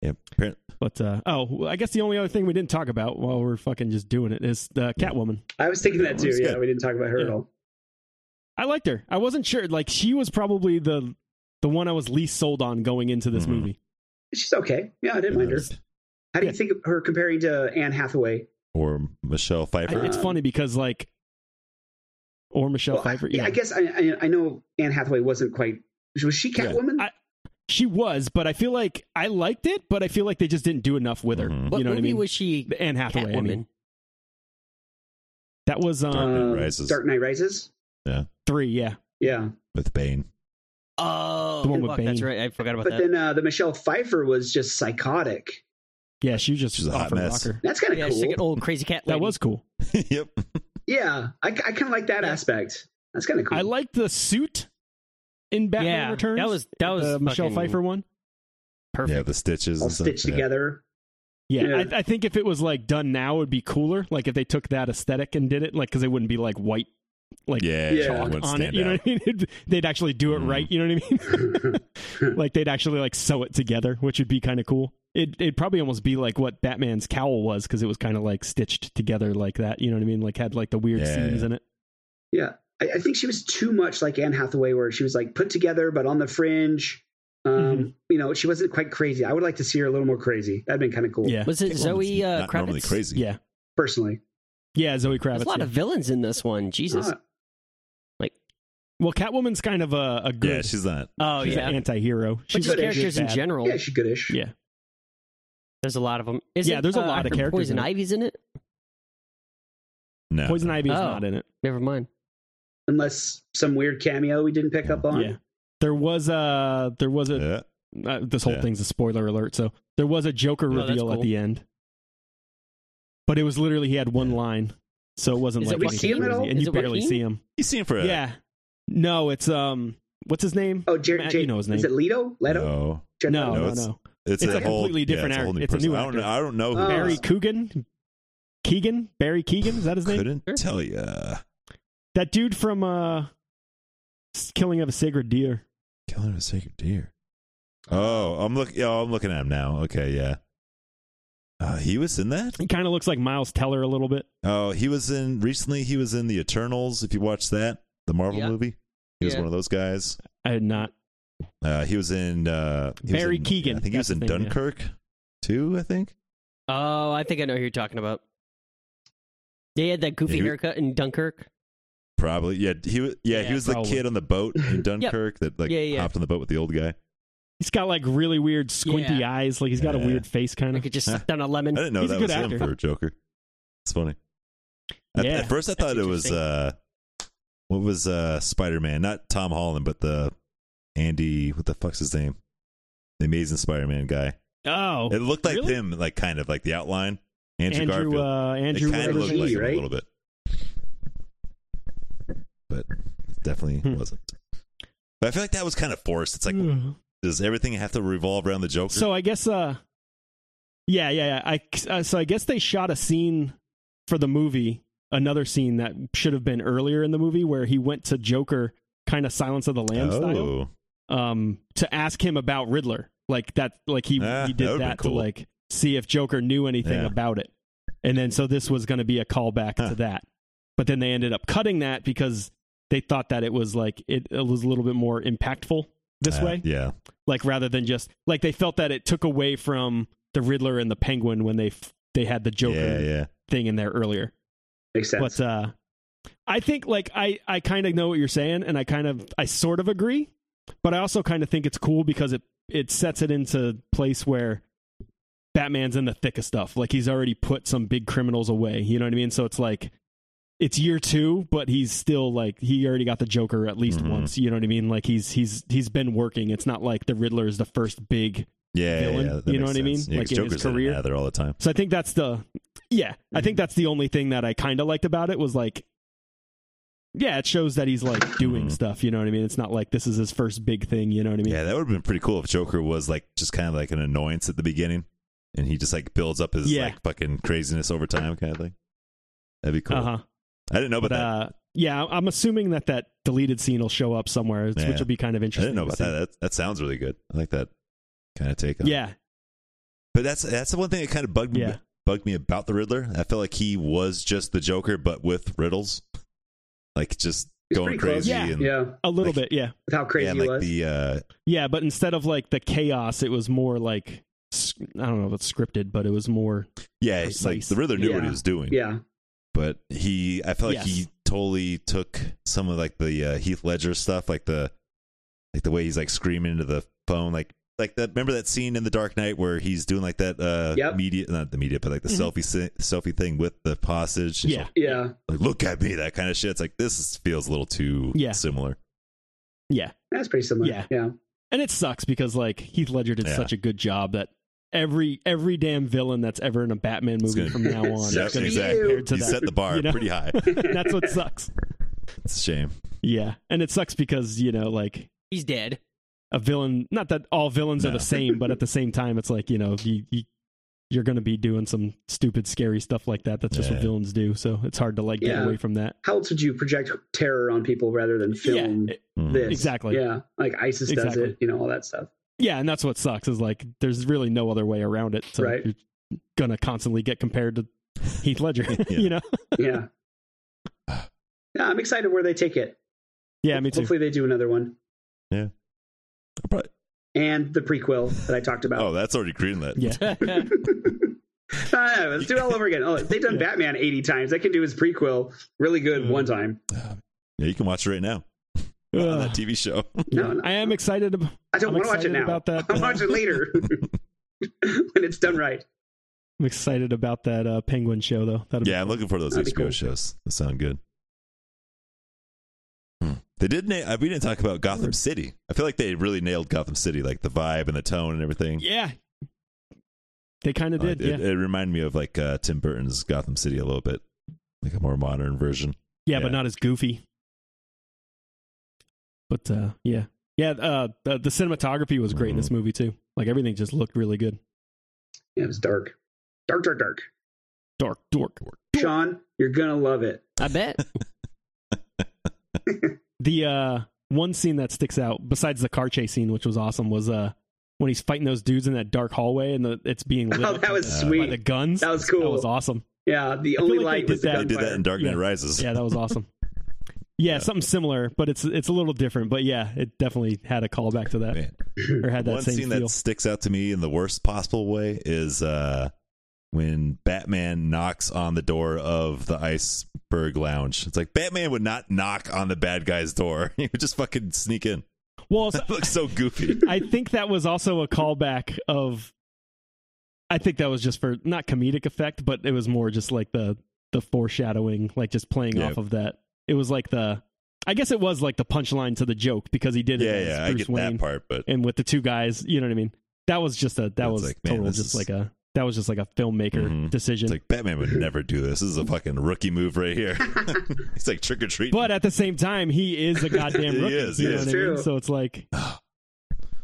S3: Yeah, apparent-
S2: But uh, oh, well, I guess the only other thing we didn't talk about while we're fucking just doing it is the Catwoman.
S4: I was thinking that
S3: It
S4: too.
S3: was
S4: Yeah,
S3: good.
S4: we didn't talk about her at
S2: Yeah.
S4: all.
S2: I liked her. I wasn't sure. Like she was probably the the one I was least sold on going into this
S3: Mhm.
S2: movie.
S4: She's okay. Yeah, I
S3: uh,
S4: didn't mind her. How do you think of her comparing to Anne Hathaway?
S3: or Michelle
S2: I,
S3: Pfeiffer.
S2: it's funny because like, or Michelle
S4: Well, I-
S2: Pfeiffer. Yeah,
S4: I guess I, I I know Anne Hathaway wasn't quite. Was she
S3: Yeah.
S4: Catwoman?
S2: I- she was, but I feel like I liked it, but I feel like they just didn't do enough with her.
S3: Mhm.
S1: What
S2: You know what
S1: movie
S2: I mean?
S1: was she?
S2: The Anne Hathaway. I
S1: Catwoman.
S2: mean. That was um,
S3: Dark Knight Rises.
S4: Dark Knight Rises.
S2: three. Yeah,
S4: Yeah,
S3: with Bane.
S1: Oh,
S2: The one with
S1: fuck, that's
S2: Bane.
S1: right. I forgot about
S4: but
S1: that.
S4: then uh, the Michelle Pfeiffer was just psychotic.
S2: yeah. She was just
S3: She's a hot
S2: off her
S3: mess.
S2: rocker.
S4: That's kind
S1: Oh,
S4: of
S1: yeah,
S4: cool.
S1: she's like an old crazy cat.
S2: That
S1: lady.
S2: was cool.
S3: yep.
S4: Yeah, I, I kind of like that aspect. That's kind of cool.
S2: I liked the suit in Batman
S1: yeah,
S2: Returns.
S1: That was that was
S2: the Michelle
S1: fucking
S2: Pfeiffer one.
S1: Perfect.
S3: Yeah, the stitches
S4: all
S3: and stuff.
S4: stitched
S3: Yeah.
S4: together.
S2: Yeah,
S4: Yeah.
S2: I, I think if it was like done now, it'd be cooler. Like if they took that aesthetic and did it, like because they wouldn't be like white like
S3: Yeah,
S4: Yeah.
S3: Sean wouldn't
S2: on it.
S3: stand
S2: You know
S3: out.
S2: what I mean? It'd- they'd actually do it
S3: Mhm.
S2: right. You know what I mean? like they'd actually like sew it together, which would be kind of cool. It, it'd probably almost be like what Batman's cowl was because it was kind of like stitched together like that. You know what I mean? Like had like the weird
S3: Yeah,
S2: seams
S3: yeah.
S2: in it.
S4: yeah, I, I think she was too much like Anne Hathaway, where she was like put together but on the fringe. Um,
S2: Mhm.
S4: You know, she wasn't quite crazy. I would like to see her a little more crazy. That'd been kind of cool.
S2: Yeah,
S1: Was it
S3: Catwoman's
S1: Zoe uh,
S3: not normally
S1: Kravitz?
S3: crazy.
S2: yeah,
S4: personally.
S2: yeah. Zoe Kravitz.
S1: There's a lot
S2: yeah.
S1: of villains in this one. Jesus.
S4: Uh,
S2: well, Catwoman's kind of a, a good
S3: Yeah, she's not.
S1: oh
S2: she's
S1: yeah.
S2: an anti-hero.
S1: But
S2: She's
S1: just
S4: good at
S1: characters in
S2: bad.
S1: general.
S4: yeah, she goodish.
S2: yeah.
S1: There's a lot of them.
S2: Yeah, there's a lot of characters
S1: uh, Poison
S2: in it.
S1: Ivy's in it.
S3: No.
S2: Poison Ivy is
S1: Oh.
S2: not in it.
S1: Never mind.
S4: Unless some weird cameo we didn't pick up on.
S2: Yeah. There was a there was a
S3: Yeah.
S2: uh, this whole
S3: Yeah.
S2: thing's a spoiler alert. So there was a Joker
S1: Oh, that's
S2: reveal at
S1: cool.
S2: the end, but it was literally he had one
S3: Yeah.
S2: line, so it wasn't
S1: Is it
S2: like anything
S4: Joaquin at
S2: crazy,
S4: all?
S2: and
S1: Is
S2: you
S1: it
S2: barely
S1: Joaquin?
S2: see him.
S3: You seen for a
S2: Yeah, no, it's um, what's his name?
S4: Oh, Jared.
S2: Matt,
S4: Jared
S2: you know his
S4: Is
S2: name.
S4: it Leto? Leto?
S3: No.
S4: Jared
S2: no,
S4: Leto?
S3: No,
S2: no,
S3: it's-
S2: no.
S3: It's,
S2: It's a
S3: whole-
S2: completely different
S3: yeah, it's a whole
S2: actor.
S3: new
S2: It's a
S3: person.
S2: new
S3: I don't
S2: actor.
S3: know. I don't know who
S4: Oh.
S3: it
S2: Barry
S3: is.
S2: Coogan, Keegan, Barry Keegan. Is that his name?
S3: couldn't
S1: Sure.
S3: tell you.
S2: That dude from uh, S- Killing of a Sacred Deer.
S3: Killing of a sacred deer. Oh, I'm look. Oh, I'm looking at him now. Okay, yeah. Uh, he was in that.
S2: He kind of looks like Miles Teller a little bit.
S3: Oh, he was in recently. He was in the Eternals. If you watch that, the Marvel
S1: Yeah.
S3: movie, he was
S1: Yeah.
S3: one of those guys.
S2: I had not.
S3: Uh, he was in uh, he was
S2: Barry
S3: in-
S2: Keoghan,
S3: I think he was
S2: that's
S3: in
S2: the thing, yeah.
S3: Dunkirk too. I think.
S1: Oh, I think I know who you're talking about. They had that goofy
S3: Yeah, he-
S1: haircut in Dunkirk.
S3: Probably, yeah. He was, yeah,
S1: Yeah,
S3: he was
S2: probably.
S3: the kid on the boat in Dunkirk that like
S1: Yeah, yeah.
S3: hopped on the boat with the old guy.
S2: He's got like really weird squinty
S1: Yeah.
S2: eyes. Like he's got
S3: Yeah.
S2: a weird face kind
S1: Like
S2: of.
S1: it just sucked on a lemon.
S3: I didn't know
S2: He's a
S3: that
S2: good
S3: was him
S2: actor.
S3: for Joker. It's funny. At,
S2: Yeah,
S3: at first, I
S1: that's
S3: thought it was
S1: interesting.
S3: uh, what was uh Spider Man? Not Tom Holland, but the Andy. What the fuck's his name? The Amazing Spider Man guy.
S2: Oh,
S3: It looked like
S2: really?
S3: him, like kind of like the outline. Andrew,
S2: Andrew,
S3: Garfield.
S2: uh,
S3: It
S2: Andrew,
S3: kind of looked like
S2: Garfield.
S4: Garfield,
S3: him a
S4: right?
S3: little bit, but it definitely
S2: Hmm.
S3: wasn't. But I feel like that
S1: Hmm.
S3: was kind of forced. It's like, does everything have to revolve around the Joker?
S2: so I guess uh, Yeah, yeah, yeah. I uh, so I guess they shot a scene for the movie, another scene that should have been earlier in the movie where he went to Joker, kind of Silence of the Lambs style,
S3: oh,
S2: um, to ask him about Riddler. Like that, like he
S3: Ah,
S2: he
S3: that
S2: did
S3: would've been
S2: that
S3: cool.
S2: to like see if Joker knew anything
S3: Yeah.
S2: about it, and then so this was going to be a callback
S3: Huh.
S2: to that, but then they ended up cutting that because they thought that it was like it, it was a little bit more impactful this
S3: uh,
S2: way
S3: Yeah.
S2: like rather than just like they felt that it took away from the Riddler and the Penguin when they f- they had the Joker
S3: Yeah, yeah.
S2: thing in there earlier.
S4: Makes sense.
S2: But uh I think like I I kind of know what you're saying and I kind of I sort of agree, but I also kind of think it's cool because it it sets it into place where Batman's in the thick of stuff. Like he's already put some big criminals away, you know what I mean? So it's like it's year 2, but he's still like he already got the Joker at least
S3: Mhm.
S2: once, you know what I mean? Like he's he's he's been working. It's not like the Riddler is the first big
S3: Yeah,
S2: villain,
S3: yeah, that
S2: you know
S3: makes
S2: what I mean?
S3: sense. Yeah,
S2: Like,
S3: 'cause
S2: in his
S3: Joker's in
S2: career.
S3: and out of there all the time.
S2: So I think that's the yeah. I think that's the only thing that I kind of liked about it was like, yeah, it shows that he's like doing
S3: Mhm.
S2: stuff. You know what I mean? It's not like this is his first big thing. You know what I mean?
S3: Yeah, that would have been pretty cool if Joker was like just kind of like an annoyance at the beginning, and he just like builds up his
S2: Yeah.
S3: like fucking craziness over time, kind of thing. That'd be cool.
S2: Uh huh.
S3: I didn't know about
S2: But
S3: that.
S2: uh, yeah, I'm assuming that that deleted scene will show up somewhere, it's-
S3: Yeah.
S2: which will be kind of
S3: I
S2: interesting.
S3: didn't know
S2: to
S3: about
S2: see.
S3: that. that. That sounds really good. I like that kind of take on. it.
S2: Yeah,
S3: but that's that's the one thing that kind of bugged me
S2: Yeah.
S3: bugged me about the Riddler. I felt like he was just the Joker, but with riddles, like just
S4: He's
S3: going
S4: pretty close.
S3: crazy
S2: Yeah.
S3: and
S4: yeah,
S2: a little
S3: Like-
S2: bit. Yeah,
S4: with how crazy
S3: and
S4: he
S3: like
S4: was.
S3: the uh,
S2: yeah. But instead of like the chaos, it was more like s- I don't know if it's scripted, but it was more
S3: yeah, it's like
S2: Precise.
S3: the Riddler knew what he
S4: Yeah.
S3: was doing.
S4: yeah,
S3: but he I felt like he
S2: Yes.
S3: totally took some of like the uh, Heath Ledger stuff, like the like the way he's like screaming into the phone, like like that. Remember that scene in The Dark Knight where he's doing like that uh,
S4: Yep.
S3: media, not the media, but like the
S2: Mhm.
S3: selfie si- selfie thing with the hostage. He's
S2: yeah,
S4: yeah,
S3: like look at me, that kind of shit. It's like this is, feels a little too
S2: Yeah.
S3: similar.
S2: yeah.
S4: that's pretty similar.
S2: Yeah.
S4: yeah.
S2: And it sucks because like Heath Ledger did
S3: Yeah.
S2: such a good job that every every damn villain that's ever in a Batman
S3: It's
S2: movie
S3: gonna-
S2: from now
S4: Yep,
S2: on is going to
S4: exactly.
S2: be compared to
S3: He
S2: that.
S3: set the bar
S2: you know?
S3: pretty high.
S2: That's what sucks.
S3: It's a shame.
S2: Yeah, and it sucks because you know like
S1: He's dead.
S2: a villain. Not that all villains are
S3: No.
S2: the same, but at the same time, it's like you know you. you you're going to be doing some stupid, scary stuff like that. That's just
S3: Yeah.
S2: what villains do. So it's hard to like get
S4: Yeah.
S2: away from that.
S4: How else would you project terror on people rather than film
S2: Yeah, Mm.
S3: Mhm.
S4: this?
S2: exactly.
S4: Yeah, like ISIS
S2: Exactly.
S4: does it. You know all that stuff.
S2: Yeah, and that's what sucks is like there's really no other way around it. So
S4: Right.
S2: you're gonna constantly get compared to Heath Ledger.
S3: Yeah.
S2: you know?
S4: Yeah. yeah, I'm excited where they take it.
S2: Yeah, me too.
S4: Hopefully they do another one
S3: I'll probably-
S4: and the prequel that I talked about.
S3: oh, that's already greenlit.
S2: Yeah.
S4: No, no, no, let's do it all over again. Oh, they've done
S2: Yeah.
S4: Batman 80 times. They can do his prequel really good
S2: Mm.
S4: one time.
S3: Yeah, you can watch it right now on
S2: Ugh.
S3: that TV show.
S4: No, no.
S2: Uh, I am excited. About,
S4: I don't
S2: I'm
S4: want to watch it
S2: excited
S4: now.
S2: about that,
S4: I'll
S2: uh,
S4: watch it later when it's done right.
S2: I'm excited about that uh, Penguin show though. That'll
S3: Yeah, I'm looking for those
S4: That'd be
S3: HBO
S4: cool.
S3: shows. That sound good. Hmm. They did. Na- we didn't talk about Gotham City. I feel like they really nailed Gotham City, like the vibe and the tone and everything.
S2: Be, yeah. They kind of
S3: Uh,
S2: did.
S3: it,
S2: yeah.
S3: it reminded me of like uh, Tim Burton's Gotham City a little bit, like a more modern version.
S2: yeah,
S3: yeah.
S2: but not as goofy. But uh, yeah, yeah. Uh, the, the cinematography was great in this movie too. Like everything just looked really good.
S4: Yeah, it was dark. Dark, dark, dark.
S2: Dark, dork.
S4: Sean, you're going to love it.
S1: I bet.
S2: The uh, one scene that sticks out, besides the car chase scene, which was awesome, was uh, when he's fighting those dudes in that dark hallway and the, it's being lit
S4: Oh,
S2: up
S4: that was
S3: Uh,
S2: by
S4: sweet.
S2: the guns.
S4: that was cool.
S2: That was awesome.
S4: Yeah, the
S2: I feel
S4: only
S2: like they
S4: light
S2: did
S4: was the
S2: that-
S3: They did that in
S4: gunfire.
S3: Dark Knight
S2: Yeah.
S3: Rises.
S2: Yeah, that was awesome. Yeah, something similar, but it's it's a little different. But yeah, it definitely had a callback to that
S3: Man.
S2: or had that
S3: One
S2: same
S3: scene
S2: feel.
S3: that sticks out to me in the worst possible way is uh, when Batman knocks on the door of the Iceberg Lounge. It's like Batman would not knock on the bad guy's door. he would just fucking sneak in.
S2: Well, so-
S3: That looks so goofy.
S2: I think that was also a callback of. I think that was just for not comedic effect, but it was more just like the the foreshadowing, like just playing
S3: Yeah.
S2: off of that. It was like the, I guess it was like the punchline to the joke because he did it
S3: yeah,
S2: as
S3: yeah, I
S2: Bruce
S3: get
S2: Wayne
S3: that part, but
S2: and with the two guys, you know what I mean. That was just a that
S3: It's
S2: was
S3: like, man,
S2: total
S3: this
S2: just
S3: is-
S2: like a that was just like a filmmaker
S3: Mhm.
S2: decision.
S3: it's like Batman would never do this. This is a fucking rookie move right here. He's like trick or treat.
S2: uh, But at the same time, he is a goddamn
S3: He
S2: rookie.
S3: is,
S2: you
S3: he
S2: know
S3: is.
S2: what I mean?
S4: True.
S2: So it's like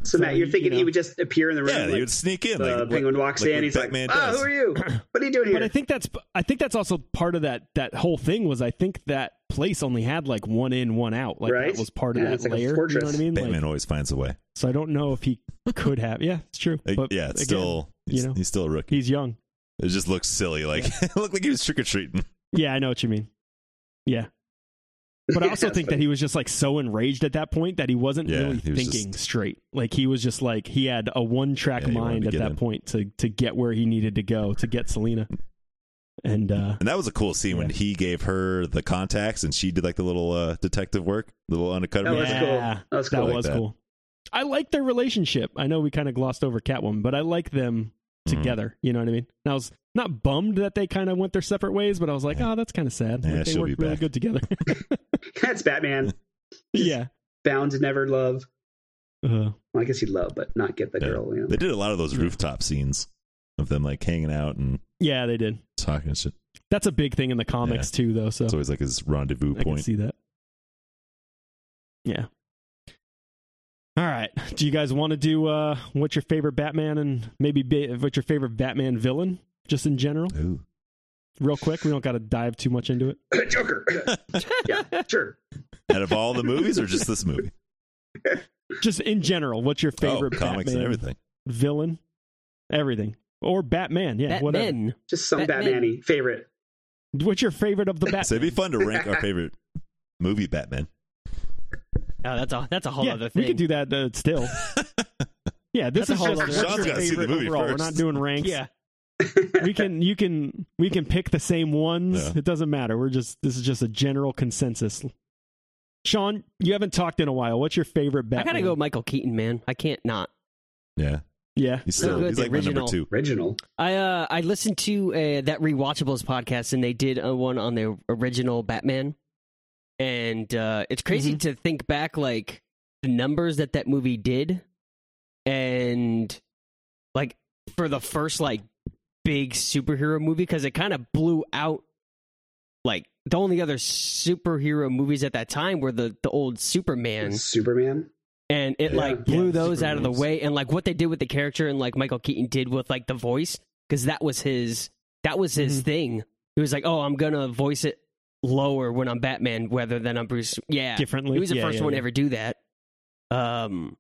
S4: So, Matt, you're
S2: you
S4: thinking
S2: know.
S4: he would just appear in the room.
S3: Yeah,
S4: like,
S3: they would sneak in.
S4: the
S3: like,
S4: Uh, penguin walks
S3: like
S4: in.
S3: what
S4: He's
S3: Batman
S4: like, "Ah,
S3: does."
S4: who are you? What are you doing here?"
S2: But I think that's I think that's also part of that that whole thing was I think that place only had like one in one out like
S4: Right?
S2: that was part of
S4: Yeah,
S2: that
S4: it's like a
S2: layer. You know what I
S4: fortress.
S2: mean?
S3: Batman
S2: Like,
S3: always finds a way.
S2: so I don't know if he could have. Yeah, it's true.
S3: Like,
S2: But
S3: yeah, it's
S2: again,
S3: still he's,
S2: you know.
S3: he's still a rookie.
S2: he's young.
S3: It just looks silly. Like it looked like he was trick or treating.
S2: Yeah, I know what you mean. Yeah. But I also
S4: Yeah,
S2: think
S4: so-
S2: that he was just like so enraged at that point that he wasn't
S3: Yeah,
S2: really
S3: he was
S2: thinking
S3: just-
S2: straight. Like he was just like he had a one track
S3: Yeah, he wanted
S2: mind
S3: to
S2: at
S3: get
S2: that
S3: in.
S2: point to to get where he needed to go to get Selena. And uh
S3: And that was a cool scene when he gave her the contacts and she did like the little uh, detective work, the little undercover.
S4: that was
S3: man.
S2: Yeah.
S4: cool. That was
S2: that
S4: cool.
S3: like
S2: was
S3: that.
S2: cool. I like their relationship. I know we kind of glossed over Catwoman, but I like them
S3: Mhm.
S2: together. You know what I mean? And I was not bummed that they kind of went their separate ways, but I was like, oh, that's kind of sad.
S3: Yeah,
S2: Like, they
S3: she'll
S2: worked
S3: be
S2: really
S3: back.
S2: good together.
S4: That's Batman.
S2: yeah.
S4: Bound to never love.
S3: Uh-huh.
S2: Uh,
S4: Well, I guess he'd love, but not get the
S3: Yeah.
S4: girl. You know?
S3: They did a lot of those rooftop scenes of them like hanging out and
S2: yeah, they did.
S3: talking and shit.
S2: That's a big thing in the comics too, though. So
S3: It's always like his rendezvous
S2: I can
S3: point.
S2: see that. Yeah. All right. Do you guys want to do uh, what's your favorite Batman and maybe ba- what's your favorite Batman villain, just in general,
S3: Ooh.
S2: real quick? We don't got to dive too much into it.
S4: Joker. yeah, sure.
S3: Out of all the movies or just this movie?
S2: Just in general, what's your favorite
S3: oh, comics
S2: Batman
S3: and everything.
S2: villain, everything, or Batman? Yeah, whatever.
S1: Batman.
S4: Just some
S1: Batman.
S4: Batman-y favorite.
S2: What's your favorite of the Batman?
S3: So it'd be fun to rank our favorite movie Batman.
S1: Oh, that's a that's a whole
S2: yeah,
S1: other thing.
S2: we can do that uh, still. yeah, this
S1: That's a
S2: is
S1: whole
S2: just
S1: other-
S2: what's
S1: Sean's
S2: your
S3: gotta see the
S2: favorite
S3: movie
S2: overall. We're
S3: first.
S2: not doing ranks.
S1: Yeah.
S2: we can you can we can pick the same ones.
S3: Yeah.
S2: It doesn't matter. We're just this is just a general consensus. Sean, you haven't talked in a while. What's your favorite
S1: I
S2: Batman?
S1: gotta go Michael Keaton, man. I can't not.
S3: Yeah.
S2: Yeah,
S3: He's
S1: Let's
S3: still
S1: go with
S3: he's
S1: the
S3: like my number
S1: original.
S3: two.
S4: Original.
S1: I uh I listened to uh, that rewatchables podcast and they did a one on the original Batman, and uh, it's crazy to think back like the numbers that that movie did, and like for the first like big superhero movie because it kind of blew out like the only other superhero movies at that time were the the old Superman
S4: Superman.
S1: and it
S3: Yeah.
S1: like blew
S2: Yeah,
S1: those
S2: super
S1: out of the
S2: nice.
S1: way and like what they did with the character and like michael keaton did with like the voice because that was his that was his
S2: Mhm.
S1: thing he was like oh i'm gonna voice it lower when i'm batman rather than i'm bruce yeah
S2: differently.
S1: he was the
S2: Yeah,
S1: first
S2: yeah,
S1: one to
S2: yeah.
S1: ever do that um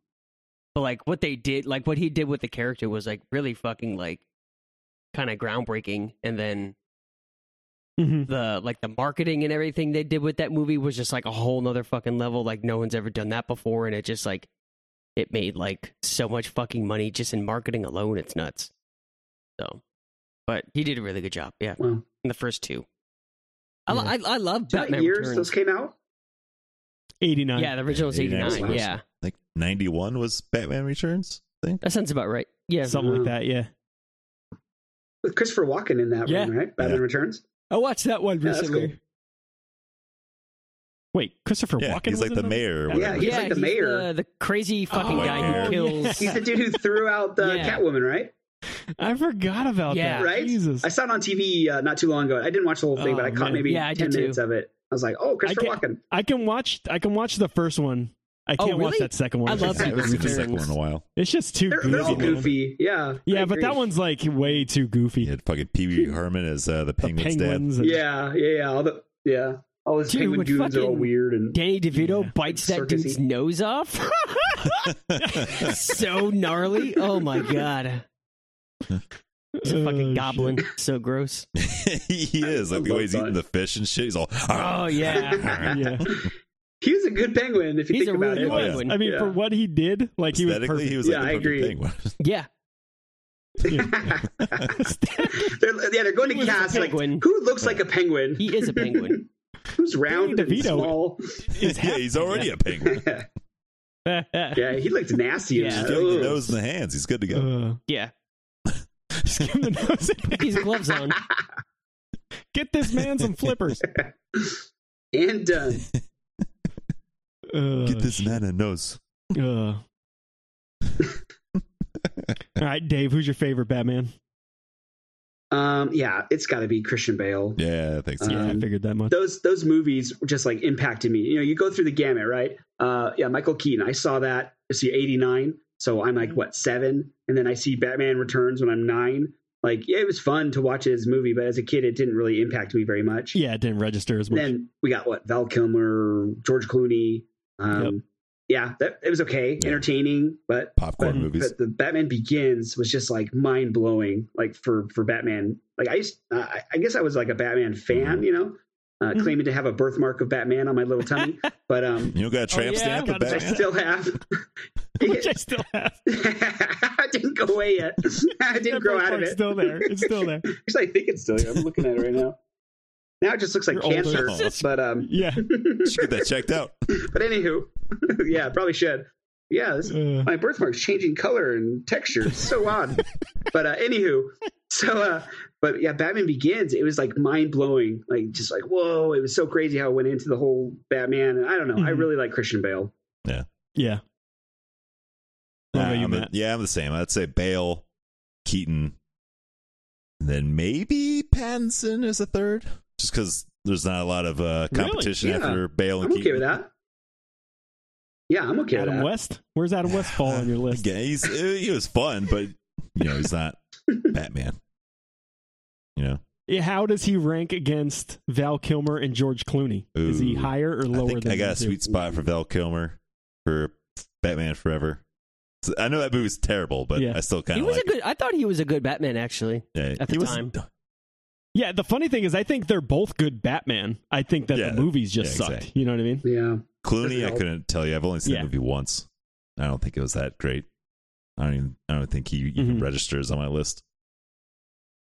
S1: but like what they did like what he did with the character was like really fucking like kind of groundbreaking and then
S2: Mhm.
S1: the like the marketing and everything they did with that movie was just like a whole nother fucking level like no one's ever done that before and it just like it made like so much fucking money just in marketing alone it's nuts so but he did a really good job yeah
S4: Wow.
S1: in the first two I,
S2: Yeah.
S1: I, I love
S4: Is that
S1: Batman
S4: years
S1: Returns.
S4: those came out?
S2: Eighty-nine.
S1: yeah the original was
S3: 89
S4: was
S1: 89
S4: the first
S1: yeah
S3: Like ninety one was Batman Returns, I think.
S1: that sounds about right yeah
S2: something like that. Yeah,
S4: With Christopher Walken in that
S2: Yeah.
S4: one, right? Batman
S3: Yeah.
S4: Returns.
S2: I watched that one
S4: Yeah, that's
S2: recently.
S4: cool.
S2: Wait, Christopher
S3: Yeah,
S2: Walken.
S3: he's
S2: was
S3: like
S2: in
S3: the
S2: that?
S3: mayor or
S2: Yeah,
S3: whatever.
S4: He's
S1: yeah
S4: like the mayor.
S1: the, the crazy fucking
S2: Oh,
S1: guy
S3: yeah.
S1: who kills
S4: He's the dude who threw out the
S1: Yeah.
S4: Catwoman, right?
S2: I forgot about
S1: Yeah.
S2: that.
S4: Right?
S2: Jesus.
S4: I saw it on TV uh, not too long ago. I didn't watch the whole thing,
S2: Oh,
S4: but I caught
S2: man.
S4: maybe
S1: Yeah, I did
S4: ten
S1: too.
S4: minutes of it. I was like, "Oh, Christopher
S2: can't-
S4: Walken."
S2: I can watch. I can watch the first one. I
S1: Oh,
S2: can't watch
S1: really?
S2: that second one.
S1: I
S2: It's
S1: love
S2: just
S3: I
S2: too
S3: haven't seen the
S2: goofy.
S3: second one in a while.
S2: It's just too
S4: They're,
S2: goofy.
S4: they're all
S2: man.
S4: goofy, yeah. I
S2: Yeah, but
S4: agree.
S2: that one's like way too goofy.
S3: He had fucking Pee Wee Herman as uh, the
S2: the
S3: penguin's dad.
S2: penguins. and-
S4: Yeah, yeah, yeah. All the yeah, all his
S1: Dude,
S4: penguin
S1: when
S4: goons are all
S1: fucking-
S4: weird and
S1: danny devito
S2: Yeah.
S1: bites that
S4: Circus-y.
S1: dude's nose off so gnarly. Oh my god. He's a
S2: Oh,
S1: fucking
S2: shit.
S1: goblin. So gross.
S3: he is like
S4: I
S3: the
S4: love
S3: way he's
S4: that.
S3: eating the fish and shit. He's all.
S1: Oh yeah.
S2: Yeah.
S4: he was a good penguin if you
S1: He's
S4: think
S1: a
S4: about
S1: really
S4: it.
S1: good
S3: Oh, yeah.
S1: one.
S2: I mean,
S4: Yeah.
S2: for what he did, like he was
S3: Aesthetically,
S2: perfect.
S3: he was like
S4: Yeah,
S3: the
S4: I
S3: perfect
S4: agree.
S3: penguin.
S1: Yeah.
S4: they're, yeah, they're going
S1: He
S4: to
S1: was a
S4: cast like
S1: penguin.
S4: who looks like a penguin?
S1: He is a penguin.
S4: Who's round and
S2: DeVito.
S4: small?
S3: yeah, he's already a penguin.
S2: Uh,
S4: yeah, he looked nasty.
S1: Yeah.
S4: in
S3: He's
S4: that.
S3: getting the
S4: Ugh.
S3: nose and the hands. He's good to go.
S2: Uh,
S1: Yeah.
S2: just give him the nose.
S1: He's gloves on.
S2: Get this man some flippers.
S4: And done.
S2: Uh,
S3: Get this man a nose.
S2: Uh. All right, Dave. Who's your favorite Batman?
S4: Um, yeah, it's got to be Christian Bale.
S3: Yeah, thanks.
S4: Uh,
S2: Yeah, I
S4: Um,
S2: figured that much.
S4: those those movies just like impacted me. You know, you go through the gamut, right? Uh, yeah, Michael Keaton. I saw that. Let's See, eighty nine. So I'm like what seven, and then I see Batman Returns when I'm nine. Like yeah, it was fun to watch this movie, but as a kid, it didn't really impact me very much.
S2: Yeah, it didn't register as
S4: And
S2: much.
S4: then we got what Val Kilmer, George Clooney. Um, Yeah, that, it was okay,
S3: Yeah.
S4: entertaining, but
S3: popcorn
S4: but,
S3: movies.
S4: but the Batman Begins was just like mind blowing. Like for for Batman, like I used, I, I guess I was like a Batman
S2: Mm-hmm.
S4: fan, you know, uh,
S2: Mhm.
S4: claiming to have a birthmark of Batman on my little tummy, but um,
S3: you don't got a tramp
S2: yeah,
S3: stamp
S2: got
S3: with
S4: I
S2: a
S3: Batman?
S4: still have.
S2: Which I still have.
S4: it didn't go away yet. I didn't
S2: That
S4: grow out of it.
S2: birthmark's Still there. It's still there.
S4: Actually, I think it's still here. I'm looking at it right now. Now it just looks like
S2: You're older.
S4: cancer,
S3: Oh.
S4: but um,
S2: Yeah.
S3: Should get that checked out.
S4: but anywho, yeah, probably should. Yeah, this,
S2: Uh,
S4: my birthmark's changing color and texture. It's so odd. But uh, anywho, so uh, but yeah, Batman Begins. It was like mind blowing, like just like whoa, it was so crazy how it went into the whole Batman. And I don't know, I
S2: Mhm.
S4: really like Christian Bale.
S2: yeah. What
S3: Nah,
S2: about you,
S3: I'm the-
S2: Matt?
S3: yeah, I'm the same. I'd say Bale, Keaton, and then maybe Pattinson is a third, just because there's not a lot of uh,
S2: Really?
S3: competition
S4: Yeah.
S3: after Bale and
S4: I'm okay
S3: Keaton.
S4: with that. Yeah, I'm okay
S2: Adam
S4: with that.
S2: West? Where's Adam West fall on your list?
S3: Yeah, he's uh, he was fun, but you know he's not Batman. You know,
S2: Yeah, How does he rank against Val Kilmer and George Clooney? Is he
S3: Ooh.
S2: higher or
S3: I
S2: lower
S3: think
S2: than
S3: I got a
S2: them two?
S3: sweet spot for Val Kilmer for Batman Forever. So- I know that movie's terrible, but
S2: Yeah.
S3: I still kind
S1: He
S3: of
S1: was
S3: like.
S1: a good. I thought he was a good Batman actually.
S3: it. Yeah,
S1: at the
S3: he was-
S1: time.
S2: Yeah, the funny thing is, I think they're both good Batman. I think that
S3: Yeah,
S2: the movies just
S3: yeah,
S2: sucked.
S3: exactly.
S2: You know what I mean?
S4: Yeah,
S3: Clooney, I
S4: Yeah.
S3: couldn't tell you. I've only seen
S2: Yeah.
S3: the movie once. I don't think it was that great. I don't even. I don't think he even
S2: Mhm.
S3: registers on my list.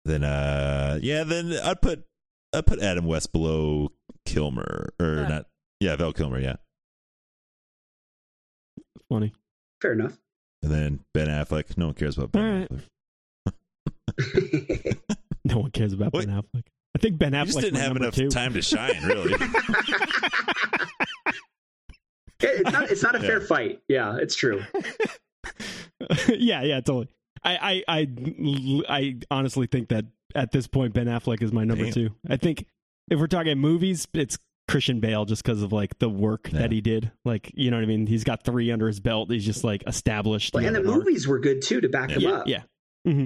S3: Then, uh, yeah, then I'd put I'd put Adam West below Kilmer or
S1: Yeah.
S3: not. Yeah, Val Kilmer. Yeah,
S2: Funny.
S4: fair enough.
S3: and then Ben Affleck. No one cares about
S2: All
S3: Ben
S2: right.
S3: Affleck.
S2: No one cares about
S3: Wait.
S2: Ben Affleck. I think Ben
S3: He
S2: Affleck
S3: just didn't have enough
S2: two.
S3: time to shine, really.
S4: It- it's not. It's not a fair
S3: Yeah.
S4: fight. Yeah, it's true.
S2: yeah, yeah, totally. I, I, I, I honestly think that at this point, Ben Affleck is my number
S3: Damn.
S2: two. I think if we're talking movies, it's Christian Bale just because of like the work
S3: Yeah.
S2: that he did. Like, you know what I mean? He's got three under his belt. He's just like established.
S4: Well, and the
S2: He had an arc.
S4: movies were good too to back him
S2: Yeah,
S4: up.
S2: yeah,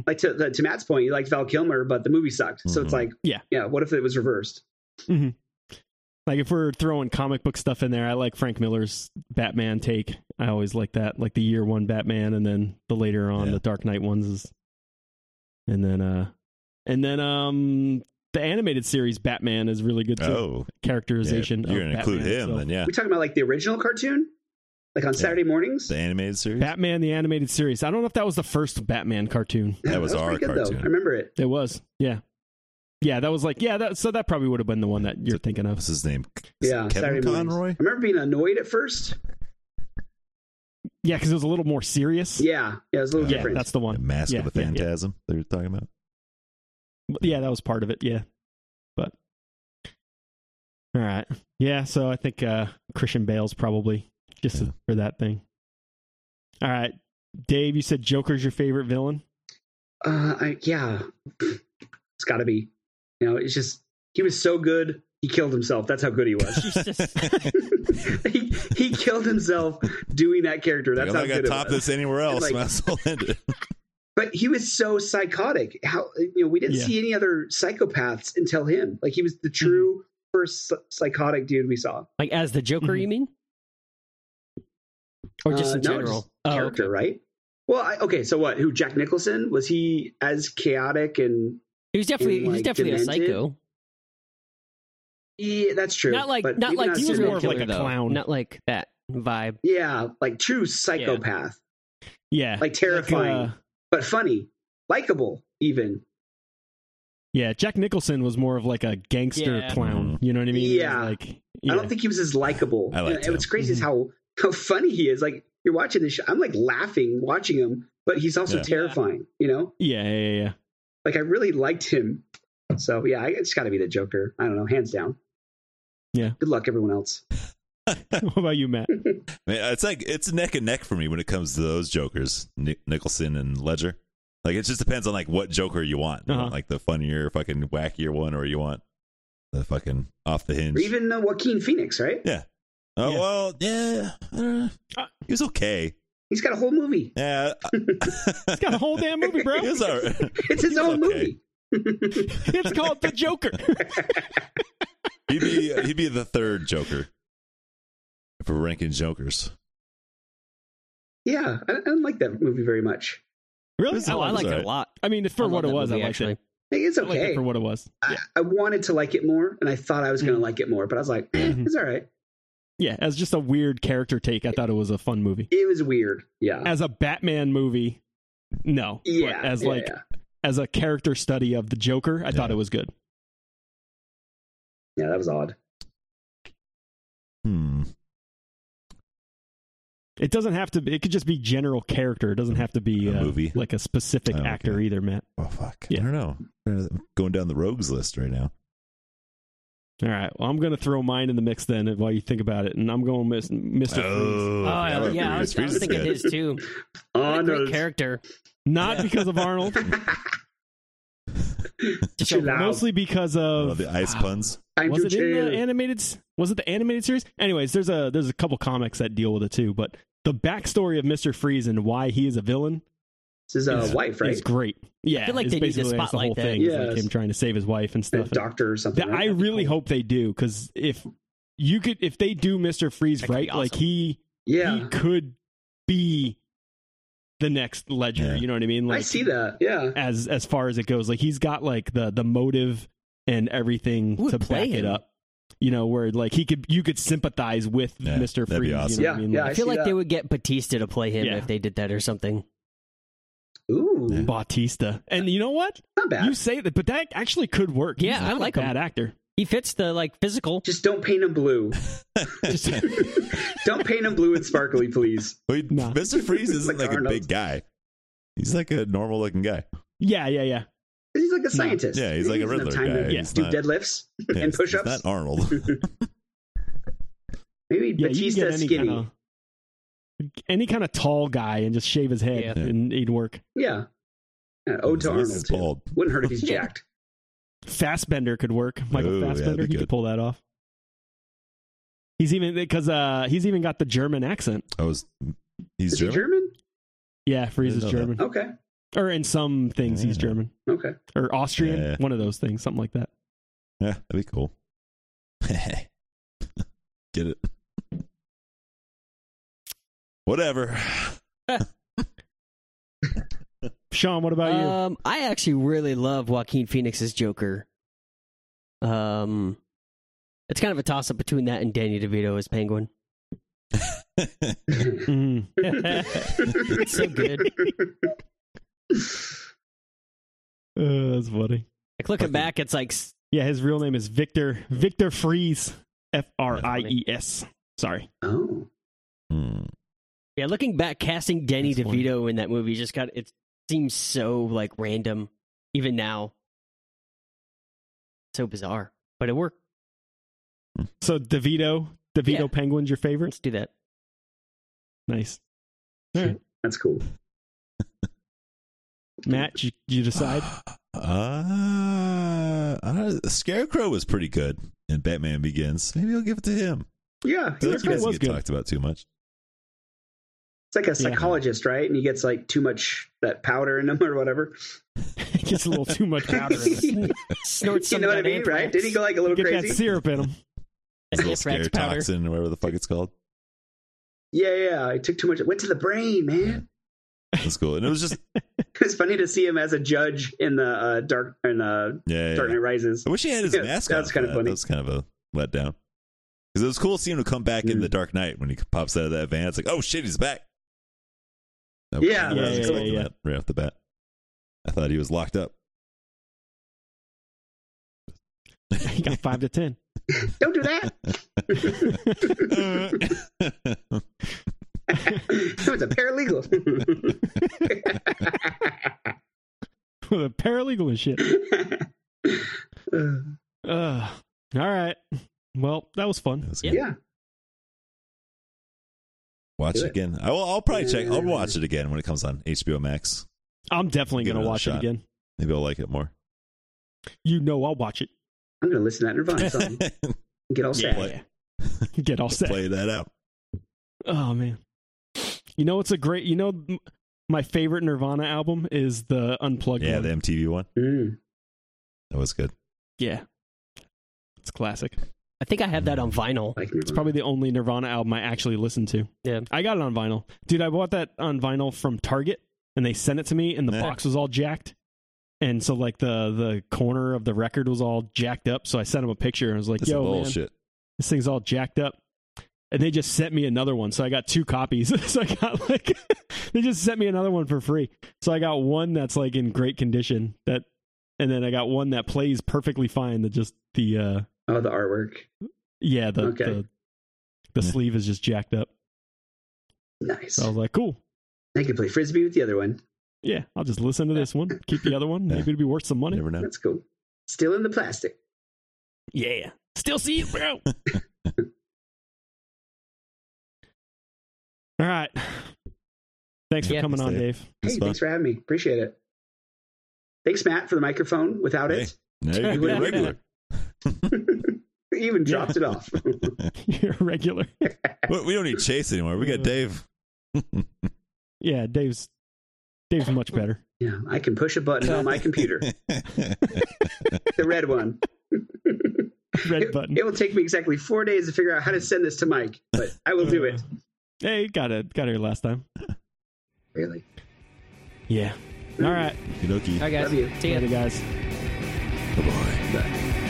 S4: Like to the, to Matt's point, you liked Val Kilmer, but the movie sucked. So
S3: Mhm.
S4: it's like,
S2: Mm-hmm. Yeah.
S4: yeah. What if it was reversed?
S2: Like if we're throwing comic book stuff in there, I like Frank Miller's Batman take. I always like that, like the year one Batman, and then the later on
S3: Yeah.
S2: the Dark Knight ones is, and then uh, and then um, the animated series Batman is really good too.
S3: oh, yeah, if
S2: Characterization.
S3: you're
S2: of
S3: gonna include
S2: Batman
S3: him,
S2: itself.
S3: then yeah,
S4: We talking about like the original cartoon, like on Saturday mornings.
S3: the animated series.
S2: Batman the animated series. I don't know if that was the first Batman cartoon.
S3: that was our
S4: pretty
S3: cartoon.
S4: I remember it.
S2: It was, yeah, yeah. That was like, yeah. That so that probably would have been the one that you're thinking of.
S3: What's his name?
S4: Yeah,
S3: Kevin
S4: Saturday mornings.
S3: Conroy.
S4: I remember being annoyed at first.
S2: Yeah, because it was a little more serious.
S4: Yeah, yeah, it was a little
S2: Yeah,
S4: different.
S2: that's the
S3: The
S2: one.
S3: Mask
S2: Yeah,
S3: of the
S2: yeah, yeah.
S3: Phantasm. They were talking about.
S2: yeah that was part of it yeah but all right yeah so i think uh christian bale's probably just
S3: Yeah.
S2: for that thing all right dave you said joker's your favorite villain
S4: uh, I, yeah, it's got to be. You know, it's just he was so good. He killed himself. That's how good he was.
S1: Jesus.
S4: he he killed himself doing that character. That's
S3: Like,
S4: how
S3: I'm not
S4: good
S3: gonna
S4: it
S3: top
S4: was.
S3: this anywhere else.
S4: like-
S3: Might as well end it.
S4: But he was so psychotic. How you know we didn't
S2: Yeah.
S4: see any other psychopaths until him. Like he was the
S3: Mm-hmm.
S4: true first psy- psychotic dude we saw.
S1: like as the Joker,
S2: Mhm.
S1: you mean? Or just
S4: Uh,
S1: in
S4: no,
S1: general? Oh,
S4: just character, right? Well, I, okay. So what? Who? Jack Nicholson was he as chaotic and?
S1: He was definitely he was
S4: like,
S1: definitely a
S4: demented?
S1: psycho.
S4: Yeah, that's true.
S1: Not like
S4: but
S1: not
S4: even
S1: like
S2: he was
S1: serial
S2: more of like
S1: killer,
S2: a
S1: though.
S2: clown.
S1: Not like that vibe.
S4: yeah, like true psychopath,
S2: yeah
S4: like terrifying
S2: Like, uh,
S4: but funny, likable even.
S2: yeah jack nicholson was more of like a gangster
S1: Yeah.
S2: clown you know what i mean He was
S4: Yeah.
S2: like
S4: I
S2: yeah.
S4: don't think he was as likable.
S3: I liked
S4: And What's
S3: him.
S4: crazy is how how funny he is. Like you're watching this, show, I'm like laughing watching him, but he's also
S3: Yeah.
S4: terrifying. You know,
S2: yeah yeah yeah, yeah.
S4: like I really liked him. So yeah, I- it's got to be the Joker. I don't know, hands down.
S2: Yeah.
S4: Good luck, everyone else.
S2: what about you matt
S3: Man, it's like it's neck and neck for me when it comes to those jokers, Ni- Nicholson and Ledger. Like it just depends on like what Joker you want, You
S2: Uh-huh.
S3: want, like the funnier, fucking wackier one, or you want the fucking off the hinge.
S4: Or even uh, Joaquin Phoenix, right?
S3: oh
S2: Yeah. Uh,
S3: well, yeah, I don't know. he was okay.
S4: He's got a whole movie.
S3: Yeah,
S2: It's got a whole damn movie, bro.
S3: it was all right.
S4: It's his own
S3: okay.
S4: movie.
S2: It's called The Joker.
S3: He'd be he'd be the third Joker. If we're ranking Jokers,
S4: Yeah, I, I don't like that movie very much.
S2: Really?
S1: Oh, I
S3: was
S1: like it
S3: alright.
S1: a lot.
S2: I mean, for
S1: I love
S2: what it
S1: that
S2: was,
S1: movie,
S2: I liked
S1: actually.
S2: it.
S4: It's
S2: I liked
S4: okay.
S2: it for what Mm-hmm. it was.
S4: I, I wanted to like it more, and I thought I was going to like it more, but I was like, eh,
S2: Mhm.
S4: it's all right.
S2: Yeah, as just a weird character take, I thought it was a fun movie.
S4: It was weird. Yeah.
S2: As a Batman movie, no. But
S4: yeah.
S2: as
S4: yeah,
S2: like
S4: yeah.
S2: as a character study of the Joker, I thought
S3: Yeah.
S2: it was good.
S4: yeah, that was odd.
S3: hmm.
S2: It doesn't have to. be It could just be general character. It doesn't have to be
S3: A
S2: uh,
S3: movie.
S2: like a specific
S3: Oh, okay.
S2: actor either, Matt.
S3: Oh fuck,
S2: Yeah.
S3: I don't know. I'm going down the rogues list right now.
S2: All right. Well, I'm gonna throw mine in the mix then while you think about it, and I'm going Miss, Mr. Freeze.
S1: Oh, yeah, I was, I was thinking
S3: good.
S1: his too. What a great
S4: Arnold.
S1: character.
S2: Not because of Arnold,
S4: Chill out.
S2: mostly because
S3: Oh,
S2: of
S3: the ice puns.
S4: I'm
S2: was
S4: too
S2: it in the
S4: chill.
S2: animated? s- Was it the animated series? Anyways, there's a there's a couple comics that deal with it too, but the backstory of Mister Freeze and why he is a villain
S4: This is uh,
S2: is-
S4: wife, right?
S2: is great. Yeah,
S1: feel like
S2: it's
S1: they need to
S2: basically that's the whole
S1: spotlight that.
S2: thing. is like
S4: Yes.
S2: him trying to save his wife and
S4: The
S2: stuff.
S4: doctor or something.
S2: That
S4: right?
S2: I really hope they do because if you could, if they do Mister Freeze
S1: That could be
S2: right, like
S1: awesome.
S2: he he
S4: yeah.
S2: could be the next Ledger.
S3: Yeah.
S2: You know what I mean? Like
S4: I see that. Yeah.
S2: as as far as it goes. Like he's got like the the motive and everything
S1: Who would
S2: to back
S1: play
S2: it
S1: him?
S2: up. You know, where like he could you could sympathize with
S3: Yeah,
S2: Mr.
S3: that'd be
S2: Freeze. you know
S3: awesome.
S2: what I
S4: Yeah,
S2: mean?
S4: yeah,
S2: Like,
S1: I feel
S4: see
S1: like
S4: that.
S1: they would get Batista to play him
S2: Yeah.
S1: if they did that or something.
S4: Ooh,
S3: Yeah.
S2: Bautista. And you know what?
S4: not bad.
S2: You say that, but that actually could work.
S1: Yeah,
S2: He's
S1: I
S2: not
S1: like
S2: a
S1: him.
S2: bad actor.
S1: He fits the like physical.
S4: Just don't paint him blue.
S2: Just-
S4: don't paint him blue and sparkly, please.
S3: Wait,
S2: Nah.
S3: Mr. Freeze isn't
S4: Like
S3: like, a
S4: Arnold.
S3: big guy. He's like a normal looking guy.
S2: yeah, yeah, yeah.
S4: 'Cause He's like a scientist.
S3: Yeah, he's like
S4: He
S3: a
S4: doesn't have
S3: Riddler
S4: time
S3: guy.
S4: to
S3: He's
S4: do
S3: not-
S4: deadlifts
S3: Yeah,
S4: and
S3: it's- it's
S4: push-ups.
S3: Not Arnold.
S4: Maybe
S2: Yeah, you can
S4: Batista
S2: get any
S4: skinny.
S2: kind of any kind of tall guy and just shave his head
S1: Yeah.
S3: Yeah.
S2: and he'd work.
S4: Yeah. Uh, yeah. Ode to
S3: He's
S4: Oh, Arnold.
S3: bald.
S4: Wouldn't hurt if he's jacked.
S2: Fastbender could work. Michael
S3: Ooh, yeah, that'd be
S2: Fassbender, he
S3: good.
S2: could pull that off. He's even because uh, he's even got the German accent.
S3: I was. He's
S4: Is
S3: German.
S4: he German?
S2: Yeah, Freeze is
S3: know that.
S2: German,
S4: Okay.
S2: or in some things he's
S3: Yeah.
S2: German
S4: Okay.
S2: or Austrian,
S3: Yeah.
S2: one of those things, something like that.
S3: Yeah, that'd be cool. Get it? Whatever.
S2: Sean, what about
S4: Uh,
S2: you?
S1: Um, I actually really love Joaquin Phoenix's Joker. Um, it's kind of a toss up between that and Danny DeVito as Penguin.
S2: Mhm. Mm-hmm.
S1: It's so good.
S2: Uh, that's funny.
S1: Like looking back, it's like s-
S2: Yeah, his real name is Victor Victor Freeze, F R I E S. Sorry,
S4: Oh.
S3: Hmm.
S1: yeah, looking back, casting Danny
S2: That's funny.
S1: DeVito in that movie just got it seems so like random, even now. So bizarre, but it worked.
S2: so DeVito DeVito
S1: Yeah.
S2: Penguin's your favorite?
S1: Let's do that.
S2: Nice,
S4: That's cool.
S2: Matt. You, you decide?
S3: Uh, I don't- Scarecrow was pretty good in Batman Begins. Maybe I'll give it to him.
S4: Yeah.
S3: He
S4: He's
S2: Scarecrow
S4: okay.
S3: doesn't
S2: was
S3: get
S2: good.
S3: talked about too much.
S4: It's like a psychologist, right? And he gets like too much that powder in him or whatever.
S2: Gets a little too much powder. in it.
S4: you
S1: Snort some
S4: know
S1: of
S4: what I
S1: that
S4: mean, right?
S1: anthrax.
S4: Did he go like a little
S2: Get
S4: crazy?
S2: that syrup in him.
S1: That
S3: His little
S1: anthrax
S3: scare
S1: powder.
S3: toxin, or whatever the fuck it's called.
S4: Yeah, yeah. I took too much. It went to the brain, man.
S3: That's cool. And it was just,
S4: It's funny to see him as a judge in the uh, dark in the
S3: yeah. yeah,
S4: Dark
S3: yeah.
S4: Knight Rises.
S3: I wish he had his
S4: Yeah,
S3: mask
S4: that's
S3: on. for
S4: kinda
S3: that.
S4: funny.
S3: That was kind of a letdown. Because it was cool seeing him come back in
S4: Mm.
S3: the Dark Knight when he pops out of that van. It's like, oh shit, he's back. I
S4: Yeah.
S3: kinda wasn't
S2: Yeah, yeah,
S3: expecting
S2: yeah, yeah.
S3: that right off the bat. I thought he was locked up.
S2: He got five to ten.
S4: Don't do that. That was a paralegal.
S2: with a paralegal and shit. Ugh. All right. Well, that was fun.
S3: That was good.
S4: yeah.
S3: Watch
S4: Do
S3: it
S4: it.
S3: again. I will, I'll probably check. I'll watch it again when it comes on HBO Max.
S2: I'm definitely
S3: Give
S2: gonna
S3: it another
S2: watch
S3: shot.
S2: it again.
S3: Maybe I'll like it more.
S2: You know, I'll watch it.
S4: I'm gonna listen to that Nirvana song. and Get all sad.
S3: Play-
S2: Get all set.
S3: Play that out.
S2: Oh man. You know, it's a great. You know, m- my favorite Nirvana album is the Unplugged.
S3: Yeah,
S2: one.
S3: the MTV one.
S4: Mm.
S3: That was good.
S2: yeah. It's classic.
S1: I think I have that on vinyl.
S4: Like
S2: It's probably the only Nirvana album I actually listened to.
S1: Yeah.
S2: I got it on vinyl, dude. I bought that on vinyl from Target, and they sent it to me, and the
S3: Yeah.
S2: box was all jacked, and so like the the corner of the record was all jacked up. So I sent them a picture, and I was like,
S3: That's
S2: "Yo,
S3: some
S2: man,
S3: bullshit.
S2: this thing's all jacked up. And they just sent me another one. So I got two copies. so I got like, they just sent me another one for free. So I got one that's like in great condition that, and then I got one that plays perfectly fine. That just the, uh,
S4: oh the artwork.
S2: yeah, the,
S4: Okay.
S2: the, the
S3: Yeah.
S2: sleeve is just jacked up.
S4: Nice.
S2: So I was like, cool.
S4: I can play frisbee with the other one.
S2: Yeah. I'll just listen to this one, keep the other one.
S3: Yeah.
S2: Maybe it'll be worth some money.
S3: Never know.
S4: That's cool. Still in the plastic.
S2: Yeah. Still see you, bro. All right. Thanks for
S1: Yeah.
S2: coming on,
S3: Stay.
S2: Dave.
S3: It's
S4: hey,
S3: fun.
S4: thanks for having me. Appreciate it. Thanks, Matt, for the microphone. Without it,
S3: Now you're gonna be a regular.
S4: even
S2: Yeah.
S4: dropped it off.
S2: You're a regular.
S3: We we don't need Chase anymore. We got Dave.
S2: Yeah, Dave's Dave's much better.
S4: yeah, I can push a button on my computer, the red one.
S2: Red
S4: It-
S2: button.
S4: It, will take me exactly four days to figure out how to send this to Mike, but I will do it.
S2: Uh. Hey, got it. Got here last time.
S4: Really?
S2: Yeah. All right.
S3: Okey-dokey.
S1: All right, guys.
S4: Love you.
S1: See ya.
S2: Later, guys.
S3: Bye-bye.
S4: Bye.